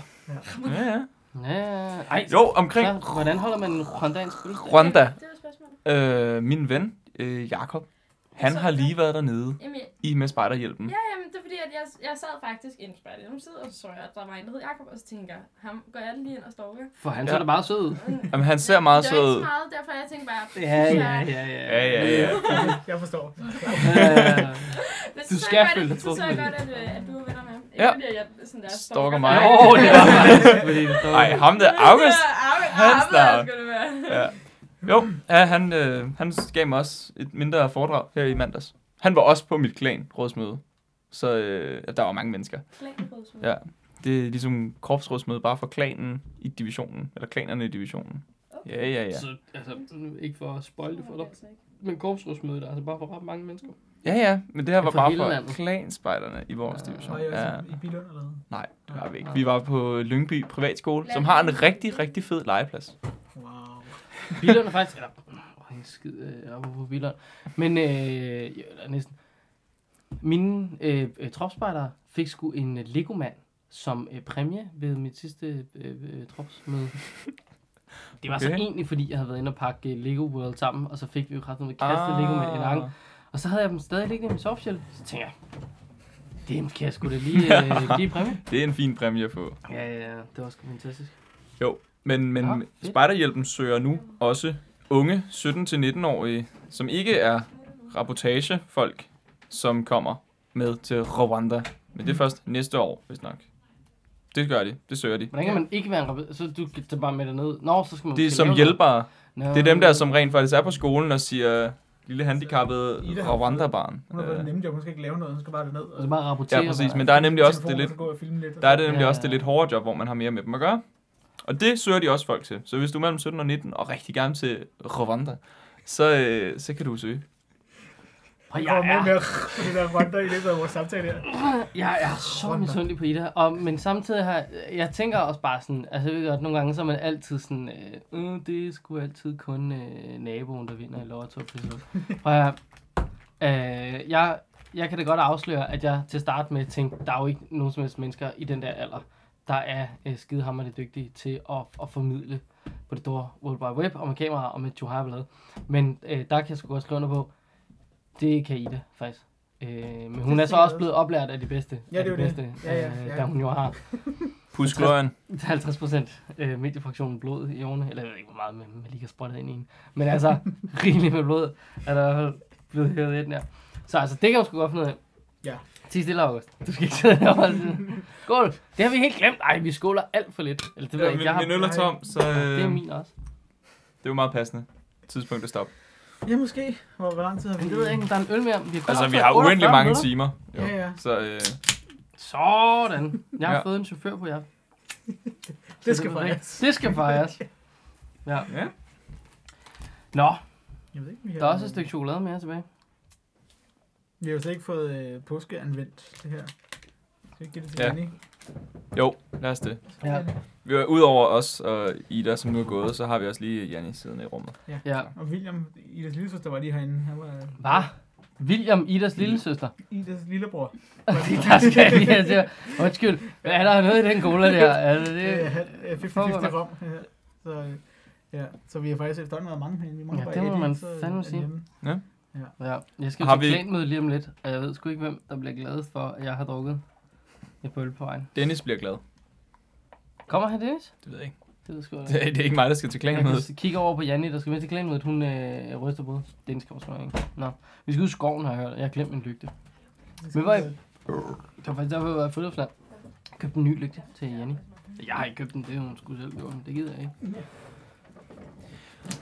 [SPEAKER 1] Ja, ja.
[SPEAKER 2] Ja, ej,
[SPEAKER 1] Jo, omkring
[SPEAKER 2] så, hvordan holder man en ronda i en fødselsdag?
[SPEAKER 1] Rwanda.
[SPEAKER 4] Det var spørgsmålet.
[SPEAKER 1] Øh, min ven, øh, Jakob, han har lige været dernede
[SPEAKER 4] Jamen, jeg-
[SPEAKER 1] i med spejderhjælpen.
[SPEAKER 4] ja, jamen, det er fordi, at jeg, jeg sad faktisk inde på spejlet og så så jeg, at der var en, der hed Jacob, og så tænker jeg, ham går jeg lige ind og stalker.
[SPEAKER 2] For han
[SPEAKER 1] Ja.
[SPEAKER 2] så da meget sød. ud.
[SPEAKER 1] Jamen, han ser meget
[SPEAKER 4] det var
[SPEAKER 1] sød
[SPEAKER 4] ikke
[SPEAKER 1] ud.
[SPEAKER 4] så meget, derfor jeg tænkte bare,
[SPEAKER 2] Ja, ja, ja, ja.
[SPEAKER 1] Ja, ja, ja.
[SPEAKER 3] Jeg forstår.
[SPEAKER 2] Øh,
[SPEAKER 4] Men
[SPEAKER 2] Du
[SPEAKER 4] så
[SPEAKER 2] skal
[SPEAKER 4] jeg
[SPEAKER 2] følge
[SPEAKER 4] godt, så, så jeg
[SPEAKER 2] truppen.
[SPEAKER 4] godt, at, øh, at du er venner med ham. Ikke
[SPEAKER 1] Ja.
[SPEAKER 4] fordi at jeg sådan der
[SPEAKER 1] Stalker mig.
[SPEAKER 2] Åh, oh, det var faktisk, fordi det stod.
[SPEAKER 1] Ej, ham der, August. Hans
[SPEAKER 4] Hans
[SPEAKER 1] der.
[SPEAKER 4] der. Skulle det være.
[SPEAKER 1] Ja. Jo, ja, han, øh, han gav mig også et mindre foredrag her i mandags. Han var også på mit klan rådsmøde. Så øh, der var mange mennesker.
[SPEAKER 4] Klanrødsmøde.
[SPEAKER 1] Ja. Det er ligesom korpsrådsmøde bare for klanen i divisionen. Eller klanerne i divisionen. Ja, ja, ja.
[SPEAKER 2] Så, altså, nu ikke for at spoil det for dig,
[SPEAKER 4] Altså ikke.
[SPEAKER 2] men korpsrådsmødet er altså bare for ret mange mennesker.
[SPEAKER 1] Ja, ja, men det her var
[SPEAKER 2] For
[SPEAKER 1] bare
[SPEAKER 2] hele
[SPEAKER 1] for
[SPEAKER 2] landet.
[SPEAKER 1] klanspejderne i vores
[SPEAKER 2] Ah.
[SPEAKER 1] division.
[SPEAKER 3] Var jeg
[SPEAKER 1] Ja.
[SPEAKER 3] også i Bilund eller hvad?
[SPEAKER 1] Nej, det var vi ikke. Vi var på Lyngby Privatskole, som har en rigtig, rigtig fed legeplads.
[SPEAKER 3] Wow.
[SPEAKER 2] Billund er faktisk... Eller, åh, en skid øh, op på Billund. Men, øh, ja, eller næsten. Mine øh, øh, tropspejdere fik sgu en øh, legomand som øh, præmie ved mit sidste øh, øh, tropsmøde. Det var okay. så
[SPEAKER 1] Okay.
[SPEAKER 2] egentlig, fordi jeg havde været inde og pakke øh, Lego World sammen, og så fik vi jo kraften med kastet ah. Lego med en ankel. Og så havde jeg dem stadig liggende i min sovshjælp. Så tænkte jeg, dem kan jeg sgu da lige øh, give i præmie.
[SPEAKER 1] Det er en fin præmie at få.
[SPEAKER 2] Ja, ja, ja. Det var sgu fantastisk.
[SPEAKER 1] Jo, men, men
[SPEAKER 2] Nå,
[SPEAKER 1] ja,
[SPEAKER 2] Ah, fedt.
[SPEAKER 1] Spejderhjælpen søger nu også unge 17-19-årige, som ikke er rapportagefolk, som kommer med til Rwanda. Men
[SPEAKER 2] Mm.
[SPEAKER 1] det er først næste år, hvis nok. Det gør de. Det søger de.
[SPEAKER 2] Hvordan kan man ikke være en rabbit? Så du kan tage bare med derned. Nå, så skal man...
[SPEAKER 1] Det er
[SPEAKER 2] måske
[SPEAKER 1] som
[SPEAKER 2] lave noget.
[SPEAKER 1] hjælpere.
[SPEAKER 2] Nå.
[SPEAKER 1] Det er dem der, som rent faktisk er på skolen og siger, lille handicappede
[SPEAKER 3] Ida har
[SPEAKER 1] Rwanda-barn.
[SPEAKER 3] Hun har været nemme job, hun skal ikke lave noget, hun skal bare derned.
[SPEAKER 2] Og så bare rapportere.
[SPEAKER 1] Ja, Øh, præcis.
[SPEAKER 2] hvad-
[SPEAKER 1] Altså, Men der er nemlig også det lidt,
[SPEAKER 3] Gå og filme lidt.
[SPEAKER 1] der er det nemlig
[SPEAKER 2] Ja.
[SPEAKER 1] også det lidt hårdere job, hvor man har mere med dem at gøre. Og det søger de også folk til. Så hvis du er mellem 17 og 19 og rigtig gerne til Rwanda, så, øh, så kan du søge.
[SPEAKER 2] Prøv,
[SPEAKER 3] Jeg
[SPEAKER 2] jeg,
[SPEAKER 3] var med
[SPEAKER 2] er,
[SPEAKER 3] mere på det der Ronda i løbet af vores samtale her.
[SPEAKER 2] jeg er så misundelig på Ida. Og, men samtidig har jeg tænker også bare sådan, altså jeg ved godt, nogle gange så er man altid sådan, øh, øh, det skulle altid kun øh, naboen, der vinder i lotto. Prøv at, høre, øh, jeg, jeg kan da godt afsløre, at jeg til at starte med tænkte, der er jo ikke nogen som helst mennesker i den der alder, der er øh, skidehammerende dygtige til at, at formidle på det store World Wide Web og med kamera og med Johar Blad. Men øh, der kan jeg sgu godt skrive under på, det kan Ida faktisk. Øh, men hun er så også blevet oplært af de bedste.
[SPEAKER 3] Ja, det er
[SPEAKER 2] af
[SPEAKER 3] jo
[SPEAKER 2] de
[SPEAKER 3] det.
[SPEAKER 2] bedste,
[SPEAKER 3] Ja, ja,
[SPEAKER 2] øh,
[SPEAKER 3] ja.
[SPEAKER 2] Der hun jo har
[SPEAKER 1] Puskløjen.
[SPEAKER 2] 50 procent øh, mediefraktionen blod i årene. Eller jeg ved ikke, hvor meget man, man lige har sprøjtet ind i en. Men altså, rigeligt med blod er der i hvert fald blevet hævet ind der. Så altså, det kan man sgu godt finde ud af.
[SPEAKER 3] Ja.
[SPEAKER 2] Tig stille, August. Du skal ikke sidde herovre og sige, Skål. Det har vi helt glemt. Ej, vi skåler alt for lidt. Eller det ved jeg ikke. Jeg har...
[SPEAKER 3] øl er tom,
[SPEAKER 1] så øh,
[SPEAKER 2] Det er min også.
[SPEAKER 1] det var meget passende. Tidspunkt at stoppe.
[SPEAKER 3] Ja, måske. Hvor, hvor lang tid har vi?
[SPEAKER 2] Men det ved jeg ikke, om der er en øl mere. Vi har kun
[SPEAKER 1] Altså, vi
[SPEAKER 2] optaget
[SPEAKER 1] har
[SPEAKER 2] 48
[SPEAKER 1] uendelig mange
[SPEAKER 2] minutter.
[SPEAKER 1] timer. Jo.
[SPEAKER 3] Ja, ja.
[SPEAKER 1] Så øh,
[SPEAKER 2] Sådan. Jeg har
[SPEAKER 1] Ja.
[SPEAKER 2] fået en chauffør på jer. ved
[SPEAKER 3] Det skal
[SPEAKER 2] jeg ikke.
[SPEAKER 3] fejres.
[SPEAKER 2] Det skal fejres. Ja.
[SPEAKER 1] ja.
[SPEAKER 2] Nå,
[SPEAKER 3] Jeg ved ikke, vi har...
[SPEAKER 2] der er også et stykke chokolade mere tilbage.
[SPEAKER 3] Vi har jo slet ikke fået øh, påskeanvendt, det her. Skal vi ikke give det til
[SPEAKER 1] Ja.
[SPEAKER 3] Jenny?
[SPEAKER 1] Jo, lad os det.
[SPEAKER 2] Ja.
[SPEAKER 1] Vi er Udover os og Ida, som nu er gået, så har vi også lige Janni siddende i rummet.
[SPEAKER 2] Ja.
[SPEAKER 3] Og William, Idas lillesøster, var lige herinde. Han var øh,
[SPEAKER 2] Hvad? William, Idas lille søster.
[SPEAKER 3] Idas lillebror.
[SPEAKER 2] der skal jeg lige altså, Undskyld, er der noget i den cola der? Altså, det,
[SPEAKER 3] Øh, han- øh, 50-50
[SPEAKER 2] Fuck,
[SPEAKER 3] rom. Ja. Så, øh, ja. så vi har faktisk efterhånden været mange herinde. Vi mangler
[SPEAKER 2] Ja,
[SPEAKER 3] bare
[SPEAKER 2] det må
[SPEAKER 3] Eddie,
[SPEAKER 2] man
[SPEAKER 3] så, øh,
[SPEAKER 2] fandme
[SPEAKER 3] er
[SPEAKER 2] sige.
[SPEAKER 3] hjemme.
[SPEAKER 2] ja, jeg skal
[SPEAKER 1] Har
[SPEAKER 2] til
[SPEAKER 1] vi-
[SPEAKER 2] klanmøde lige om lidt, og jeg ved sgu ikke, hvem der bliver glad for, at jeg har drukket et bøl på vejen.
[SPEAKER 1] Dennis bliver glad.
[SPEAKER 2] Kommer han, Dennis?
[SPEAKER 1] Det ved jeg ikke.
[SPEAKER 2] Det ved sgu da
[SPEAKER 1] Det er, det er ikke mig, der skal til
[SPEAKER 2] Jeg kan
[SPEAKER 1] klanmødet.
[SPEAKER 2] s- kigge over på Janni, der skal med til klanmødet. Hun øh, ryster på hovedet. Dennis kommer snart, ikke? Nå, vi skal ud i skoven, har jeg hørt. Jeg har glemt min lygte. Men hvor Det var faktisk derfor, jeg var i friluftsland. Købte en ny lygte til Janni. Jeg har ikke købt den, det er hun skulle selv gøre, men det gider jeg ikke.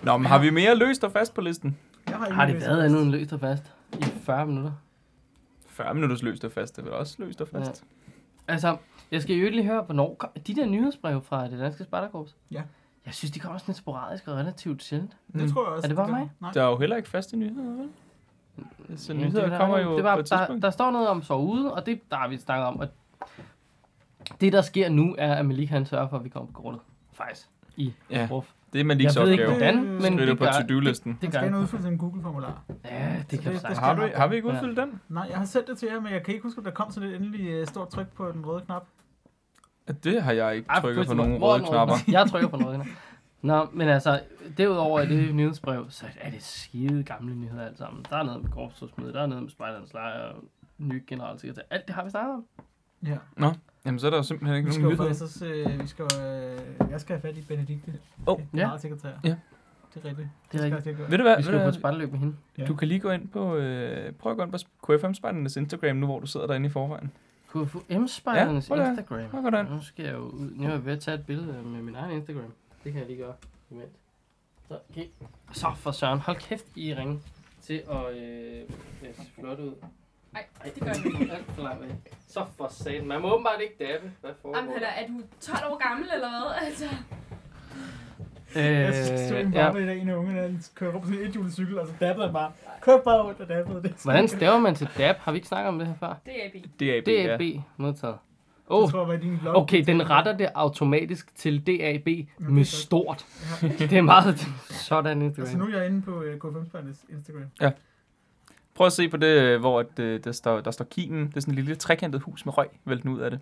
[SPEAKER 1] Nå, men har vi mere løst og fast på listen?
[SPEAKER 3] Jeg har,
[SPEAKER 2] Har det
[SPEAKER 3] ingen
[SPEAKER 2] været
[SPEAKER 3] lyst.
[SPEAKER 2] andet end løst og fast i 40 minutter?
[SPEAKER 1] 40 minutters løst og fast, det er vel også løst og fast?
[SPEAKER 2] Altså, jeg skal jo ikke lige høre, hvornår kom, de der nyhedsbreve fra det danske Spartakorps.
[SPEAKER 3] Ja.
[SPEAKER 2] Jeg synes, de kommer sådan lidt sporadisk og relativt sjældent.
[SPEAKER 3] Det
[SPEAKER 1] Mm.
[SPEAKER 3] tror jeg også.
[SPEAKER 2] Er det bare mig?
[SPEAKER 3] Nej.
[SPEAKER 1] Der er jo heller ikke faste nyheder, vel? Så
[SPEAKER 2] Ja, det er
[SPEAKER 1] nyheder
[SPEAKER 2] der
[SPEAKER 1] kommer
[SPEAKER 2] ikke.
[SPEAKER 1] jo
[SPEAKER 2] det var,
[SPEAKER 1] på et
[SPEAKER 2] der,
[SPEAKER 1] tidspunkt.
[SPEAKER 2] der står noget om sove og det der har vi snakket om. Og det, der sker nu, er, at Malik han sørger for, at vi kommer på grundet. Faktisk. Mm. I
[SPEAKER 1] Ja.
[SPEAKER 2] Ruf.
[SPEAKER 1] Det er man lige
[SPEAKER 2] Jeg
[SPEAKER 1] så
[SPEAKER 2] ved ikke,
[SPEAKER 1] opgave.
[SPEAKER 2] hvordan,
[SPEAKER 3] Øh,
[SPEAKER 2] men
[SPEAKER 1] Skriv det
[SPEAKER 2] det
[SPEAKER 1] på
[SPEAKER 2] gør,
[SPEAKER 1] to-do-listen.
[SPEAKER 2] det
[SPEAKER 3] Det
[SPEAKER 2] gør
[SPEAKER 3] skal
[SPEAKER 2] jeg.
[SPEAKER 3] noget udfylde en Google-formular.
[SPEAKER 2] Ja, det kan
[SPEAKER 3] det-
[SPEAKER 2] jeg
[SPEAKER 3] det
[SPEAKER 2] sige.
[SPEAKER 1] Har, du, har vi ikke udfyldt den?
[SPEAKER 3] Nej, jeg har sendt det til jer, men jeg kan ikke huske, om der kom sådan et endelig øh, stort tryk på den røde knap.
[SPEAKER 1] Det har jeg ikke
[SPEAKER 2] Ej,
[SPEAKER 1] trykket på
[SPEAKER 2] fuldstændig.
[SPEAKER 1] nogen
[SPEAKER 2] Hvor er
[SPEAKER 1] røde
[SPEAKER 2] den
[SPEAKER 1] knapper.
[SPEAKER 2] Jeg trykker på noget. Nå, men altså, derudover i det nyhedsbrev, så er det skide gamle nyheder alt sammen. Der er noget med korpsrådsmøde, der er noget med spejderens lejr, ny generalsekretær. Alt det har vi snakket om.
[SPEAKER 3] Ja.
[SPEAKER 1] Nå, jamen så er der jo simpelthen ikke
[SPEAKER 3] Vi skal
[SPEAKER 1] nogen
[SPEAKER 3] jo
[SPEAKER 1] nyheder.
[SPEAKER 3] faktisk også, øh, vi skal, jo, øh, jeg skal have fat i Benedikte.
[SPEAKER 1] Åh.
[SPEAKER 3] Det er generalsekretær.
[SPEAKER 1] Ja.
[SPEAKER 3] Det er rigtigt.
[SPEAKER 2] Det er
[SPEAKER 3] skal
[SPEAKER 2] rigtigt.
[SPEAKER 3] jeg til at gøre.
[SPEAKER 1] Ved du hvad?
[SPEAKER 2] Vi skal jo på
[SPEAKER 1] Ved
[SPEAKER 2] et
[SPEAKER 1] du, hvad?
[SPEAKER 2] spejderløb med hende.
[SPEAKER 3] Ja.
[SPEAKER 1] Du kan lige gå ind på, øh, prøv at gå ind på KFM Spejdernes Instagram nu, hvor du sidder derinde i forvejen.
[SPEAKER 2] KFUM Spejderens
[SPEAKER 1] Ja, prøv
[SPEAKER 2] ja,
[SPEAKER 1] da.
[SPEAKER 2] Instagram.
[SPEAKER 1] Prøv at gå derind.
[SPEAKER 2] Nu skal jeg jo ud. Nu er jeg ved at tage et billede med min egen Instagram. Det kan jeg lige gøre. Moment. Så, okay. Så for søren. Hold kæft, I er ringe til at øh, øh, se flot ud.
[SPEAKER 4] Ej,
[SPEAKER 2] Ej,
[SPEAKER 4] det gør vi ikke.
[SPEAKER 2] Alt for langt væk. Så for satan. Man må åbenbart ikke dabbe. Hvad foregår
[SPEAKER 4] Jamen, heller, er du 12 år gammel, eller hvad? Altså,
[SPEAKER 3] Jeg synes, det er
[SPEAKER 2] Øh,
[SPEAKER 3] en
[SPEAKER 2] ja.
[SPEAKER 3] barbe i dag, en unge, der kører rundt på sådan en ethjulet cykel, og så dabbede han bare. Kør bare rundt og dabbede det.
[SPEAKER 2] Hvordan staver man til dab? Har vi ikke snakket om det her før?
[SPEAKER 4] det er B.
[SPEAKER 1] DAB, ja.
[SPEAKER 2] DAB modtaget.
[SPEAKER 3] Det
[SPEAKER 2] Oh,
[SPEAKER 3] tror jeg var i din blog.
[SPEAKER 2] okay, den retter det automatisk til DAB med
[SPEAKER 3] godt.
[SPEAKER 2] stort.
[SPEAKER 3] Ja.
[SPEAKER 2] Det er meget sådan Instagram.
[SPEAKER 3] Altså nu er jeg inde på øh, K5-spejdernes Instagram.
[SPEAKER 1] Prøv at se på det, øh, hvor at, øh, der, står, der står kimen. Det er sådan et lille trekantet hus med røg vælten ud af det.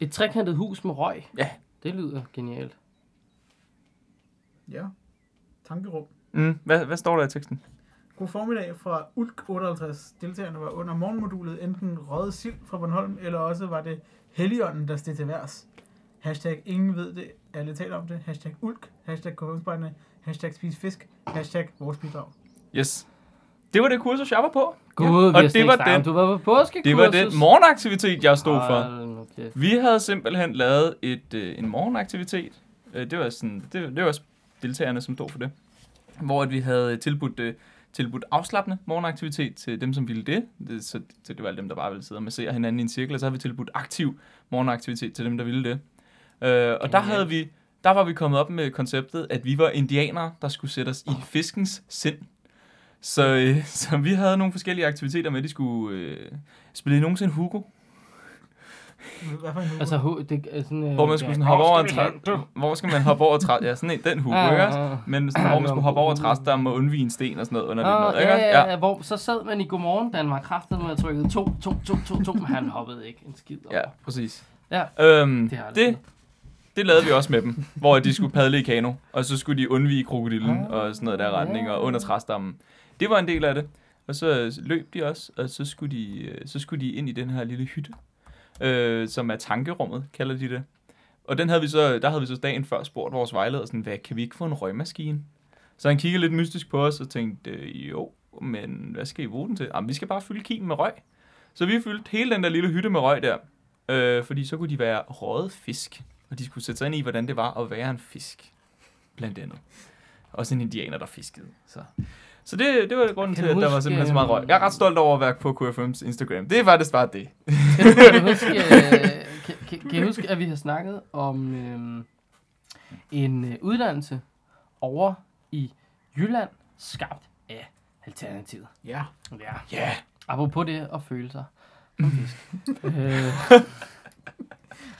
[SPEAKER 2] Et trekantet hus med røg.
[SPEAKER 1] Ja.
[SPEAKER 2] Det lyder genialt.
[SPEAKER 3] Ja. Tankerum.
[SPEAKER 1] Mm. Hvad, hvad står der i teksten?
[SPEAKER 3] God formiddag fra Ulk 58. Deltagerne var under morgenmodulet enten røget sild fra Bornholm, eller også var det Helligånden, der steg til værs. Hashtag ingen ved det, alle taler om det. Hashtag Ulk, hashtag K5-spejderne, hashtag spis fisk, hashtag vores bidrag.
[SPEAKER 1] Yes. Det var det kursus, jeg var på.
[SPEAKER 2] Gud, vi
[SPEAKER 1] og
[SPEAKER 2] har
[SPEAKER 1] det
[SPEAKER 2] slet
[SPEAKER 1] var
[SPEAKER 2] ikke snakket om-
[SPEAKER 1] den-
[SPEAKER 2] Du var på påskekursus.
[SPEAKER 1] Det var den morgenaktivitet, jeg stod for.
[SPEAKER 2] Hold nu kæft.
[SPEAKER 1] Vi havde simpelthen lavet et, øh, en morgenaktivitet. Øh, det var sådan, det, det var deltagerne, som stod for det. Hvor at vi havde tilbudt, øh, tilbudt afslappende morgenaktivitet til dem, som ville det. det så, så det var alle dem, der bare ville sidde og massere hinanden i en cirkel. Og så havde vi tilbudt aktiv morgenaktivitet til dem, der ville det. Øh, og der
[SPEAKER 2] Genialt.
[SPEAKER 1] havde vi, der var vi kommet op med konceptet, at vi var indianere, der skulle sætte os i fiskens sind. Så, øh, så vi havde nogle forskellige aktiviteter med, de skulle øh, spille nogensinde Hugo.
[SPEAKER 3] Hvad for en
[SPEAKER 2] Altså, hu- det er sådan... øh,
[SPEAKER 1] Hvor man skulle
[SPEAKER 2] ja.
[SPEAKER 1] sådan hoppe over en
[SPEAKER 2] Hvor skal vi
[SPEAKER 1] træ. Hvor skal man hoppe over træ? Ja, sådan en, den hugo, ikke også?
[SPEAKER 2] Ah, ah, ah.
[SPEAKER 1] Men sådan, hvor man skulle hoppe over træstammen og undvige en sten og sådan noget underligt noget,
[SPEAKER 2] Åh,
[SPEAKER 1] ikke
[SPEAKER 2] ja,
[SPEAKER 1] også?
[SPEAKER 2] ja, ja, hvor så sad man i Godmorgen Danmark kraftet med at trykke 2, 2, 2, 2, 2, men han hoppede ikke en skid over.
[SPEAKER 1] Ja, præcis.
[SPEAKER 2] Ja.
[SPEAKER 1] Øhm,
[SPEAKER 2] Det har jeg
[SPEAKER 1] det, det lavede vi også med dem, hvor de skulle padle i kano, og så skulle de undvige krokodillen
[SPEAKER 2] Ah,
[SPEAKER 1] og sådan noget der retning, og under træstammen. Det var en del af det. Og så øh, løb de også, og så skulle de, øh, så skulle de ind i den her lille hytte, øh, som er tankerummet, kalder de det. Og den havde vi så, der havde vi så dagen før spurgt vores vejleder, sådan, hvad, kan vi ikke få en røgmaskine? Så han kiggede lidt mystisk på os og tænkte, øh, jo, men hvad skal I bruge den til? Jamen, vi skal bare fylde kimen med røg. Så vi fyldte hele den der lille hytte med røg der, øh, fordi så kunne de være røget fisk, og de skulle sætte sig ind i, hvordan det var at være en fisk, blandt andet. Også en indianer, der fiskede. Så, så det, det var grunden
[SPEAKER 2] Kan
[SPEAKER 1] til,
[SPEAKER 2] du
[SPEAKER 1] at der var
[SPEAKER 2] huske,
[SPEAKER 1] simpelthen så meget røg.
[SPEAKER 2] øhm,
[SPEAKER 1] Jeg er ret stolt over at være på KFM's Instagram. Det er faktisk bare det.
[SPEAKER 2] Kan du huske, øh, kan, kan, kan I huske, at vi har snakket om øh, en øh, uddannelse over i Jylland, skabt af Alternativet?
[SPEAKER 3] Ja.
[SPEAKER 2] Ja.
[SPEAKER 1] Ja. Yeah.
[SPEAKER 2] Apropos det at føle sig som fisk. øh,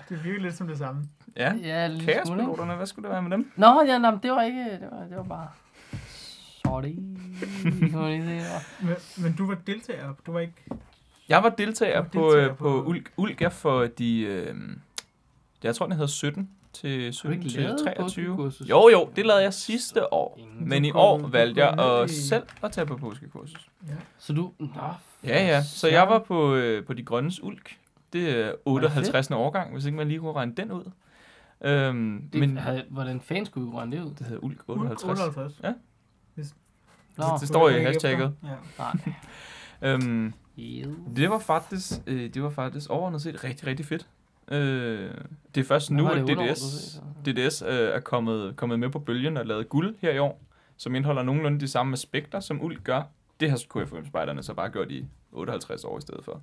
[SPEAKER 3] Det virker lidt som det samme.
[SPEAKER 1] Ja.
[SPEAKER 2] ja, en lille smule. ikke?
[SPEAKER 1] Kaospiloterne, hvad skulle det være med dem?
[SPEAKER 2] Nå, ja, nå, men det var ikke, det var, det var bare... Sorry. Det var lige det, jeg var.
[SPEAKER 3] Men, men du var deltager, du var ikke...
[SPEAKER 1] Jeg var deltager,
[SPEAKER 3] Du var
[SPEAKER 1] på,
[SPEAKER 3] deltager
[SPEAKER 1] øh, på
[SPEAKER 3] på-
[SPEAKER 1] Ulk, Ulk er for de... Øh, jeg tror, den hedder 17 til
[SPEAKER 2] Har du
[SPEAKER 1] 17
[SPEAKER 2] ikke
[SPEAKER 1] til
[SPEAKER 2] lavet
[SPEAKER 1] 23.
[SPEAKER 2] påskekursus?
[SPEAKER 1] Jo, jo, det lavede jeg sidste år.
[SPEAKER 2] Ingen.
[SPEAKER 1] Men
[SPEAKER 3] Du
[SPEAKER 1] i
[SPEAKER 3] går-
[SPEAKER 1] år
[SPEAKER 3] du
[SPEAKER 1] valgte
[SPEAKER 3] går
[SPEAKER 1] jeg
[SPEAKER 3] ned
[SPEAKER 1] at
[SPEAKER 3] i-
[SPEAKER 1] selv at tage på påskekursus.
[SPEAKER 2] Så du... Nå,
[SPEAKER 1] Ja, ja. Så jeg var på, øh, på De Grønnes Ulk. Det er 58. årgang, hvis ikke man lige kunne regne den ud. Øhm,
[SPEAKER 2] Det,
[SPEAKER 1] men
[SPEAKER 2] men, havde, hvordan fanden skulle vi rende det ud?
[SPEAKER 1] det hedder Ulk
[SPEAKER 3] Ulk
[SPEAKER 1] 58.
[SPEAKER 3] 58.
[SPEAKER 2] Nå,
[SPEAKER 1] Det- det står i
[SPEAKER 3] Ikke
[SPEAKER 1] hashtagget.
[SPEAKER 3] efter. Ja.
[SPEAKER 2] nej.
[SPEAKER 1] Øhm,
[SPEAKER 2] Jo.
[SPEAKER 1] Det var faktisk, øh, det var faktisk overordnet set rigtig, rigtig fedt. Øh, det er først
[SPEAKER 2] Hvad
[SPEAKER 1] nu,
[SPEAKER 2] var
[SPEAKER 1] at
[SPEAKER 2] det underordnet
[SPEAKER 1] DDS,
[SPEAKER 2] set,
[SPEAKER 1] DDS øh, er kommet, kommet med på bølgen og lavet guld her i år, som indeholder nogenlunde de samme aspekter, som uld gør. Det har KFM-spejderne så bare gjort i 58 år i stedet for.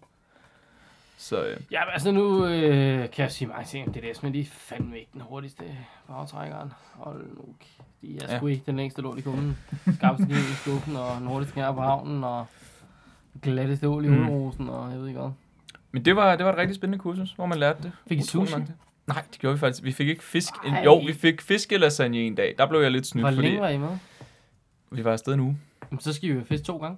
[SPEAKER 1] Så øh,
[SPEAKER 2] Ja, altså nu øh, kan jeg sige mange ting om DDS, men de er fandme ikke den hurtigste på aftrækkeren. Hold nu, k- de er sgu ikke den længste lort i kummen. Skarpeste kniv i skuffen, og den hurtigste knær på havnen, og glatteste ål i
[SPEAKER 1] Mm.
[SPEAKER 2] ulerosen, og jeg ved ikke hvad.
[SPEAKER 1] men det var, det var et rigtig spændende kursus, hvor man lærte det.
[SPEAKER 2] Fik I
[SPEAKER 1] Utrolig
[SPEAKER 2] sushi?
[SPEAKER 1] mange ting. Nej, det gjorde vi faktisk. Vi fik ikke fisk.
[SPEAKER 2] Ej.
[SPEAKER 1] Ej. Jo, vi fik fiskelasagne en dag. Der blev jeg lidt snydt,
[SPEAKER 2] Hvor
[SPEAKER 1] fordi
[SPEAKER 2] længe var I med?
[SPEAKER 1] vi var afsted en uge.
[SPEAKER 2] Jamen, så skal I jo have fisk to gange.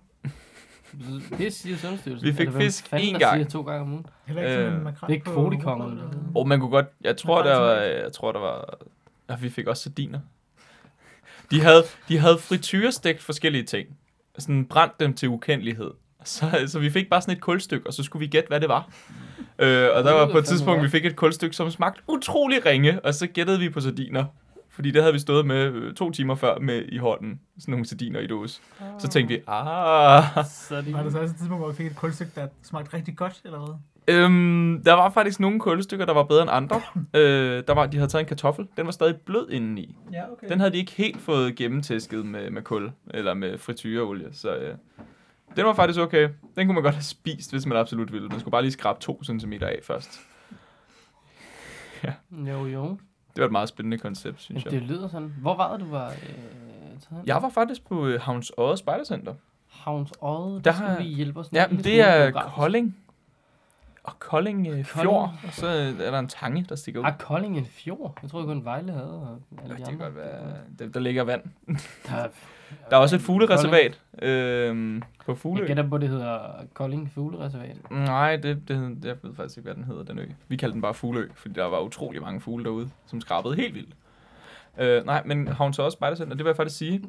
[SPEAKER 2] Det siger Sundhedsstyrelsen.
[SPEAKER 1] Vi fik
[SPEAKER 2] Eller hvem
[SPEAKER 1] fisk
[SPEAKER 2] fanden,
[SPEAKER 1] én
[SPEAKER 2] der
[SPEAKER 1] gang.
[SPEAKER 2] Siger to gange om ugen.
[SPEAKER 3] Heller ikke sådan
[SPEAKER 1] Øh,
[SPEAKER 3] en makrel
[SPEAKER 2] det er
[SPEAKER 3] på
[SPEAKER 2] kvotekongerne,
[SPEAKER 3] rugbrød,
[SPEAKER 2] der
[SPEAKER 3] eller-
[SPEAKER 1] Og oh, man kunne godt... Jeg tror,
[SPEAKER 3] Hvad
[SPEAKER 1] der
[SPEAKER 3] var
[SPEAKER 1] var...
[SPEAKER 3] det til?
[SPEAKER 1] Jeg tror, der var... Ja, vi fik også sardiner. De havde, de havde frityrestegt forskellige ting. Sådan brændt dem til ukendelighed. Så, så vi fik bare sådan et kulstykke, og så skulle vi gætte, hvad det var. Øh, og der
[SPEAKER 2] lyder
[SPEAKER 1] var på
[SPEAKER 2] fandme
[SPEAKER 1] et tidspunkt, vi
[SPEAKER 2] godt.
[SPEAKER 1] fik et kulstykke, som smagte utrolig ringe, og så gættede vi på sardiner. Fordi det havde vi stået med øh, to timer før med i hånden. Sådan nogle sardiner i dåse. Så tænkte vi, ah...
[SPEAKER 2] Så er de...
[SPEAKER 3] Var det så også et tidspunkt, hvor vi fik et kulstykke, der smagte rigtig godt, eller hvad?
[SPEAKER 1] Øhm, der var faktisk nogle kulstykker, der var bedre end andre. øh, der var, de havde taget en kartoffel. Den var stadig blød indeni.
[SPEAKER 3] Ja, okay.
[SPEAKER 1] Den havde de ikke helt fået gennemtæsket med, med kul, eller med frityreolie, så øh, den var faktisk okay. Den kunne man godt have spist, hvis man absolut ville. Man skulle bare lige skrabe 2 cm af først.
[SPEAKER 2] Jo, jo.
[SPEAKER 1] Det var et meget spændende koncept, synes
[SPEAKER 2] Jamen,
[SPEAKER 1] jeg.
[SPEAKER 2] det lyder sådan. Hvor var det, du var øh, taget?
[SPEAKER 1] Jeg var faktisk på øh, Havns Odde Spejdercenter.
[SPEAKER 2] Havns Odde, der
[SPEAKER 1] Der
[SPEAKER 2] skal
[SPEAKER 1] har-
[SPEAKER 2] vi hjælpe os. en
[SPEAKER 1] Ja,
[SPEAKER 2] lille
[SPEAKER 1] men det
[SPEAKER 2] smule
[SPEAKER 1] er
[SPEAKER 2] geografisk.
[SPEAKER 1] Kolding. Og Kolding øh, Fjord, og så øh, er der en tange, der stikker ud.
[SPEAKER 2] Har Ah, Kolding en fjord? Jeg tror kun Vejle havde. Og alle
[SPEAKER 1] Ja, det
[SPEAKER 2] de
[SPEAKER 1] kan
[SPEAKER 2] andre.
[SPEAKER 1] godt være. Der, der ligger vand.
[SPEAKER 2] Der,
[SPEAKER 1] Der er også et fuglereservat øh, på
[SPEAKER 2] Jeg
[SPEAKER 1] Fuglø.
[SPEAKER 2] gætter på, det hedder Kolding Fuglereservat.
[SPEAKER 1] Nej, det, det, hed- jeg ved faktisk ikke, hvad den hedder, den ø. Vi kaldte den bare Fuglø, fordi der var utrolig mange fugle derude, som skrabede helt vildt. Øh, nej, men Havns også Spejdercenter, det vil jeg faktisk sige,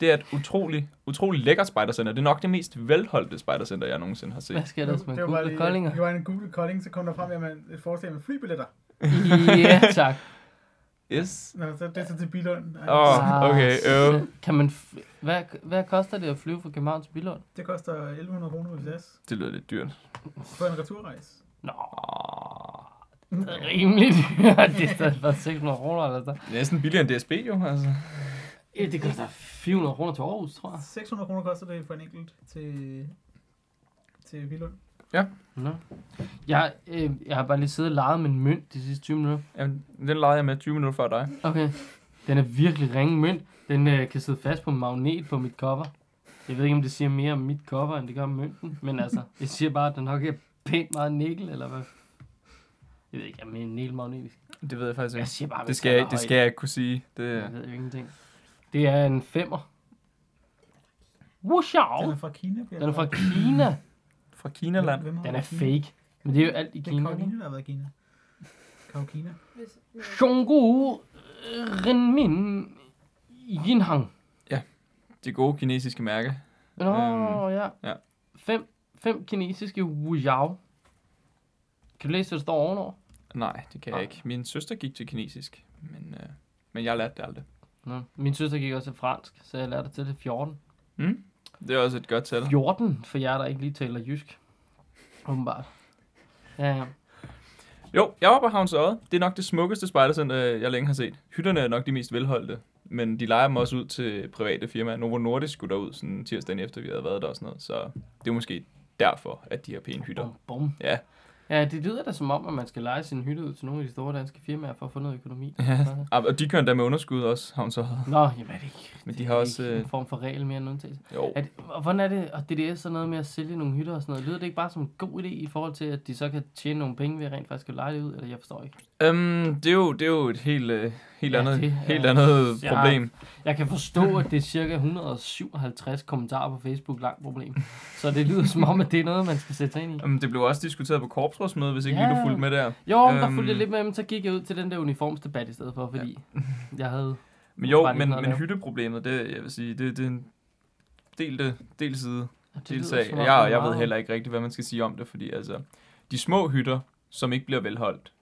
[SPEAKER 1] det er et utrolig, utrolig lækkert spejdercenter. Det er nok det mest velholdte spejdercenter, jeg nogensinde har
[SPEAKER 2] Hvad
[SPEAKER 1] set.
[SPEAKER 2] sker der, hvis man googler Koldinger?
[SPEAKER 3] Det var en Google Kolding, så kom der frem med et forslag med flybilletter.
[SPEAKER 2] ja, tak.
[SPEAKER 1] Yes.
[SPEAKER 3] Nå, så det er så til Altså, Bilund. Ej,
[SPEAKER 1] Åh. okay,
[SPEAKER 2] så-
[SPEAKER 1] øv.
[SPEAKER 2] Ah, Kan man... F- hvad, hvad koster det at flyve fra København til Billund?
[SPEAKER 3] Det koster 1100 kroner ved SAS
[SPEAKER 1] Det lyder lidt dyrt.
[SPEAKER 3] for en returrejse.
[SPEAKER 2] Nå,
[SPEAKER 1] Åh,
[SPEAKER 2] det er rimeligt. det er stadig bare 600 kroner eller sådan.
[SPEAKER 1] Det er næsten billigere end DSB, jo. Altså.
[SPEAKER 2] Ja, det koster 400 kroner til Aarhus, tror jeg.
[SPEAKER 3] 600 kroner koster det for en enkelt til, til Bilund.
[SPEAKER 2] Nå. Jeg, øh, jeg har bare lige siddet og leget med en mønt de sidste 20 minutter.
[SPEAKER 1] Jamen, den legede jeg med 20 minutter før dig.
[SPEAKER 2] Okay. Den er virkelig ringe mønt. Den øh, kan sidde fast på en magnet på mit cover. Jeg ved ikke, om det siger mere om mit cover, end det gør om mønten. Men altså, jeg siger bare, at den nok er pænt meget nikkel, eller hvad? Jeg ved ikke, om det er nikkelmagnetisk.
[SPEAKER 1] Det ved jeg faktisk
[SPEAKER 2] Jeg
[SPEAKER 1] ikke.
[SPEAKER 2] siger bare,
[SPEAKER 1] Det skal, jeg, det skal jeg ikke kunne sige.
[SPEAKER 2] Jeg
[SPEAKER 1] Det,
[SPEAKER 2] ved jo ingenting. Det er en femmer. Wushaw!
[SPEAKER 3] Den er fra Kina.
[SPEAKER 2] Den er fra Kina.
[SPEAKER 1] fra Kinaland.
[SPEAKER 2] Den er fake. Men det er jo alt i
[SPEAKER 3] Det er
[SPEAKER 2] Kina.
[SPEAKER 3] Karoline, der har været i Kina. Karoline.
[SPEAKER 4] Hvis,
[SPEAKER 2] Shungu øh, Renmin Yinhang.
[SPEAKER 1] Det gode kinesiske mærke.
[SPEAKER 2] Nå,
[SPEAKER 1] Øhm,
[SPEAKER 2] ja.
[SPEAKER 1] ja.
[SPEAKER 2] Fem, fem kinesiske Wuyao. Kan du læse, hvad der står ovenover?
[SPEAKER 1] Nej, det kan jeg
[SPEAKER 2] Nej.
[SPEAKER 1] ikke. Min søster gik til kinesisk, men, øh, men jeg lærte det aldrig.
[SPEAKER 2] Nå. Min søster gik også til fransk, så jeg lærte det til det 14.
[SPEAKER 1] Det er også et godt tal.
[SPEAKER 2] 14 for jer, der ikke lige taler jysk. Åbenbart. Ja, ja.
[SPEAKER 1] Jo, jeg var på Havns Odde. Det er nok det smukkeste spejdercenter, øh, jeg længe har set. Hytterne er nok de mest velholdte, men de leger dem også ud til private firmaer. Novo Nordisk skulle derud sådan tirsdagen efter, vi havde været der og sådan noget. Så det er måske derfor, at de har pæne hytter.
[SPEAKER 2] Bum, bum.
[SPEAKER 1] Ja.
[SPEAKER 2] Ja, det lyder da som om, at man skal lege sin hytte ud til nogle af de store danske firmaer for at få noget økonomi.
[SPEAKER 1] Ja. Ah, Og de kører endda med underskud også, Havns Odde.
[SPEAKER 2] Nå, jamen er det ikke.
[SPEAKER 1] Men de
[SPEAKER 2] det
[SPEAKER 1] har
[SPEAKER 2] er
[SPEAKER 1] også,
[SPEAKER 2] ikke en
[SPEAKER 1] øh,
[SPEAKER 2] form for regel mere end undtagelse.
[SPEAKER 1] Jo,
[SPEAKER 2] Er det, og hvordan er det, og DDS sådan noget med at sælge nogle hytter og sådan noget, lyder det ikke bare som en god idé i forhold til, at de så kan tjene nogle penge ved rent faktisk at lege det ud, eller jeg forstår ikke.
[SPEAKER 1] øhm, det, er jo det er jo et helt, øh, helt
[SPEAKER 2] Ja,
[SPEAKER 1] andet,
[SPEAKER 2] det er-
[SPEAKER 1] helt andet
[SPEAKER 2] Ja.
[SPEAKER 1] problem.
[SPEAKER 2] Jeg kan forstå, at det er cirka 157 kommentarer på Facebook langt problem, så det lyder som om, at det er noget, man skal sætte sig ind i.
[SPEAKER 1] Øhm, Det blev også diskuteret på korpsrådsmødet, hvis ikke
[SPEAKER 2] Ja.
[SPEAKER 1] lige du fulgte med der.
[SPEAKER 2] Jo, men der
[SPEAKER 1] Øhm.
[SPEAKER 2] fulgte jeg lidt med, men så gik jeg ud til den der uniformsdebat i stedet for, fordi jeg havde...
[SPEAKER 1] Men
[SPEAKER 2] Det var
[SPEAKER 1] jo,
[SPEAKER 2] bare lige
[SPEAKER 1] men,
[SPEAKER 2] noget at
[SPEAKER 1] men
[SPEAKER 2] lave.
[SPEAKER 1] hytteproblemet, det, jeg vil sige, det, det er en delte, del side,
[SPEAKER 2] Det lyder
[SPEAKER 1] del sag.
[SPEAKER 2] som om,
[SPEAKER 1] Jeg,
[SPEAKER 2] det er
[SPEAKER 1] jeg ved
[SPEAKER 2] meget-
[SPEAKER 1] heller ikke rigtigt, hvad man skal sige om det, fordi altså, de små hytter, som ikke bliver velholdt,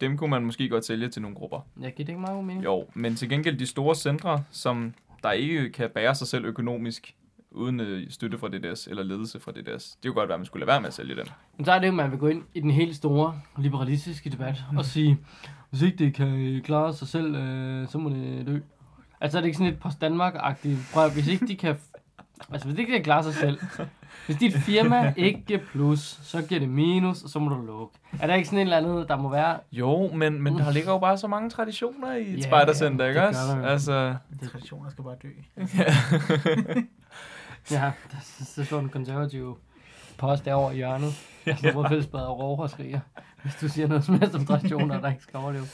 [SPEAKER 1] dem kunne man måske godt sælge til nogle grupper.
[SPEAKER 2] Jeg giver det ikke meget god mening.
[SPEAKER 1] Jo, men til gengæld de store centre, som der ikke kan bære sig selv økonomisk, uden øh, støtte fra DDS eller ledelse fra DDS. Det kunne godt være, at man skulle lade være med at sælge dem.
[SPEAKER 2] Men så er det jo, at man vil gå ind i den helt store liberalistiske debat og sige, hvis ikke det kan øh, klare sig selv, øh, så må det dø. Altså er det ikke sådan lidt post Danmark-agtigt? Prøv, at- hvis ikke de kan... Altså hvis ikke det kan klare sig selv, Hvis dit firma ikke giver plus, så giver det minus, og så må du lukke. Er der ikke sådan et eller andet, der må være...
[SPEAKER 1] Jo, men, men der ligger jo bare så mange traditioner i et
[SPEAKER 2] Ja,
[SPEAKER 1] spejdercenter, ikke
[SPEAKER 2] det
[SPEAKER 1] også?
[SPEAKER 2] gør der jo.
[SPEAKER 1] Altså,
[SPEAKER 3] Traditioner skal bare dø.
[SPEAKER 1] ja.
[SPEAKER 2] Ja, der, så står den konservative post derovre i hjørnet. Jeg står på fællesbadet og råber og skriger, hvis du siger noget som helst om traditioner, der ikke skal overleve.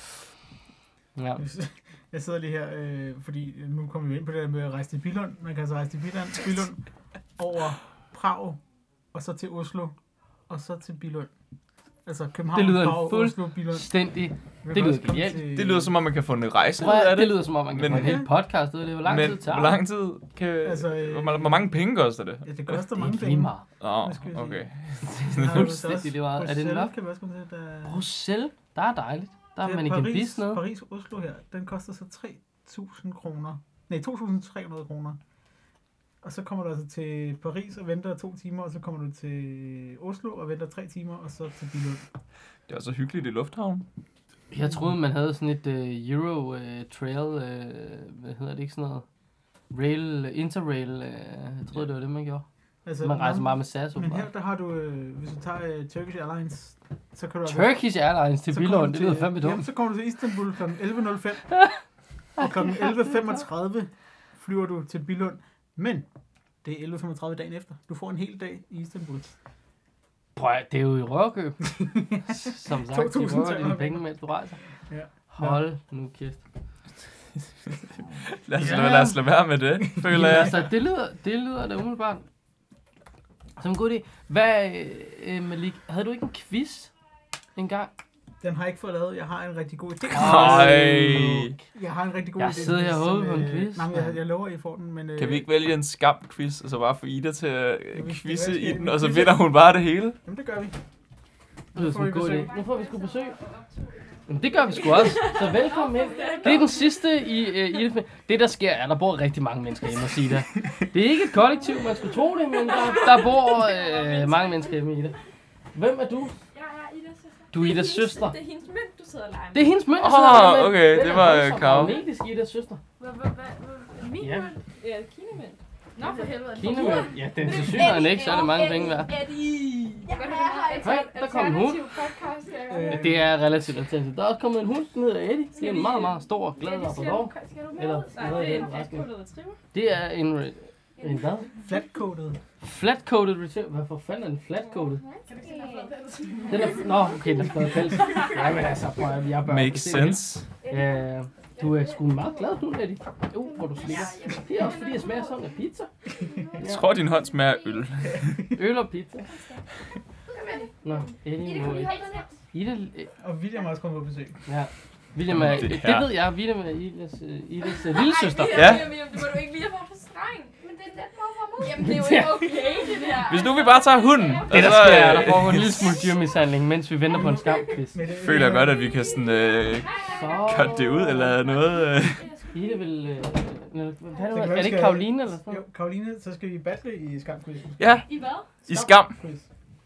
[SPEAKER 2] Ja.
[SPEAKER 3] Jeg sidder lige her, øh, fordi nu kommer vi ind på det der med at rejse til Billund. Man kan altså rejse til Billund, Billund over Prag, og så til Oslo, og så til Billund. Altså København,
[SPEAKER 2] Det lyder en
[SPEAKER 3] Prag,
[SPEAKER 2] fuld-
[SPEAKER 3] Oslo, Billund.
[SPEAKER 2] Stændig. det
[SPEAKER 3] Man kan
[SPEAKER 2] lyder
[SPEAKER 3] også komme
[SPEAKER 2] genialt.
[SPEAKER 3] til-
[SPEAKER 1] Det lyder som om, man kan få en rejse ud
[SPEAKER 2] Prøv,
[SPEAKER 1] af
[SPEAKER 2] at-
[SPEAKER 1] det.
[SPEAKER 2] det lyder som om, man kan
[SPEAKER 1] Men-
[SPEAKER 2] få en hel podcast ud af det. Hvor lang
[SPEAKER 1] men
[SPEAKER 2] tid tager
[SPEAKER 1] hvor lang tid kan...
[SPEAKER 3] Altså, øh,
[SPEAKER 1] hvor, ma- hvor, mange penge koster det?
[SPEAKER 3] Ja, det
[SPEAKER 2] det?
[SPEAKER 3] koster
[SPEAKER 2] Det
[SPEAKER 3] mange
[SPEAKER 2] er lige
[SPEAKER 3] penge.
[SPEAKER 2] meget.
[SPEAKER 1] Åh,
[SPEAKER 3] hvad skal vi
[SPEAKER 1] oh,
[SPEAKER 3] sige?
[SPEAKER 1] okay.
[SPEAKER 3] Har du så
[SPEAKER 2] Fuldstændig
[SPEAKER 3] også
[SPEAKER 2] lige meget. Er det en
[SPEAKER 3] Bruxelles,
[SPEAKER 2] lov?
[SPEAKER 3] Kan vi også komme til, der...
[SPEAKER 2] Bruxelles, der er dejligt. Der er
[SPEAKER 3] Det
[SPEAKER 2] man ikke en bis nede.
[SPEAKER 3] Paris, Oslo her, den koster så 3.000 kroner. Nej, 2.300 kroner. Og så kommer du altså til Paris og venter to timer, og så kommer du til Oslo og venter tre timer, og så til Billund.
[SPEAKER 1] Det er også hyggeligt i lufthavnen.
[SPEAKER 2] Jeg troede, man havde sådan et uh, Euro uh, Trail, uh, hvad hedder det ikke sådan noget? Rail, øh, Interrail, uh, jeg troede, det var det, man gjorde.
[SPEAKER 3] Altså,
[SPEAKER 2] Man rejser
[SPEAKER 3] men-
[SPEAKER 2] meget med SAS,
[SPEAKER 3] Men her,
[SPEAKER 2] åbenbart.
[SPEAKER 3] der har du, øh, hvis du tager øh, Turkish Airlines, så kan du... altså-
[SPEAKER 2] Turkish Airlines til
[SPEAKER 3] så kommer du
[SPEAKER 2] Billund, det lyder fandme
[SPEAKER 3] Jamen,
[SPEAKER 2] dumt.
[SPEAKER 3] så kommer du til Istanbul kl. 11.05, og kl. 11.35 flyver du til Billund. Men det er 11.35 dagen efter. Du får en hel dag i Istanbul.
[SPEAKER 2] Prøv, at- det er jo i rørkøb. Som sagt, de
[SPEAKER 3] 2.300
[SPEAKER 2] røver dine penge, mens du rejser.
[SPEAKER 3] Ja.
[SPEAKER 2] Hold nu kæft.
[SPEAKER 1] Lad os,
[SPEAKER 2] Ja.
[SPEAKER 1] lad os lade være med det, føler
[SPEAKER 2] Jamen,
[SPEAKER 1] jeg.
[SPEAKER 2] altså, det lyder, det lyder da umiddelbart som en god idé. Hvad, øh, øh, Malik, havde du ikke en quiz engang?
[SPEAKER 3] Den har jeg ikke fået lavet. Jeg har en rigtig god idé.
[SPEAKER 1] Nej.
[SPEAKER 3] Jeg har en rigtig god
[SPEAKER 2] Jeg
[SPEAKER 3] idé.
[SPEAKER 2] sidder her og
[SPEAKER 3] som,
[SPEAKER 2] håber på en
[SPEAKER 3] øh,
[SPEAKER 2] quiz,
[SPEAKER 3] Nej, men jeg,
[SPEAKER 2] mand.
[SPEAKER 3] jeg lover, I får den. Men, øh,
[SPEAKER 1] Kan vi ikke vælge en skam quiz, og så bare få Ida til at øh,
[SPEAKER 3] vi-
[SPEAKER 1] quizze
[SPEAKER 3] hvad
[SPEAKER 1] i
[SPEAKER 3] skal
[SPEAKER 1] den,
[SPEAKER 3] vi
[SPEAKER 1] og så
[SPEAKER 3] quizze?
[SPEAKER 1] vinder hun bare det hele?
[SPEAKER 3] Jamen, det gør vi.
[SPEAKER 2] Det lyder som en
[SPEAKER 3] Nu
[SPEAKER 2] god
[SPEAKER 3] får vi besøg.
[SPEAKER 2] idé. Nu får vi sgu besøg. Jamen, det gør vi sgu også. Så velkommen ind. Det er den sidste i, øh, i det. det, der sker, er, at der bor rigtig mange mennesker hjemme hos Ida. Det er ikke et kollektiv, man skulle tro det, men der, der bor øh, mange mennesker hjemme i Ida. Hvem er du?
[SPEAKER 4] Jeg er Idas søster.
[SPEAKER 2] Du er Idas
[SPEAKER 4] hendes-
[SPEAKER 2] søster.
[SPEAKER 4] Det er hendes mønt, du sidder og leger med.
[SPEAKER 2] Det er hendes mønt, der
[SPEAKER 1] Åh,
[SPEAKER 2] sidder dernede.
[SPEAKER 1] Ah, okay,
[SPEAKER 2] Den
[SPEAKER 1] det
[SPEAKER 2] er
[SPEAKER 1] var, øh,
[SPEAKER 2] voldsom og
[SPEAKER 1] Karo.
[SPEAKER 2] magnetisk, Idas søster.
[SPEAKER 4] Hvad, hvad, hvad, hvad? Min
[SPEAKER 2] Ja.
[SPEAKER 4] mønt? Ja, kinamønt. Nå, for helvede.
[SPEAKER 2] Kina Ja, den er tilsyneladende Altså, ikke, så er det mange penge værd.
[SPEAKER 4] Eddie. Jeg
[SPEAKER 2] Hej, der kom en hund.
[SPEAKER 4] podcast. jeg er-
[SPEAKER 3] Øh,
[SPEAKER 2] Det er relativt attraktivt. Der er også kommet en hund, den hedder Eddie. Det er
[SPEAKER 4] Skal vi-
[SPEAKER 2] en meget, meget stor, glad
[SPEAKER 4] Eddie, skal
[SPEAKER 2] labrador.
[SPEAKER 4] du- Skal du med?
[SPEAKER 2] Eller-
[SPEAKER 4] ud? Nej, det er en fastkundet retriever.
[SPEAKER 2] Det er en... re- En hvad?
[SPEAKER 3] Flatcoated.
[SPEAKER 2] Flatcoated retriever. Hvad for fanden er den flatcoated?
[SPEAKER 4] Kan du ikke se, der er flot pels?
[SPEAKER 2] Den er... Nå, okay, den er flot pels. Nej, men altså, prøv at jeg bør...
[SPEAKER 1] Makes sense.
[SPEAKER 2] Øh, du er sgu en meget glad hund, Eddie. Jo, hvor du slikker. Det er også fordi, jeg smager sådan af pizza.
[SPEAKER 1] Jeg tror, din hånd smager af øl.
[SPEAKER 2] Øl og pizza. Nå, Eddie
[SPEAKER 4] Ida,
[SPEAKER 2] må
[SPEAKER 4] kan vi
[SPEAKER 2] ikke.
[SPEAKER 4] holde den her?
[SPEAKER 2] Ida... øh,
[SPEAKER 3] Og William er også kommet på besøg.
[SPEAKER 2] Ja. William er...
[SPEAKER 1] Det
[SPEAKER 2] Det,
[SPEAKER 1] her.
[SPEAKER 2] ved jeg. William er Idas, øh, Idas øh, lille søster.
[SPEAKER 4] Ej,
[SPEAKER 1] Ja.
[SPEAKER 4] William, William, det må du ikke lige have været for streng. Men det er let måde for mig. Jamen, det er jo ikke okay, det der.
[SPEAKER 1] Hvis nu vi bare tager hunden,
[SPEAKER 2] Det,
[SPEAKER 1] og
[SPEAKER 2] der
[SPEAKER 1] så,
[SPEAKER 2] sker, er,
[SPEAKER 1] øh,
[SPEAKER 2] at der foregår en lille smule dyrmishandling, mens vi venter på en skamkvist.
[SPEAKER 3] Men øh, det,
[SPEAKER 1] føler jeg godt, at vi kan sådan øh, cut det ud, eller noget. Øh.
[SPEAKER 2] Ida vil... Øh, eller hvad
[SPEAKER 3] Det
[SPEAKER 2] er,
[SPEAKER 3] kan
[SPEAKER 2] det,
[SPEAKER 3] være,
[SPEAKER 2] er det ikke
[SPEAKER 3] skal-
[SPEAKER 2] Karoline eller sådan
[SPEAKER 3] Jo,
[SPEAKER 2] noget?
[SPEAKER 3] Karoline, så skal vi battle i skamquiz.
[SPEAKER 1] Ja,
[SPEAKER 4] I hvad?
[SPEAKER 1] i skam.
[SPEAKER 3] Quiz.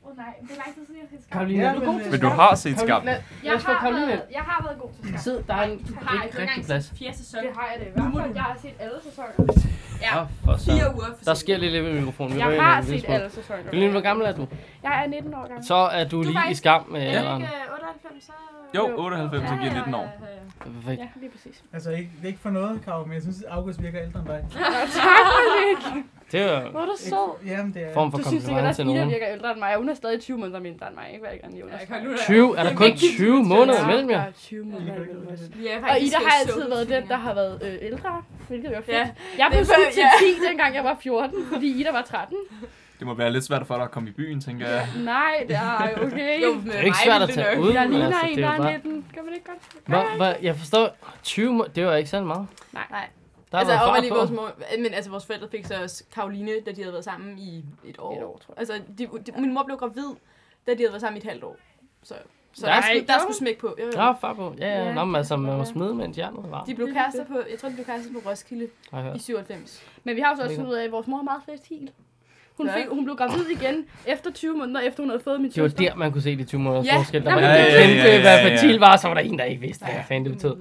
[SPEAKER 4] Åh oh, nej, det er lang tid siden, jeg har set skam.
[SPEAKER 2] Karoline,
[SPEAKER 3] Ja,
[SPEAKER 2] er du
[SPEAKER 3] men,
[SPEAKER 2] god
[SPEAKER 3] øh,
[SPEAKER 2] til
[SPEAKER 1] Men du har set skam.
[SPEAKER 2] Karoline, lad,
[SPEAKER 4] Jeg
[SPEAKER 2] lad os få
[SPEAKER 4] har,
[SPEAKER 2] Karoline ind.
[SPEAKER 4] været, jeg har været god til skam.
[SPEAKER 2] Sid, der er en
[SPEAKER 4] Du har
[SPEAKER 2] ikke
[SPEAKER 4] ikke engang
[SPEAKER 2] rigtig plads.
[SPEAKER 4] set fjerde sæson.
[SPEAKER 5] Det har jeg det i
[SPEAKER 4] Nu
[SPEAKER 5] hvert
[SPEAKER 4] må
[SPEAKER 5] fald.
[SPEAKER 4] du-
[SPEAKER 5] Jeg har set alle sæsoner.
[SPEAKER 4] Ja.
[SPEAKER 2] Åh, for så.
[SPEAKER 4] Fire uger for
[SPEAKER 2] Der
[SPEAKER 4] sent.
[SPEAKER 2] sker lidt lidt ved mikrofonen.
[SPEAKER 5] Jeg har set alle sæsoner.
[SPEAKER 2] Karoline, hvor gammel er du?
[SPEAKER 5] Jeg er 19 år gammel.
[SPEAKER 2] Så er du
[SPEAKER 4] Du
[SPEAKER 2] lige
[SPEAKER 4] var
[SPEAKER 2] i
[SPEAKER 4] ikke-
[SPEAKER 2] skam med
[SPEAKER 4] Er det
[SPEAKER 2] alderen.
[SPEAKER 4] ikke øh, 98, så...
[SPEAKER 1] Jo, 98, så giver 19 år.
[SPEAKER 2] Perfekt.
[SPEAKER 5] Ja, lige præcis.
[SPEAKER 3] Altså, ikke, det er ikke for noget, Karo, men jeg synes, at August virker ældre end dig.
[SPEAKER 5] Tak, Malik.
[SPEAKER 2] Det er jo
[SPEAKER 5] Hvor er du
[SPEAKER 3] Ikke-
[SPEAKER 5] sød.
[SPEAKER 3] Jamen, det er...
[SPEAKER 2] en form for
[SPEAKER 5] Du synes sikkert,
[SPEAKER 2] kompliment
[SPEAKER 5] at
[SPEAKER 2] til
[SPEAKER 5] Ida
[SPEAKER 2] nogen.
[SPEAKER 5] virker ældre end mig. Hun er stadig 20 måneder mindre end mig. Ikke hvad jeg gerne lige understreger.
[SPEAKER 2] 20, er der kun 20 måneder imellem jer?
[SPEAKER 5] Ja, 20 måneder imellem os.
[SPEAKER 4] Ja,
[SPEAKER 5] Og Ida har altid været den, der har været øh, ældre, hvilket var fedt.
[SPEAKER 4] Ja.
[SPEAKER 5] Jeg blev
[SPEAKER 4] Det var-
[SPEAKER 5] skudt til
[SPEAKER 4] ja.
[SPEAKER 5] 10, dengang jeg var 14, fordi Ida var 13.
[SPEAKER 1] Det må være lidt svært for dig at komme i byen, tænker jeg.
[SPEAKER 5] Nej, det er ej, okay.
[SPEAKER 4] Jo,
[SPEAKER 2] Det er ikke svært at tage ud.
[SPEAKER 5] Jeg
[SPEAKER 2] men
[SPEAKER 5] ligner
[SPEAKER 2] altså,
[SPEAKER 5] en,
[SPEAKER 2] det er
[SPEAKER 5] der
[SPEAKER 2] jo
[SPEAKER 5] er
[SPEAKER 2] bare...
[SPEAKER 5] 19. Kan man ikke godt?
[SPEAKER 2] Hvor, hvor, jeg forstår, 20 må... det var ikke særlig meget.
[SPEAKER 5] Nej.
[SPEAKER 6] Nej.
[SPEAKER 2] Der er
[SPEAKER 6] altså,
[SPEAKER 2] noget
[SPEAKER 6] og
[SPEAKER 2] fart
[SPEAKER 6] lige
[SPEAKER 2] på.
[SPEAKER 6] vores mor, men altså, vores forældre fik så også Karoline, da de havde været sammen i et år.
[SPEAKER 5] Et år, tror jeg.
[SPEAKER 6] Altså, de, de, min mor blev gravid, da de havde været sammen i et halvt år. Så, så
[SPEAKER 2] Nej,
[SPEAKER 6] der, skulle, der
[SPEAKER 5] gjorde
[SPEAKER 6] skulle smæk på. Jo,
[SPEAKER 2] Der
[SPEAKER 6] jo.
[SPEAKER 2] er fart på. Ja, ja.
[SPEAKER 5] Ja,
[SPEAKER 2] Nå, men altså, man må
[SPEAKER 5] ja.
[SPEAKER 2] smide, mens jernet er varmt.
[SPEAKER 6] De blev kærester på, jeg tror, de blev kærester på Roskilde
[SPEAKER 2] har jeg hørt.
[SPEAKER 6] i 97.
[SPEAKER 5] Men vi har jo så også fundet ud af, at vores mor er meget festil. Hun,
[SPEAKER 6] Ja.
[SPEAKER 5] fik, hun blev gravid igen efter 20 måneder, efter hun havde fået min
[SPEAKER 2] Det var
[SPEAKER 5] søster.
[SPEAKER 2] der, man kunne se de 20 måneders
[SPEAKER 6] Ja,
[SPEAKER 2] forskel. Der var
[SPEAKER 5] jamen,
[SPEAKER 2] en,
[SPEAKER 5] det
[SPEAKER 2] der
[SPEAKER 5] er
[SPEAKER 1] det.
[SPEAKER 2] kendte,
[SPEAKER 1] Ja, ja, ja,
[SPEAKER 2] hvad
[SPEAKER 1] ja.
[SPEAKER 2] fertil var, så var der en, der ikke vidste, hvad fanden det betød.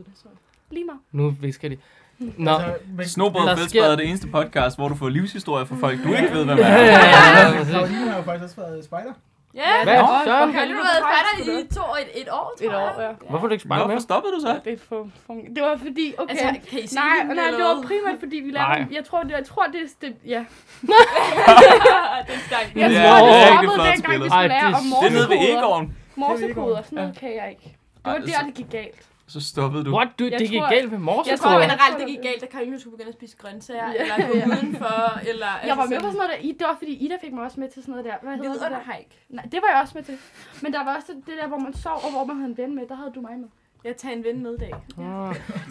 [SPEAKER 5] Lige meget.
[SPEAKER 2] Nu visker de. Nå.
[SPEAKER 3] Altså, men,
[SPEAKER 1] Snobrød
[SPEAKER 2] Der
[SPEAKER 1] og
[SPEAKER 2] sker-
[SPEAKER 1] Fællesbad er det eneste podcast, hvor du får livshistorier fra folk, du ikke ved, hvem
[SPEAKER 2] Ja,
[SPEAKER 1] er.
[SPEAKER 2] ja, ja,
[SPEAKER 3] men
[SPEAKER 2] præcis.
[SPEAKER 3] Karoline har jo faktisk også været spejder.
[SPEAKER 4] Ja,
[SPEAKER 2] Hvad
[SPEAKER 6] Nå,
[SPEAKER 2] så?
[SPEAKER 6] for
[SPEAKER 4] har
[SPEAKER 6] helvede,
[SPEAKER 4] du været
[SPEAKER 6] hvor
[SPEAKER 4] fætter
[SPEAKER 6] skulle
[SPEAKER 4] i to, et, et år, tror
[SPEAKER 5] Et år,
[SPEAKER 4] jeg?
[SPEAKER 5] ja.
[SPEAKER 2] Hvorfor er du ikke spejder med?
[SPEAKER 1] Hvorfor stoppede du så?
[SPEAKER 5] Det, er for, for, det var fordi, okay...
[SPEAKER 4] Altså, kan I se
[SPEAKER 5] nej,
[SPEAKER 4] hende,
[SPEAKER 5] nej,
[SPEAKER 4] eller
[SPEAKER 5] det var
[SPEAKER 4] hvad?
[SPEAKER 5] primært fordi, vi lavede...
[SPEAKER 2] Nej.
[SPEAKER 5] Jeg tror, det, jeg tror, det, det ja.
[SPEAKER 6] den stank.
[SPEAKER 5] Jeg
[SPEAKER 2] Ja,
[SPEAKER 5] tror,
[SPEAKER 2] det er
[SPEAKER 5] det
[SPEAKER 2] ikke
[SPEAKER 5] stoppede
[SPEAKER 1] flot
[SPEAKER 5] dengang,
[SPEAKER 1] spillet.
[SPEAKER 5] vi
[SPEAKER 2] Ej,
[SPEAKER 5] skulle lære
[SPEAKER 2] det-
[SPEAKER 5] om
[SPEAKER 1] Det er nede ved
[SPEAKER 5] morsekoder.
[SPEAKER 1] Egoen.
[SPEAKER 5] Morsekoder, sådan noget kan jeg ikke. Det var
[SPEAKER 1] Ej,
[SPEAKER 5] der,
[SPEAKER 1] så-
[SPEAKER 5] det gik galt.
[SPEAKER 1] Så stoppede du.
[SPEAKER 2] What? Du,
[SPEAKER 5] Jeg
[SPEAKER 2] det gik
[SPEAKER 5] tror-
[SPEAKER 2] galt med morse.
[SPEAKER 5] Jeg
[SPEAKER 4] Jeg
[SPEAKER 5] tror,
[SPEAKER 4] tror
[SPEAKER 5] det-
[SPEAKER 4] generelt, det gik galt, at Karoline skulle begynde at spise grøntsager,
[SPEAKER 5] Ja.
[SPEAKER 4] eller gå udenfor, eller...
[SPEAKER 5] Jeg
[SPEAKER 6] altså,
[SPEAKER 5] var med på sådan noget der. I- Det var fordi Ida fik mig også med til sådan noget der. Hvad hedder det der?
[SPEAKER 4] Vidunderhike.
[SPEAKER 5] Nej, det var jeg også med til. Men der var også det det der, hvor man sov, og hvor man havde en ven med. Der havde du mig med.
[SPEAKER 4] Jeg tager en ven med i dag.
[SPEAKER 2] Ah.
[SPEAKER 5] Det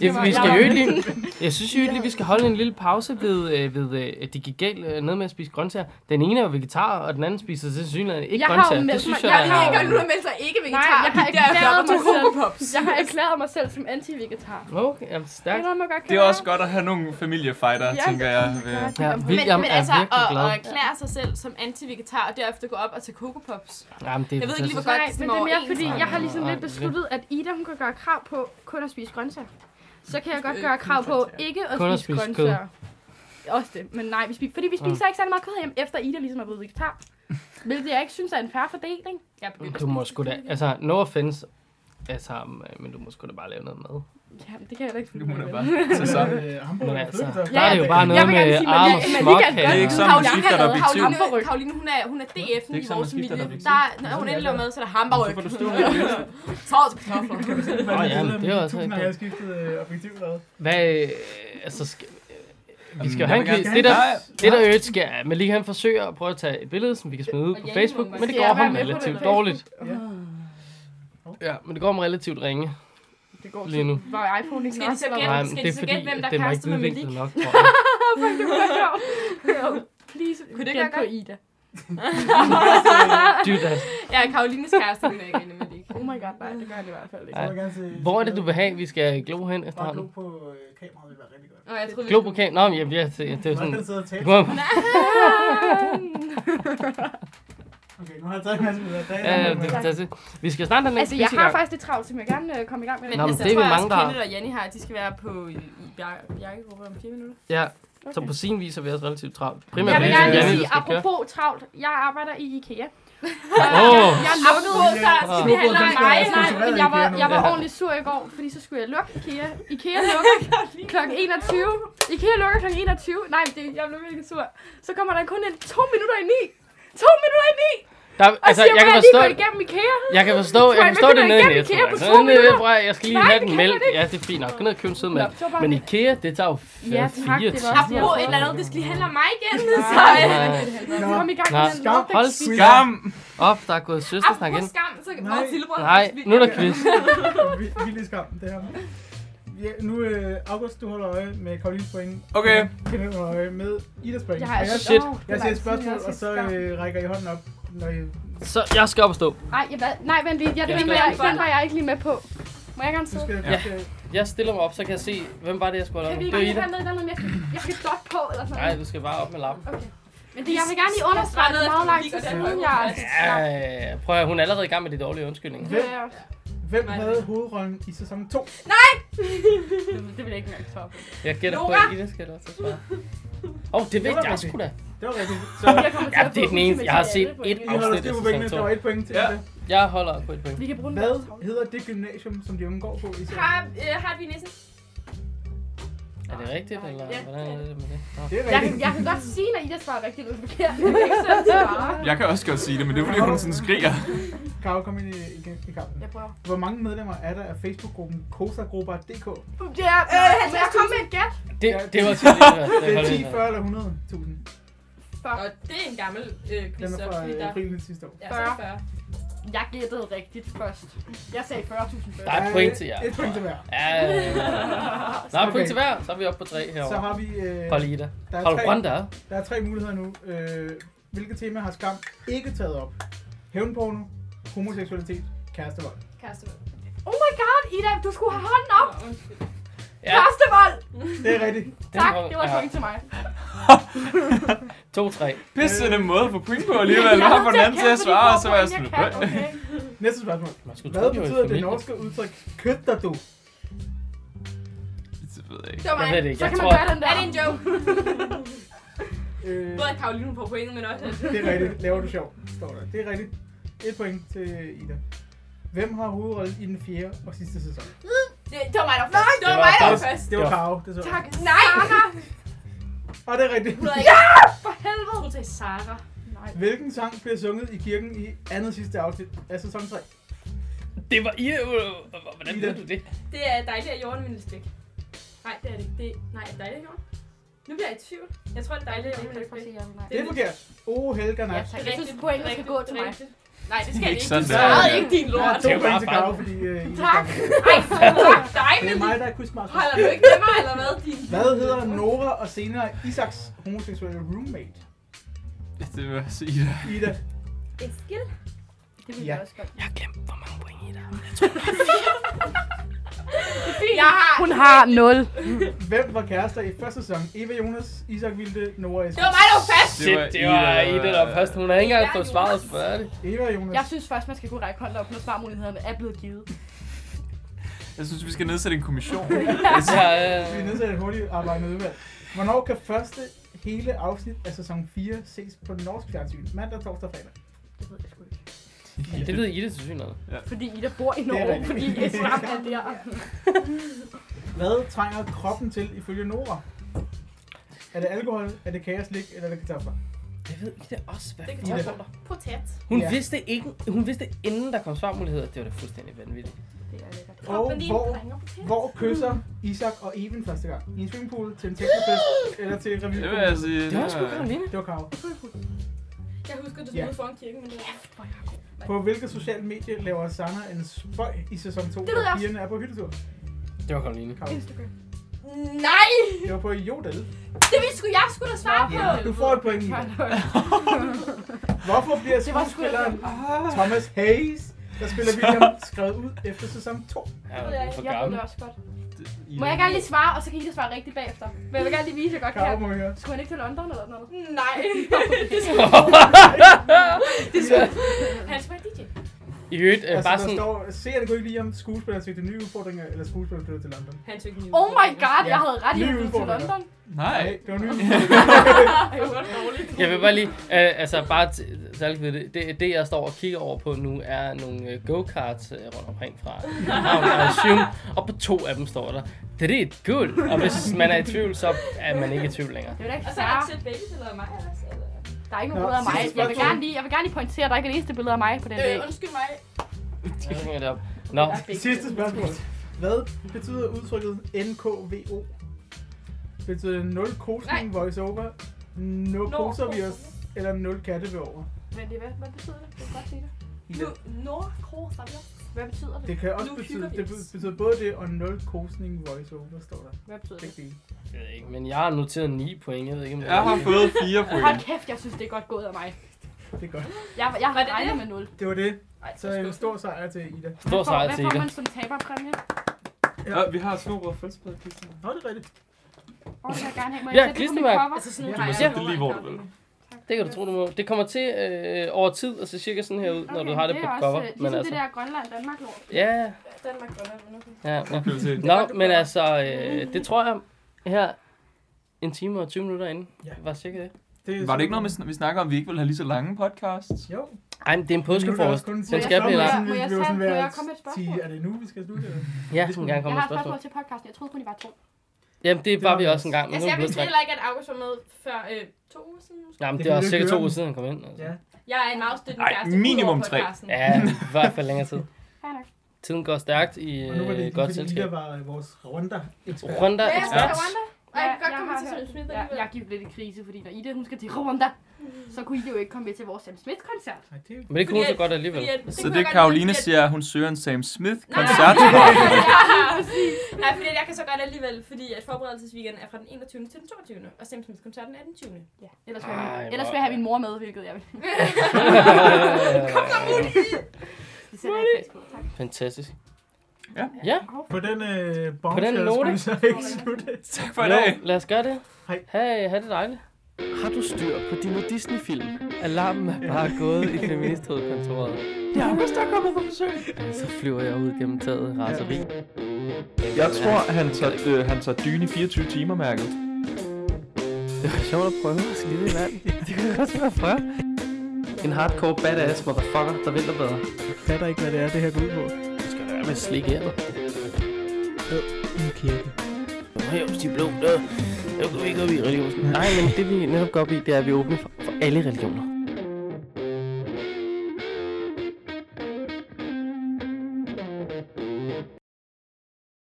[SPEAKER 2] Ja,
[SPEAKER 5] var-
[SPEAKER 2] vi skal
[SPEAKER 5] jeg
[SPEAKER 2] jo
[SPEAKER 5] var-
[SPEAKER 2] lige, jeg synes jo lige, vi skal holde en lille pause ved, øh, ved øh, at det gik galt øh, noget med at spise grøntsager. Den ene er jo vegetar, og den anden spiser til synligheden ikke
[SPEAKER 5] Jeg har jo
[SPEAKER 2] grøntsager.
[SPEAKER 5] meldt
[SPEAKER 2] Det synes
[SPEAKER 5] mig-
[SPEAKER 2] jeg,
[SPEAKER 5] jeg
[SPEAKER 2] der
[SPEAKER 5] har
[SPEAKER 2] er-
[SPEAKER 5] jo-
[SPEAKER 4] Karoline Gavlund meldte sig ikke vegetar.
[SPEAKER 5] Nej, jeg har
[SPEAKER 4] og
[SPEAKER 5] ikke
[SPEAKER 4] derfor
[SPEAKER 5] lavet
[SPEAKER 4] var du
[SPEAKER 5] mig selv.
[SPEAKER 4] homopops.
[SPEAKER 5] Jeg har erklæret mig selv som anti-vegetar.
[SPEAKER 2] Okay, jamen
[SPEAKER 5] Det
[SPEAKER 2] stærkt.
[SPEAKER 5] er noget, man godt kan
[SPEAKER 1] Det er også
[SPEAKER 5] være.
[SPEAKER 1] godt at have nogle familiefighter,
[SPEAKER 5] Ja.
[SPEAKER 1] tænker jeg.
[SPEAKER 5] Ja, det
[SPEAKER 2] Ja,
[SPEAKER 5] kan man.
[SPEAKER 2] vildt. William
[SPEAKER 4] men, men
[SPEAKER 2] er
[SPEAKER 4] altså,
[SPEAKER 2] virkelig
[SPEAKER 4] at,
[SPEAKER 2] glad.
[SPEAKER 4] at erklære sig selv som anti-vegetar, og derefter gå op og tage Coco Pops.
[SPEAKER 2] Jamen, det er
[SPEAKER 4] Jeg ved ikke lige, hvor
[SPEAKER 2] fantastisk.
[SPEAKER 5] Nej, men det er mere, fordi jeg har ligesom
[SPEAKER 2] Nej,
[SPEAKER 5] lidt
[SPEAKER 2] det-
[SPEAKER 5] besluttet, at Ida, hun kan gøre krav på kun at spise grøntsager. Så kan jeg godt
[SPEAKER 4] Øh,
[SPEAKER 5] gøre
[SPEAKER 4] kun
[SPEAKER 5] krav på
[SPEAKER 4] grøntsager.
[SPEAKER 5] ikke at
[SPEAKER 2] Kun at
[SPEAKER 5] spise
[SPEAKER 2] spise kød.
[SPEAKER 5] grøntsager. Også det, men nej, vi spiser, fordi vi spiser ikke særlig meget kød hjemme, efter Ida ligesom er blevet vegetar. Hvilket jeg ikke synes er en færre fordeling.
[SPEAKER 4] Jeg er begyndt at
[SPEAKER 2] Du må
[SPEAKER 4] spise
[SPEAKER 2] sgu da, altså no offense, altså, øh, men du må sgu da bare lave noget mad.
[SPEAKER 5] Jamen, det kan jeg heller ikke
[SPEAKER 1] Du
[SPEAKER 5] finde
[SPEAKER 1] må
[SPEAKER 5] ud
[SPEAKER 1] da
[SPEAKER 5] af.
[SPEAKER 1] bare tage sammen.
[SPEAKER 3] Øh,
[SPEAKER 2] Men
[SPEAKER 3] Hamburg er
[SPEAKER 2] altså,
[SPEAKER 3] flyttet
[SPEAKER 2] der er det jo bare noget
[SPEAKER 5] Jeg vil gerne
[SPEAKER 2] med
[SPEAKER 5] sige, men
[SPEAKER 2] arm og
[SPEAKER 5] jeg- men jeg
[SPEAKER 2] småk.
[SPEAKER 5] kan godt-
[SPEAKER 1] Det er ikke sådan, man
[SPEAKER 4] Karoline-
[SPEAKER 1] skifter, der bliver tvivl.
[SPEAKER 4] Karoline,
[SPEAKER 5] Hamburg.
[SPEAKER 4] Karoline, hun er, hun er DF'en
[SPEAKER 1] Det er
[SPEAKER 4] i
[SPEAKER 1] ikke sådan,
[SPEAKER 4] vores
[SPEAKER 1] man skifter,
[SPEAKER 4] familie.
[SPEAKER 1] når man
[SPEAKER 4] Der, når hun endelig var med, så er der hamburg.
[SPEAKER 1] Så får du stå
[SPEAKER 4] Sovs og kartofler.
[SPEAKER 2] Åh, jamen, det er også
[SPEAKER 3] Tusind
[SPEAKER 2] rigtigt.
[SPEAKER 3] gange har jeg skiftet øh, objektiv derude.
[SPEAKER 2] Hvad, øh, altså, skal, øh, vi skal jo
[SPEAKER 1] jeg
[SPEAKER 2] have en
[SPEAKER 1] vil gerne
[SPEAKER 2] quiz.
[SPEAKER 1] have
[SPEAKER 2] Det
[SPEAKER 1] en
[SPEAKER 2] der,
[SPEAKER 1] quiz.
[SPEAKER 2] det der i øvrigt sker, er, at man lige han forsøger at prøve at tage et billede, som vi kan smide ud på
[SPEAKER 6] Janni må
[SPEAKER 2] Facebook, men
[SPEAKER 6] godt
[SPEAKER 2] det
[SPEAKER 5] sige,
[SPEAKER 2] går
[SPEAKER 5] ja, være
[SPEAKER 2] ham
[SPEAKER 5] med på det
[SPEAKER 2] relativt
[SPEAKER 5] på
[SPEAKER 2] dårligt.
[SPEAKER 3] Ja.
[SPEAKER 2] Ja, men det går ham relativt ringe.
[SPEAKER 5] Det går
[SPEAKER 2] Lige nu.
[SPEAKER 5] Var iPhone ikke
[SPEAKER 4] Skal de så
[SPEAKER 5] nok, eller
[SPEAKER 4] gætte?
[SPEAKER 5] hvad?
[SPEAKER 2] Nej, men det er
[SPEAKER 4] skal de så
[SPEAKER 2] fordi,
[SPEAKER 4] gætte, hvem der
[SPEAKER 2] at den var ikke
[SPEAKER 4] kaster med
[SPEAKER 2] udviklet
[SPEAKER 4] Malik?
[SPEAKER 2] nok, tror jeg.
[SPEAKER 5] Det var sjovt. Jo, Please,
[SPEAKER 4] Kunne det
[SPEAKER 5] gæt
[SPEAKER 4] være
[SPEAKER 5] på
[SPEAKER 4] godt?
[SPEAKER 5] Ida.
[SPEAKER 2] Do that.
[SPEAKER 4] Ja, Karolines kæreste, hun er ikke inde med det.
[SPEAKER 5] Oh my god, nej, det gør han i hvert fald ikke.
[SPEAKER 3] Jeg vil gerne se-
[SPEAKER 2] Hvor er det, du vil have, vi skal glo hen
[SPEAKER 3] Bare glo
[SPEAKER 2] efterhånden?
[SPEAKER 3] på øh, kameraet, vil være rigtig godt.
[SPEAKER 4] Nå, jeg troede, vi
[SPEAKER 2] Glo på
[SPEAKER 4] skulle-
[SPEAKER 2] kan? Nå, men jeg bliver til, det er jo
[SPEAKER 3] Hvordan kan
[SPEAKER 2] sådan...
[SPEAKER 3] du sidde og tale?
[SPEAKER 2] Det kunne man-
[SPEAKER 3] Okay, nu har jeg taget en masse videre. Der er
[SPEAKER 2] Ja, ja,
[SPEAKER 3] en,
[SPEAKER 2] det er
[SPEAKER 3] der-
[SPEAKER 2] fantastisk. Vi skal snart have den
[SPEAKER 5] Altså, jeg har faktisk lidt travlt, så jeg vil gerne øh, komme i gang med
[SPEAKER 4] Men
[SPEAKER 5] det.
[SPEAKER 2] Nå, men
[SPEAKER 4] altså,
[SPEAKER 2] det er
[SPEAKER 4] det tror
[SPEAKER 2] vi
[SPEAKER 4] jeg
[SPEAKER 2] mange,
[SPEAKER 4] også,
[SPEAKER 2] der har.
[SPEAKER 4] Kenneth og Janni har, de skal være på i, i bjerg- jakkegruppe om fire minutter.
[SPEAKER 2] Ja, så
[SPEAKER 5] Okay.
[SPEAKER 2] på sin vis er vi også relativt travlt.
[SPEAKER 5] Jeg vil
[SPEAKER 2] fordi
[SPEAKER 5] gerne
[SPEAKER 2] det er
[SPEAKER 5] lige
[SPEAKER 2] Janni,
[SPEAKER 5] sige,
[SPEAKER 2] der skal køre.
[SPEAKER 5] apropos travlt, jeg arbejder i IKEA.
[SPEAKER 2] Åh,
[SPEAKER 5] Jeg lukkede
[SPEAKER 4] Apropos, så skal vi have
[SPEAKER 5] Nej,
[SPEAKER 4] lidt mig.
[SPEAKER 5] nej, nej,
[SPEAKER 3] sponsoreret
[SPEAKER 5] men jeg var,
[SPEAKER 3] IKEA nu.
[SPEAKER 5] jeg var
[SPEAKER 2] Ja.
[SPEAKER 5] ordentligt sur i går, fordi så skulle jeg lukke IKEA. IKEA lukker kl. 21. IKEA lukker kl. 21. Nej, det, jeg blev virkelig sur. Så kommer der kun en to minutter i ni. To minutter i ni!
[SPEAKER 2] der,
[SPEAKER 5] Og
[SPEAKER 2] altså,
[SPEAKER 5] siger,
[SPEAKER 2] jeg
[SPEAKER 5] jeg
[SPEAKER 2] kan
[SPEAKER 5] er lige
[SPEAKER 2] forstå,
[SPEAKER 5] gået igennem IKEA.
[SPEAKER 2] jeg kan forstå,
[SPEAKER 5] Tror
[SPEAKER 2] jeg
[SPEAKER 5] jeg,
[SPEAKER 2] kan forstå
[SPEAKER 5] man
[SPEAKER 2] det
[SPEAKER 5] kan
[SPEAKER 2] nede i
[SPEAKER 5] igennem
[SPEAKER 2] Netto.
[SPEAKER 5] IKEA på
[SPEAKER 2] altså.
[SPEAKER 5] to
[SPEAKER 2] Nede i Netto,
[SPEAKER 5] minutter.
[SPEAKER 2] prøv at- Jeg skal lige
[SPEAKER 5] Nej,
[SPEAKER 2] have
[SPEAKER 5] det
[SPEAKER 2] den
[SPEAKER 5] kan
[SPEAKER 2] mælk.
[SPEAKER 5] man
[SPEAKER 2] Ja, det er fint nok. Gå ned og køb en sød
[SPEAKER 5] Nå,
[SPEAKER 2] mælk.
[SPEAKER 5] så bare
[SPEAKER 2] Men
[SPEAKER 5] det.
[SPEAKER 2] Ikea, det tager jo
[SPEAKER 5] Ja,
[SPEAKER 2] fire
[SPEAKER 5] tak, det
[SPEAKER 2] timer.
[SPEAKER 5] var også-
[SPEAKER 4] Apropos et eller andet, det skal lige handle om mig igen. Så, øh,
[SPEAKER 5] Vi kom i gang
[SPEAKER 2] Nå.
[SPEAKER 5] med den
[SPEAKER 3] Stop.
[SPEAKER 5] lorte
[SPEAKER 2] Hold
[SPEAKER 5] quiz.
[SPEAKER 2] skam
[SPEAKER 1] Skam!
[SPEAKER 2] op, der er gået søstersnak
[SPEAKER 4] apropos
[SPEAKER 2] ind.
[SPEAKER 4] skam, så kan
[SPEAKER 3] Nej.
[SPEAKER 4] vores lillebror...
[SPEAKER 2] Nej, nu er der quiz.
[SPEAKER 3] Vi- Vildt skam, det her. Ja, nu øh, August, du holder øje med Karolines point.
[SPEAKER 1] Okay.
[SPEAKER 3] Kenneth holder øje med Idas point.
[SPEAKER 5] Jeg har
[SPEAKER 3] Og jeg,
[SPEAKER 5] altså-
[SPEAKER 2] Shit.
[SPEAKER 5] Åh, det
[SPEAKER 3] jeg
[SPEAKER 5] var
[SPEAKER 3] siger et
[SPEAKER 5] altså-
[SPEAKER 3] spørgsmål,
[SPEAKER 5] jeg siger
[SPEAKER 3] og så
[SPEAKER 5] skam.
[SPEAKER 3] øh, rækker I hånden op, når I...
[SPEAKER 2] Så jeg skal op og stå.
[SPEAKER 5] Ej, jeg, hvad- nej, vent lige. Jeg,
[SPEAKER 2] Jeg
[SPEAKER 5] den,
[SPEAKER 2] skal
[SPEAKER 5] var jeg,
[SPEAKER 4] ikke.
[SPEAKER 5] den var jeg ikke lige med på. Må jeg gerne
[SPEAKER 3] Du
[SPEAKER 5] sidde?
[SPEAKER 3] skal,
[SPEAKER 1] Ja.
[SPEAKER 3] du skal,
[SPEAKER 2] Jeg stiller mig op, så kan jeg se, hvem var det, jeg skulle
[SPEAKER 5] Kan
[SPEAKER 2] holde
[SPEAKER 5] vi
[SPEAKER 2] øje med. Det
[SPEAKER 5] ikke lige
[SPEAKER 2] er
[SPEAKER 5] have
[SPEAKER 2] Ida.
[SPEAKER 5] noget, eller andet, jeg skal, jeg skal dokke på, eller sådan
[SPEAKER 2] Nej,
[SPEAKER 5] noget?
[SPEAKER 2] du skal bare op med lappen.
[SPEAKER 5] Okay. Men det, jeg vil gerne lige understrege, at det er meget lang tid siden, jeg...
[SPEAKER 2] Ja, prøv at høre, hun er allerede i gang med de dårlige undskyldninger.
[SPEAKER 5] Det er jeg også.
[SPEAKER 3] hvem havde hovedrollen i sæson 2?
[SPEAKER 6] Det vil jeg ikke engang svare på.
[SPEAKER 2] Jeg gætter på,
[SPEAKER 4] Nora!
[SPEAKER 2] at Ida skal også svare. Åh, oh, det ved
[SPEAKER 3] Det var
[SPEAKER 2] jeg
[SPEAKER 3] rigtigt.
[SPEAKER 2] sgu da.
[SPEAKER 3] Det var rigtigt. Så
[SPEAKER 5] Jeg kommer til
[SPEAKER 2] Ja,
[SPEAKER 5] at
[SPEAKER 2] det er
[SPEAKER 5] få
[SPEAKER 2] den eneste. Jeg har set
[SPEAKER 5] ultimative
[SPEAKER 2] et
[SPEAKER 5] alle
[SPEAKER 3] I holder
[SPEAKER 2] afsnit
[SPEAKER 3] styr
[SPEAKER 2] af
[SPEAKER 3] på pengene,
[SPEAKER 2] sæson
[SPEAKER 3] så der var
[SPEAKER 2] 2.
[SPEAKER 3] et point til
[SPEAKER 1] Ja.
[SPEAKER 3] det.
[SPEAKER 2] Jeg holder på et point.
[SPEAKER 5] Vi kan bruge den.
[SPEAKER 3] Hvad hedder det gymnasium, som de unge går på i
[SPEAKER 4] Har,
[SPEAKER 3] serien?
[SPEAKER 4] øh, har vi næsten...
[SPEAKER 2] Er det rigtigt, eller
[SPEAKER 4] Ja.
[SPEAKER 2] hvordan er det med det? Nå.
[SPEAKER 3] Det er
[SPEAKER 5] Jeg kan,
[SPEAKER 3] rigtigt.
[SPEAKER 5] jeg kan godt sige, når Ida svarer rigtigt eller forkert. Jeg kan ikke selv svare.
[SPEAKER 1] Jeg kan også godt sige det, men det er fordi, hun sådan skriger.
[SPEAKER 3] Karo, kom ind i, i, i kampen.
[SPEAKER 5] Jeg prøver.
[SPEAKER 3] Hvor mange medlemmer er der af Facebook-gruppen Kosagrupper.dk?
[SPEAKER 4] Øh,
[SPEAKER 5] Ja, øh, må jeg komme med et gæt?
[SPEAKER 2] Det,
[SPEAKER 3] Ja,
[SPEAKER 2] det
[SPEAKER 3] det-
[SPEAKER 2] var til det, der-
[SPEAKER 3] Det er 10,
[SPEAKER 2] det var
[SPEAKER 3] 40 eller 100.000.
[SPEAKER 5] Fuck.
[SPEAKER 4] Og det er en gammel øh,
[SPEAKER 3] Den
[SPEAKER 4] quiz,
[SPEAKER 3] er
[SPEAKER 4] så,
[SPEAKER 3] fra
[SPEAKER 4] fordi
[SPEAKER 3] øh,
[SPEAKER 4] der...
[SPEAKER 3] april sidste år.
[SPEAKER 4] Ja, så er det 40.
[SPEAKER 5] Jeg gættede rigtigt først. Jeg sagde 40.000 først.
[SPEAKER 2] Der er et point til jer.
[SPEAKER 3] Øh, Et point til hver.
[SPEAKER 2] Ja, der er et point
[SPEAKER 3] Okay.
[SPEAKER 2] til hver, så er vi oppe på tre
[SPEAKER 3] Så
[SPEAKER 2] herovre.
[SPEAKER 3] har vi... Øh,
[SPEAKER 2] Hold Ida.
[SPEAKER 3] der, er
[SPEAKER 2] Hold
[SPEAKER 3] tre,
[SPEAKER 2] Rwanda.
[SPEAKER 3] der er tre muligheder nu. Øh, hvilke temaer har Skam ikke taget op? Hævnporno, homoseksualitet, kærestevold.
[SPEAKER 4] Kæreste med.
[SPEAKER 5] Oh my god, Ida, du skulle have hånden op.
[SPEAKER 4] Nå, undskyld.
[SPEAKER 2] Ja,
[SPEAKER 5] Kærestevold!
[SPEAKER 3] Det er rigtigt.
[SPEAKER 2] den
[SPEAKER 5] Tak,
[SPEAKER 2] var-
[SPEAKER 5] det var et
[SPEAKER 2] ja,
[SPEAKER 5] point til mig.
[SPEAKER 2] To, tre.
[SPEAKER 1] Pisse den måde på point på alligevel. Jeg har fået den anden til at svare, og så var jeg sådan... "Hvad?"
[SPEAKER 3] Næste spørgsmål.
[SPEAKER 2] Man skulle tro,
[SPEAKER 3] Hvad
[SPEAKER 2] det var i
[SPEAKER 3] betyder det
[SPEAKER 2] familie.
[SPEAKER 3] norske udtryk, køtter du?
[SPEAKER 1] Det ved jeg ikke.
[SPEAKER 4] Det var mig.
[SPEAKER 2] Jeg ved det ikke.
[SPEAKER 5] Så
[SPEAKER 2] Jeg
[SPEAKER 5] kan man
[SPEAKER 2] tror,
[SPEAKER 5] gøre den der.
[SPEAKER 4] Er det en joke?
[SPEAKER 3] Øh,
[SPEAKER 4] Både at Karoline på pointet, men også at...
[SPEAKER 3] det er rigtigt. Laver du sjov, står der. Det er rigtigt. Et point til Ida. Hvem har hovedrollen i den fjerde og sidste sæson?
[SPEAKER 4] Det, det var mig, der var først. Det var mig, der var først.
[SPEAKER 3] Det var
[SPEAKER 2] Ja.
[SPEAKER 3] Karo, det så. jeg.
[SPEAKER 5] Tak.
[SPEAKER 4] Nej!
[SPEAKER 3] Og det er rigtigt.
[SPEAKER 4] Hun hedder ikke... Ja! For helvede! Hun sagde Sara.
[SPEAKER 5] Nej.
[SPEAKER 3] Hvilken sang bliver sunget i kirken i andet sidste afsnit af sæson 3?
[SPEAKER 2] Det var I... Hvordan
[SPEAKER 3] Ida.
[SPEAKER 2] ved du det?
[SPEAKER 4] Det er dejligt at jorden min stik. Nej, det er det ikke. Det, nej, er det dejligt at jorden? Nu bliver jeg i tvivl. Jeg tror, det er dejligt at jorden min stik.
[SPEAKER 3] Det er forkert. Oh, Helga
[SPEAKER 5] Ja,
[SPEAKER 3] Nat.
[SPEAKER 4] Altså,
[SPEAKER 5] tak. Jeg synes, pointet skal gå til mig.
[SPEAKER 4] Nej, det skal
[SPEAKER 1] Ikke
[SPEAKER 4] det ikke.
[SPEAKER 1] sådan øh,
[SPEAKER 4] Du
[SPEAKER 1] der.
[SPEAKER 4] svarede ikke din
[SPEAKER 3] Jeg har
[SPEAKER 4] lort.
[SPEAKER 3] to
[SPEAKER 2] Det er jo
[SPEAKER 3] point
[SPEAKER 2] bare
[SPEAKER 3] til
[SPEAKER 2] fejl.
[SPEAKER 3] Karo, fordi øh, Ida
[SPEAKER 5] Tak.
[SPEAKER 3] kom.
[SPEAKER 4] Ej, fuck dig,
[SPEAKER 3] Det
[SPEAKER 4] men
[SPEAKER 3] er mig, der er quizmaster.
[SPEAKER 4] holder du ikke med mig, eller hvad? Din
[SPEAKER 3] Hvad hedder Nora og senere Isaks homoseksuelle roommate?
[SPEAKER 1] Det vil jeg sige dig.
[SPEAKER 3] Ida.
[SPEAKER 4] Eskil?
[SPEAKER 5] Det vil
[SPEAKER 3] Ja.
[SPEAKER 5] jeg også godt.
[SPEAKER 2] Jeg har glemt, hvor mange point I der.
[SPEAKER 4] Jeg har...
[SPEAKER 5] Hun har 0.
[SPEAKER 3] Hvem var kærester i første sæson? Eva Jonas, Isak Vilde, Nora og
[SPEAKER 4] Det
[SPEAKER 3] Esben.
[SPEAKER 4] var mig, der var fast.
[SPEAKER 2] Shit, det var I det der først. Hun har ikke engang
[SPEAKER 4] Ja,
[SPEAKER 2] fået svaret
[SPEAKER 4] Jonas.
[SPEAKER 2] færdigt.
[SPEAKER 3] Eva og Jonas.
[SPEAKER 5] Jeg synes først, man skal kunne række hånden op, når svarmulighederne er blevet givet.
[SPEAKER 1] Jeg synes, vi skal nedsætte en kommission.
[SPEAKER 2] Ja,
[SPEAKER 3] Vi
[SPEAKER 2] øh,
[SPEAKER 3] nedsætter et hurtigt arbejdende udvalg. Hvornår kan første hele afsnit af sæson 4 ses på norsk fjernsyn? Mandag, torsdag og fredag.
[SPEAKER 5] Det ved jeg sgu ikke.
[SPEAKER 2] det ved I det til synligheden.
[SPEAKER 5] Fordi Ida bor i Norge,
[SPEAKER 3] rigtigt.
[SPEAKER 5] fordi Islam er der.
[SPEAKER 3] Hvad trænger kroppen til ifølge Nora? Er det alkohol, er det kaoslik, eller er det kartofler?
[SPEAKER 2] Det ved I det også. Hvad
[SPEAKER 4] Det kan
[SPEAKER 3] Ida.
[SPEAKER 4] jeg godt. Potet.
[SPEAKER 2] Hun
[SPEAKER 3] Ja.
[SPEAKER 2] vidste ikke, hun vidste inden der kom svarmuligheder, det var da fuldstændig vanvittigt.
[SPEAKER 5] Det er lækkert.
[SPEAKER 3] Og
[SPEAKER 4] Men lige
[SPEAKER 3] hvor,
[SPEAKER 4] ringer potet.
[SPEAKER 3] hvor kysser Isak og Even første gang? I en swimmingpool, til en technofest, eller til en revy?
[SPEAKER 1] Det vil jeg sige.
[SPEAKER 2] Det var sgu Karoline.
[SPEAKER 3] Det var Karo.
[SPEAKER 4] Jeg husker, du
[SPEAKER 3] Ja.
[SPEAKER 4] stod foran kirken, men det var...
[SPEAKER 3] På hvilket socialt medie laver Sanna en spøj i sæson 2,
[SPEAKER 5] ved jeg
[SPEAKER 3] hvor
[SPEAKER 5] også.
[SPEAKER 3] pigerne er på hyttetur?
[SPEAKER 2] Det var Karoline.
[SPEAKER 3] Karo.
[SPEAKER 5] Instagram.
[SPEAKER 4] Nej!
[SPEAKER 3] Det var på Jodel.
[SPEAKER 4] Det vidste sgu jeg skulle da svare på!
[SPEAKER 3] Du får et point i
[SPEAKER 5] Nej, nej.
[SPEAKER 3] Hvorfor bliver
[SPEAKER 5] Det var sgu
[SPEAKER 3] skuespilleren Thomas Hayes, der spiller William, skrevet ud efter sæson 2?
[SPEAKER 2] Ja,
[SPEAKER 4] Det ved
[SPEAKER 2] hun
[SPEAKER 4] jeg
[SPEAKER 2] er for
[SPEAKER 5] Jeg ved
[SPEAKER 2] gammel.
[SPEAKER 5] det også godt. Må jeg gerne lige svare, og så kan Ida svare rigtigt bagefter. Men jeg vil gerne lige vise, at jeg godt
[SPEAKER 3] Karo
[SPEAKER 5] kan.
[SPEAKER 3] må høre.
[SPEAKER 5] Skulle han ikke til London eller noget?
[SPEAKER 4] Nej! Han var DJ.
[SPEAKER 2] I øvrigt, øh,
[SPEAKER 3] Altså,
[SPEAKER 2] bare
[SPEAKER 3] der
[SPEAKER 2] sådan,
[SPEAKER 3] står, seerne kunne ikke lide, om skuespilleren søgte nye udfordringer, eller skuespilleren flyttede til London.
[SPEAKER 4] Han søgte ny
[SPEAKER 5] Oh my god, jeg
[SPEAKER 3] Ja.
[SPEAKER 5] havde ret i
[SPEAKER 3] Nye
[SPEAKER 5] at flytte til
[SPEAKER 3] udfordringer.
[SPEAKER 5] London.
[SPEAKER 1] Nej.
[SPEAKER 3] det var nye
[SPEAKER 4] Det var godt dårligt.
[SPEAKER 2] jeg vil bare lige, øh, altså bare t- særligt ved det, det, det jeg står og kigger over på nu, er nogle øh, go-karts øh, rundt omkring fra København og Assume, og på to af dem står der, det er et guld, og hvis man er i tvivl, så er man ikke i tvivl længere.
[SPEAKER 5] Det var da ikke
[SPEAKER 4] Og så har
[SPEAKER 5] fair.
[SPEAKER 4] han set Baby eller mig også, eller?
[SPEAKER 5] Der er ikke
[SPEAKER 3] Nå,
[SPEAKER 5] nogen billeder af mig.
[SPEAKER 3] sidste
[SPEAKER 5] Jeg vil
[SPEAKER 3] spørgsmål.
[SPEAKER 5] gerne lige, jeg vil gerne lige pointere, at der ikke er et eneste billede af mig på den dag.
[SPEAKER 4] Øh, undskyld mig.
[SPEAKER 2] Jeg hænger det op. Nå,
[SPEAKER 3] Sidste spørgsmål. Hvad betyder udtrykket NKVO? Betyder det 0 kosning voiceover, 0
[SPEAKER 4] Nå,
[SPEAKER 3] koser vi
[SPEAKER 4] koser.
[SPEAKER 3] os, eller 0 katte ved over?
[SPEAKER 5] Men det, hvad, hvad betyder det? Du kan godt sige det.
[SPEAKER 4] Nu, Nordkro, samler.
[SPEAKER 5] Hvad betyder det?
[SPEAKER 3] Det kan også
[SPEAKER 4] Nu
[SPEAKER 3] betyde,
[SPEAKER 4] hygger vi
[SPEAKER 3] det
[SPEAKER 4] os.
[SPEAKER 3] betyder både det og 0 kosning voiceover, står der.
[SPEAKER 5] Hvad betyder det?
[SPEAKER 3] Begge dele.
[SPEAKER 2] jeg ved ikke, men jeg har noteret 9 point, jeg ved ikke, om det
[SPEAKER 1] Jeg har
[SPEAKER 2] er
[SPEAKER 1] fået fire point.
[SPEAKER 5] Hold kæft, jeg synes, det er godt gået af mig.
[SPEAKER 3] Det er godt.
[SPEAKER 5] Jeg, jeg
[SPEAKER 4] Var
[SPEAKER 5] har
[SPEAKER 4] det
[SPEAKER 5] regnet
[SPEAKER 4] det?
[SPEAKER 5] med 0.
[SPEAKER 3] Det var det.
[SPEAKER 4] Ej,
[SPEAKER 3] Så
[SPEAKER 1] øh,
[SPEAKER 3] en stor sejr til Ida.
[SPEAKER 2] stor sejr
[SPEAKER 5] Hvad
[SPEAKER 2] til
[SPEAKER 5] får
[SPEAKER 2] Ida.
[SPEAKER 5] man som taberpræmie?
[SPEAKER 1] Ja, vi har snobrød fødselsdag.
[SPEAKER 3] Nå, det er rigtigt.
[SPEAKER 5] Åh, oh, jeg vil gerne have mig.
[SPEAKER 2] Ja, klistermærke.
[SPEAKER 4] Altså sådan
[SPEAKER 3] Du
[SPEAKER 4] har
[SPEAKER 1] må
[SPEAKER 4] jeg
[SPEAKER 1] sætte
[SPEAKER 4] det
[SPEAKER 1] det lige, hvor du vil.
[SPEAKER 2] Det kan du tro, du må. Det kommer til øh, over tid, altså cirka sådan her ud, okay, når du har det, på
[SPEAKER 5] er
[SPEAKER 2] cover.
[SPEAKER 5] Også, øh,
[SPEAKER 2] men
[SPEAKER 5] ligesom
[SPEAKER 2] altså,
[SPEAKER 5] det der Grønland-Danmark-lort.
[SPEAKER 2] Ja,
[SPEAKER 4] Danmark godt nok, men okay.
[SPEAKER 2] ja, ja.
[SPEAKER 1] Kvalitet.
[SPEAKER 2] Nå, men altså, øh, det tror jeg her en time og 20 minutter inde
[SPEAKER 3] Ja.
[SPEAKER 2] var cirka det.
[SPEAKER 3] er
[SPEAKER 1] Var det ikke
[SPEAKER 3] super.
[SPEAKER 1] noget, med sn- vi snakker om, at vi ikke vil have lige så lange podcasts?
[SPEAKER 3] Jo.
[SPEAKER 2] Ej, men det er en påskeforrest. Den
[SPEAKER 5] jeg
[SPEAKER 2] skal
[SPEAKER 5] så-
[SPEAKER 2] blive
[SPEAKER 5] må
[SPEAKER 2] lang.
[SPEAKER 5] jeg- må jeg
[SPEAKER 3] Vi var sådan
[SPEAKER 5] selv- må
[SPEAKER 3] ved
[SPEAKER 5] jeg
[SPEAKER 3] at
[SPEAKER 5] komme med et spørgsmål?
[SPEAKER 3] sige, Er det nu, vi skal slutte? eller?
[SPEAKER 2] Ja, du må gerne komme
[SPEAKER 5] Jeg har
[SPEAKER 2] med
[SPEAKER 5] et spørgsmål
[SPEAKER 2] spørgsmål.
[SPEAKER 5] til podcasten. Jeg troede kun, I var to.
[SPEAKER 2] Jamen, det
[SPEAKER 3] Det
[SPEAKER 2] var
[SPEAKER 3] var
[SPEAKER 2] vi
[SPEAKER 3] vi
[SPEAKER 2] også en gang, men nu
[SPEAKER 4] Altså,
[SPEAKER 2] er
[SPEAKER 4] jeg
[SPEAKER 2] vi
[SPEAKER 4] vidste
[SPEAKER 2] blevet
[SPEAKER 4] heller ikke, at August var med før øh, to uger siden. måske.
[SPEAKER 2] Jamen,
[SPEAKER 3] Det
[SPEAKER 2] det var
[SPEAKER 3] kan vi jo
[SPEAKER 2] cirka
[SPEAKER 3] høre.
[SPEAKER 2] to uger siden, han kom ind. Altså.
[SPEAKER 3] Ja.
[SPEAKER 4] Jeg er en meget støttende
[SPEAKER 1] Ej,
[SPEAKER 4] kæreste.
[SPEAKER 1] minimum
[SPEAKER 4] udover
[SPEAKER 1] tre.
[SPEAKER 4] podcasten.
[SPEAKER 2] Ja, i hvert fald længere tid.
[SPEAKER 5] Fair nok.
[SPEAKER 2] Tiden går stærkt i
[SPEAKER 3] Og nu var
[SPEAKER 2] øh,
[SPEAKER 3] det,
[SPEAKER 2] godt
[SPEAKER 3] fordi Ida
[SPEAKER 2] selskab.
[SPEAKER 3] var øh, vores runder ekspert.
[SPEAKER 2] Runder
[SPEAKER 4] Ja, jeg skal
[SPEAKER 2] ekspert.
[SPEAKER 4] til Rwanda. Og jeg kan godt
[SPEAKER 5] jeg
[SPEAKER 4] komme
[SPEAKER 5] har
[SPEAKER 4] til
[SPEAKER 5] hørt-
[SPEAKER 4] Sam Smith
[SPEAKER 5] ja,
[SPEAKER 4] alligevel.
[SPEAKER 5] Jeg gik lidt i krise, fordi når Ida hun skal til Rwanda, så kunne I jo ikke komme med til vores Sam Smith-koncert.
[SPEAKER 3] Nej, det er
[SPEAKER 2] Men det kunne hun så godt alligevel.
[SPEAKER 4] Fordi øh, at- kunne
[SPEAKER 1] Så
[SPEAKER 4] jeg
[SPEAKER 1] det,
[SPEAKER 4] godt
[SPEAKER 1] Karoline
[SPEAKER 4] lide, fordi
[SPEAKER 1] siger, at hun søger en Sam
[SPEAKER 4] Nej, nej,
[SPEAKER 1] Smith-koncert.
[SPEAKER 4] at- Nej, fordi at jeg kan så godt alligevel, fordi at forberedelsesweekenden er fra den 21. til den 22. Og Sam Smith-koncerten er den 20.
[SPEAKER 5] Ja. Ellers vil
[SPEAKER 2] Ej,
[SPEAKER 5] jeg, have
[SPEAKER 2] hvor-
[SPEAKER 5] min, ellers vil jeg have min mor med, hvilket jeg vil.
[SPEAKER 2] Kom så,
[SPEAKER 5] Det sætter jeg pris på. Tak.
[SPEAKER 2] Fantastisk.
[SPEAKER 1] Ja.
[SPEAKER 2] Ja.
[SPEAKER 3] På den øh, bombshell
[SPEAKER 2] note.
[SPEAKER 3] skulle vi så ikke slutte.
[SPEAKER 1] Tak for i dag.
[SPEAKER 2] Jo, lad os gøre det.
[SPEAKER 3] Hej.
[SPEAKER 2] Hey, ha' det dejligt. Har du styr på dine Disney-film? Alarmen er bare gået i feministhovedkontoret.
[SPEAKER 1] Det er August, der er kommet på besøg.
[SPEAKER 2] Så flyver jeg ud gennem taget raseri.
[SPEAKER 1] Jeg tror, han tager, øh, han tager dyne i 24 timer, mærket.
[SPEAKER 2] Det var sjovt at prøve at skide i vand. Det kunne også være at prøve. En hardcore badass motherfucker, der vælter bedre.
[SPEAKER 3] Jeg fatter ikke, hvad det er, det her går ud på.
[SPEAKER 2] Du skal være med slik her.
[SPEAKER 3] En kirke.
[SPEAKER 2] Hævs de blå, der. Jeg går ikke op i religionen. Nej, men det vi netop går op i, det er, at vi åbner for, for alle religioner.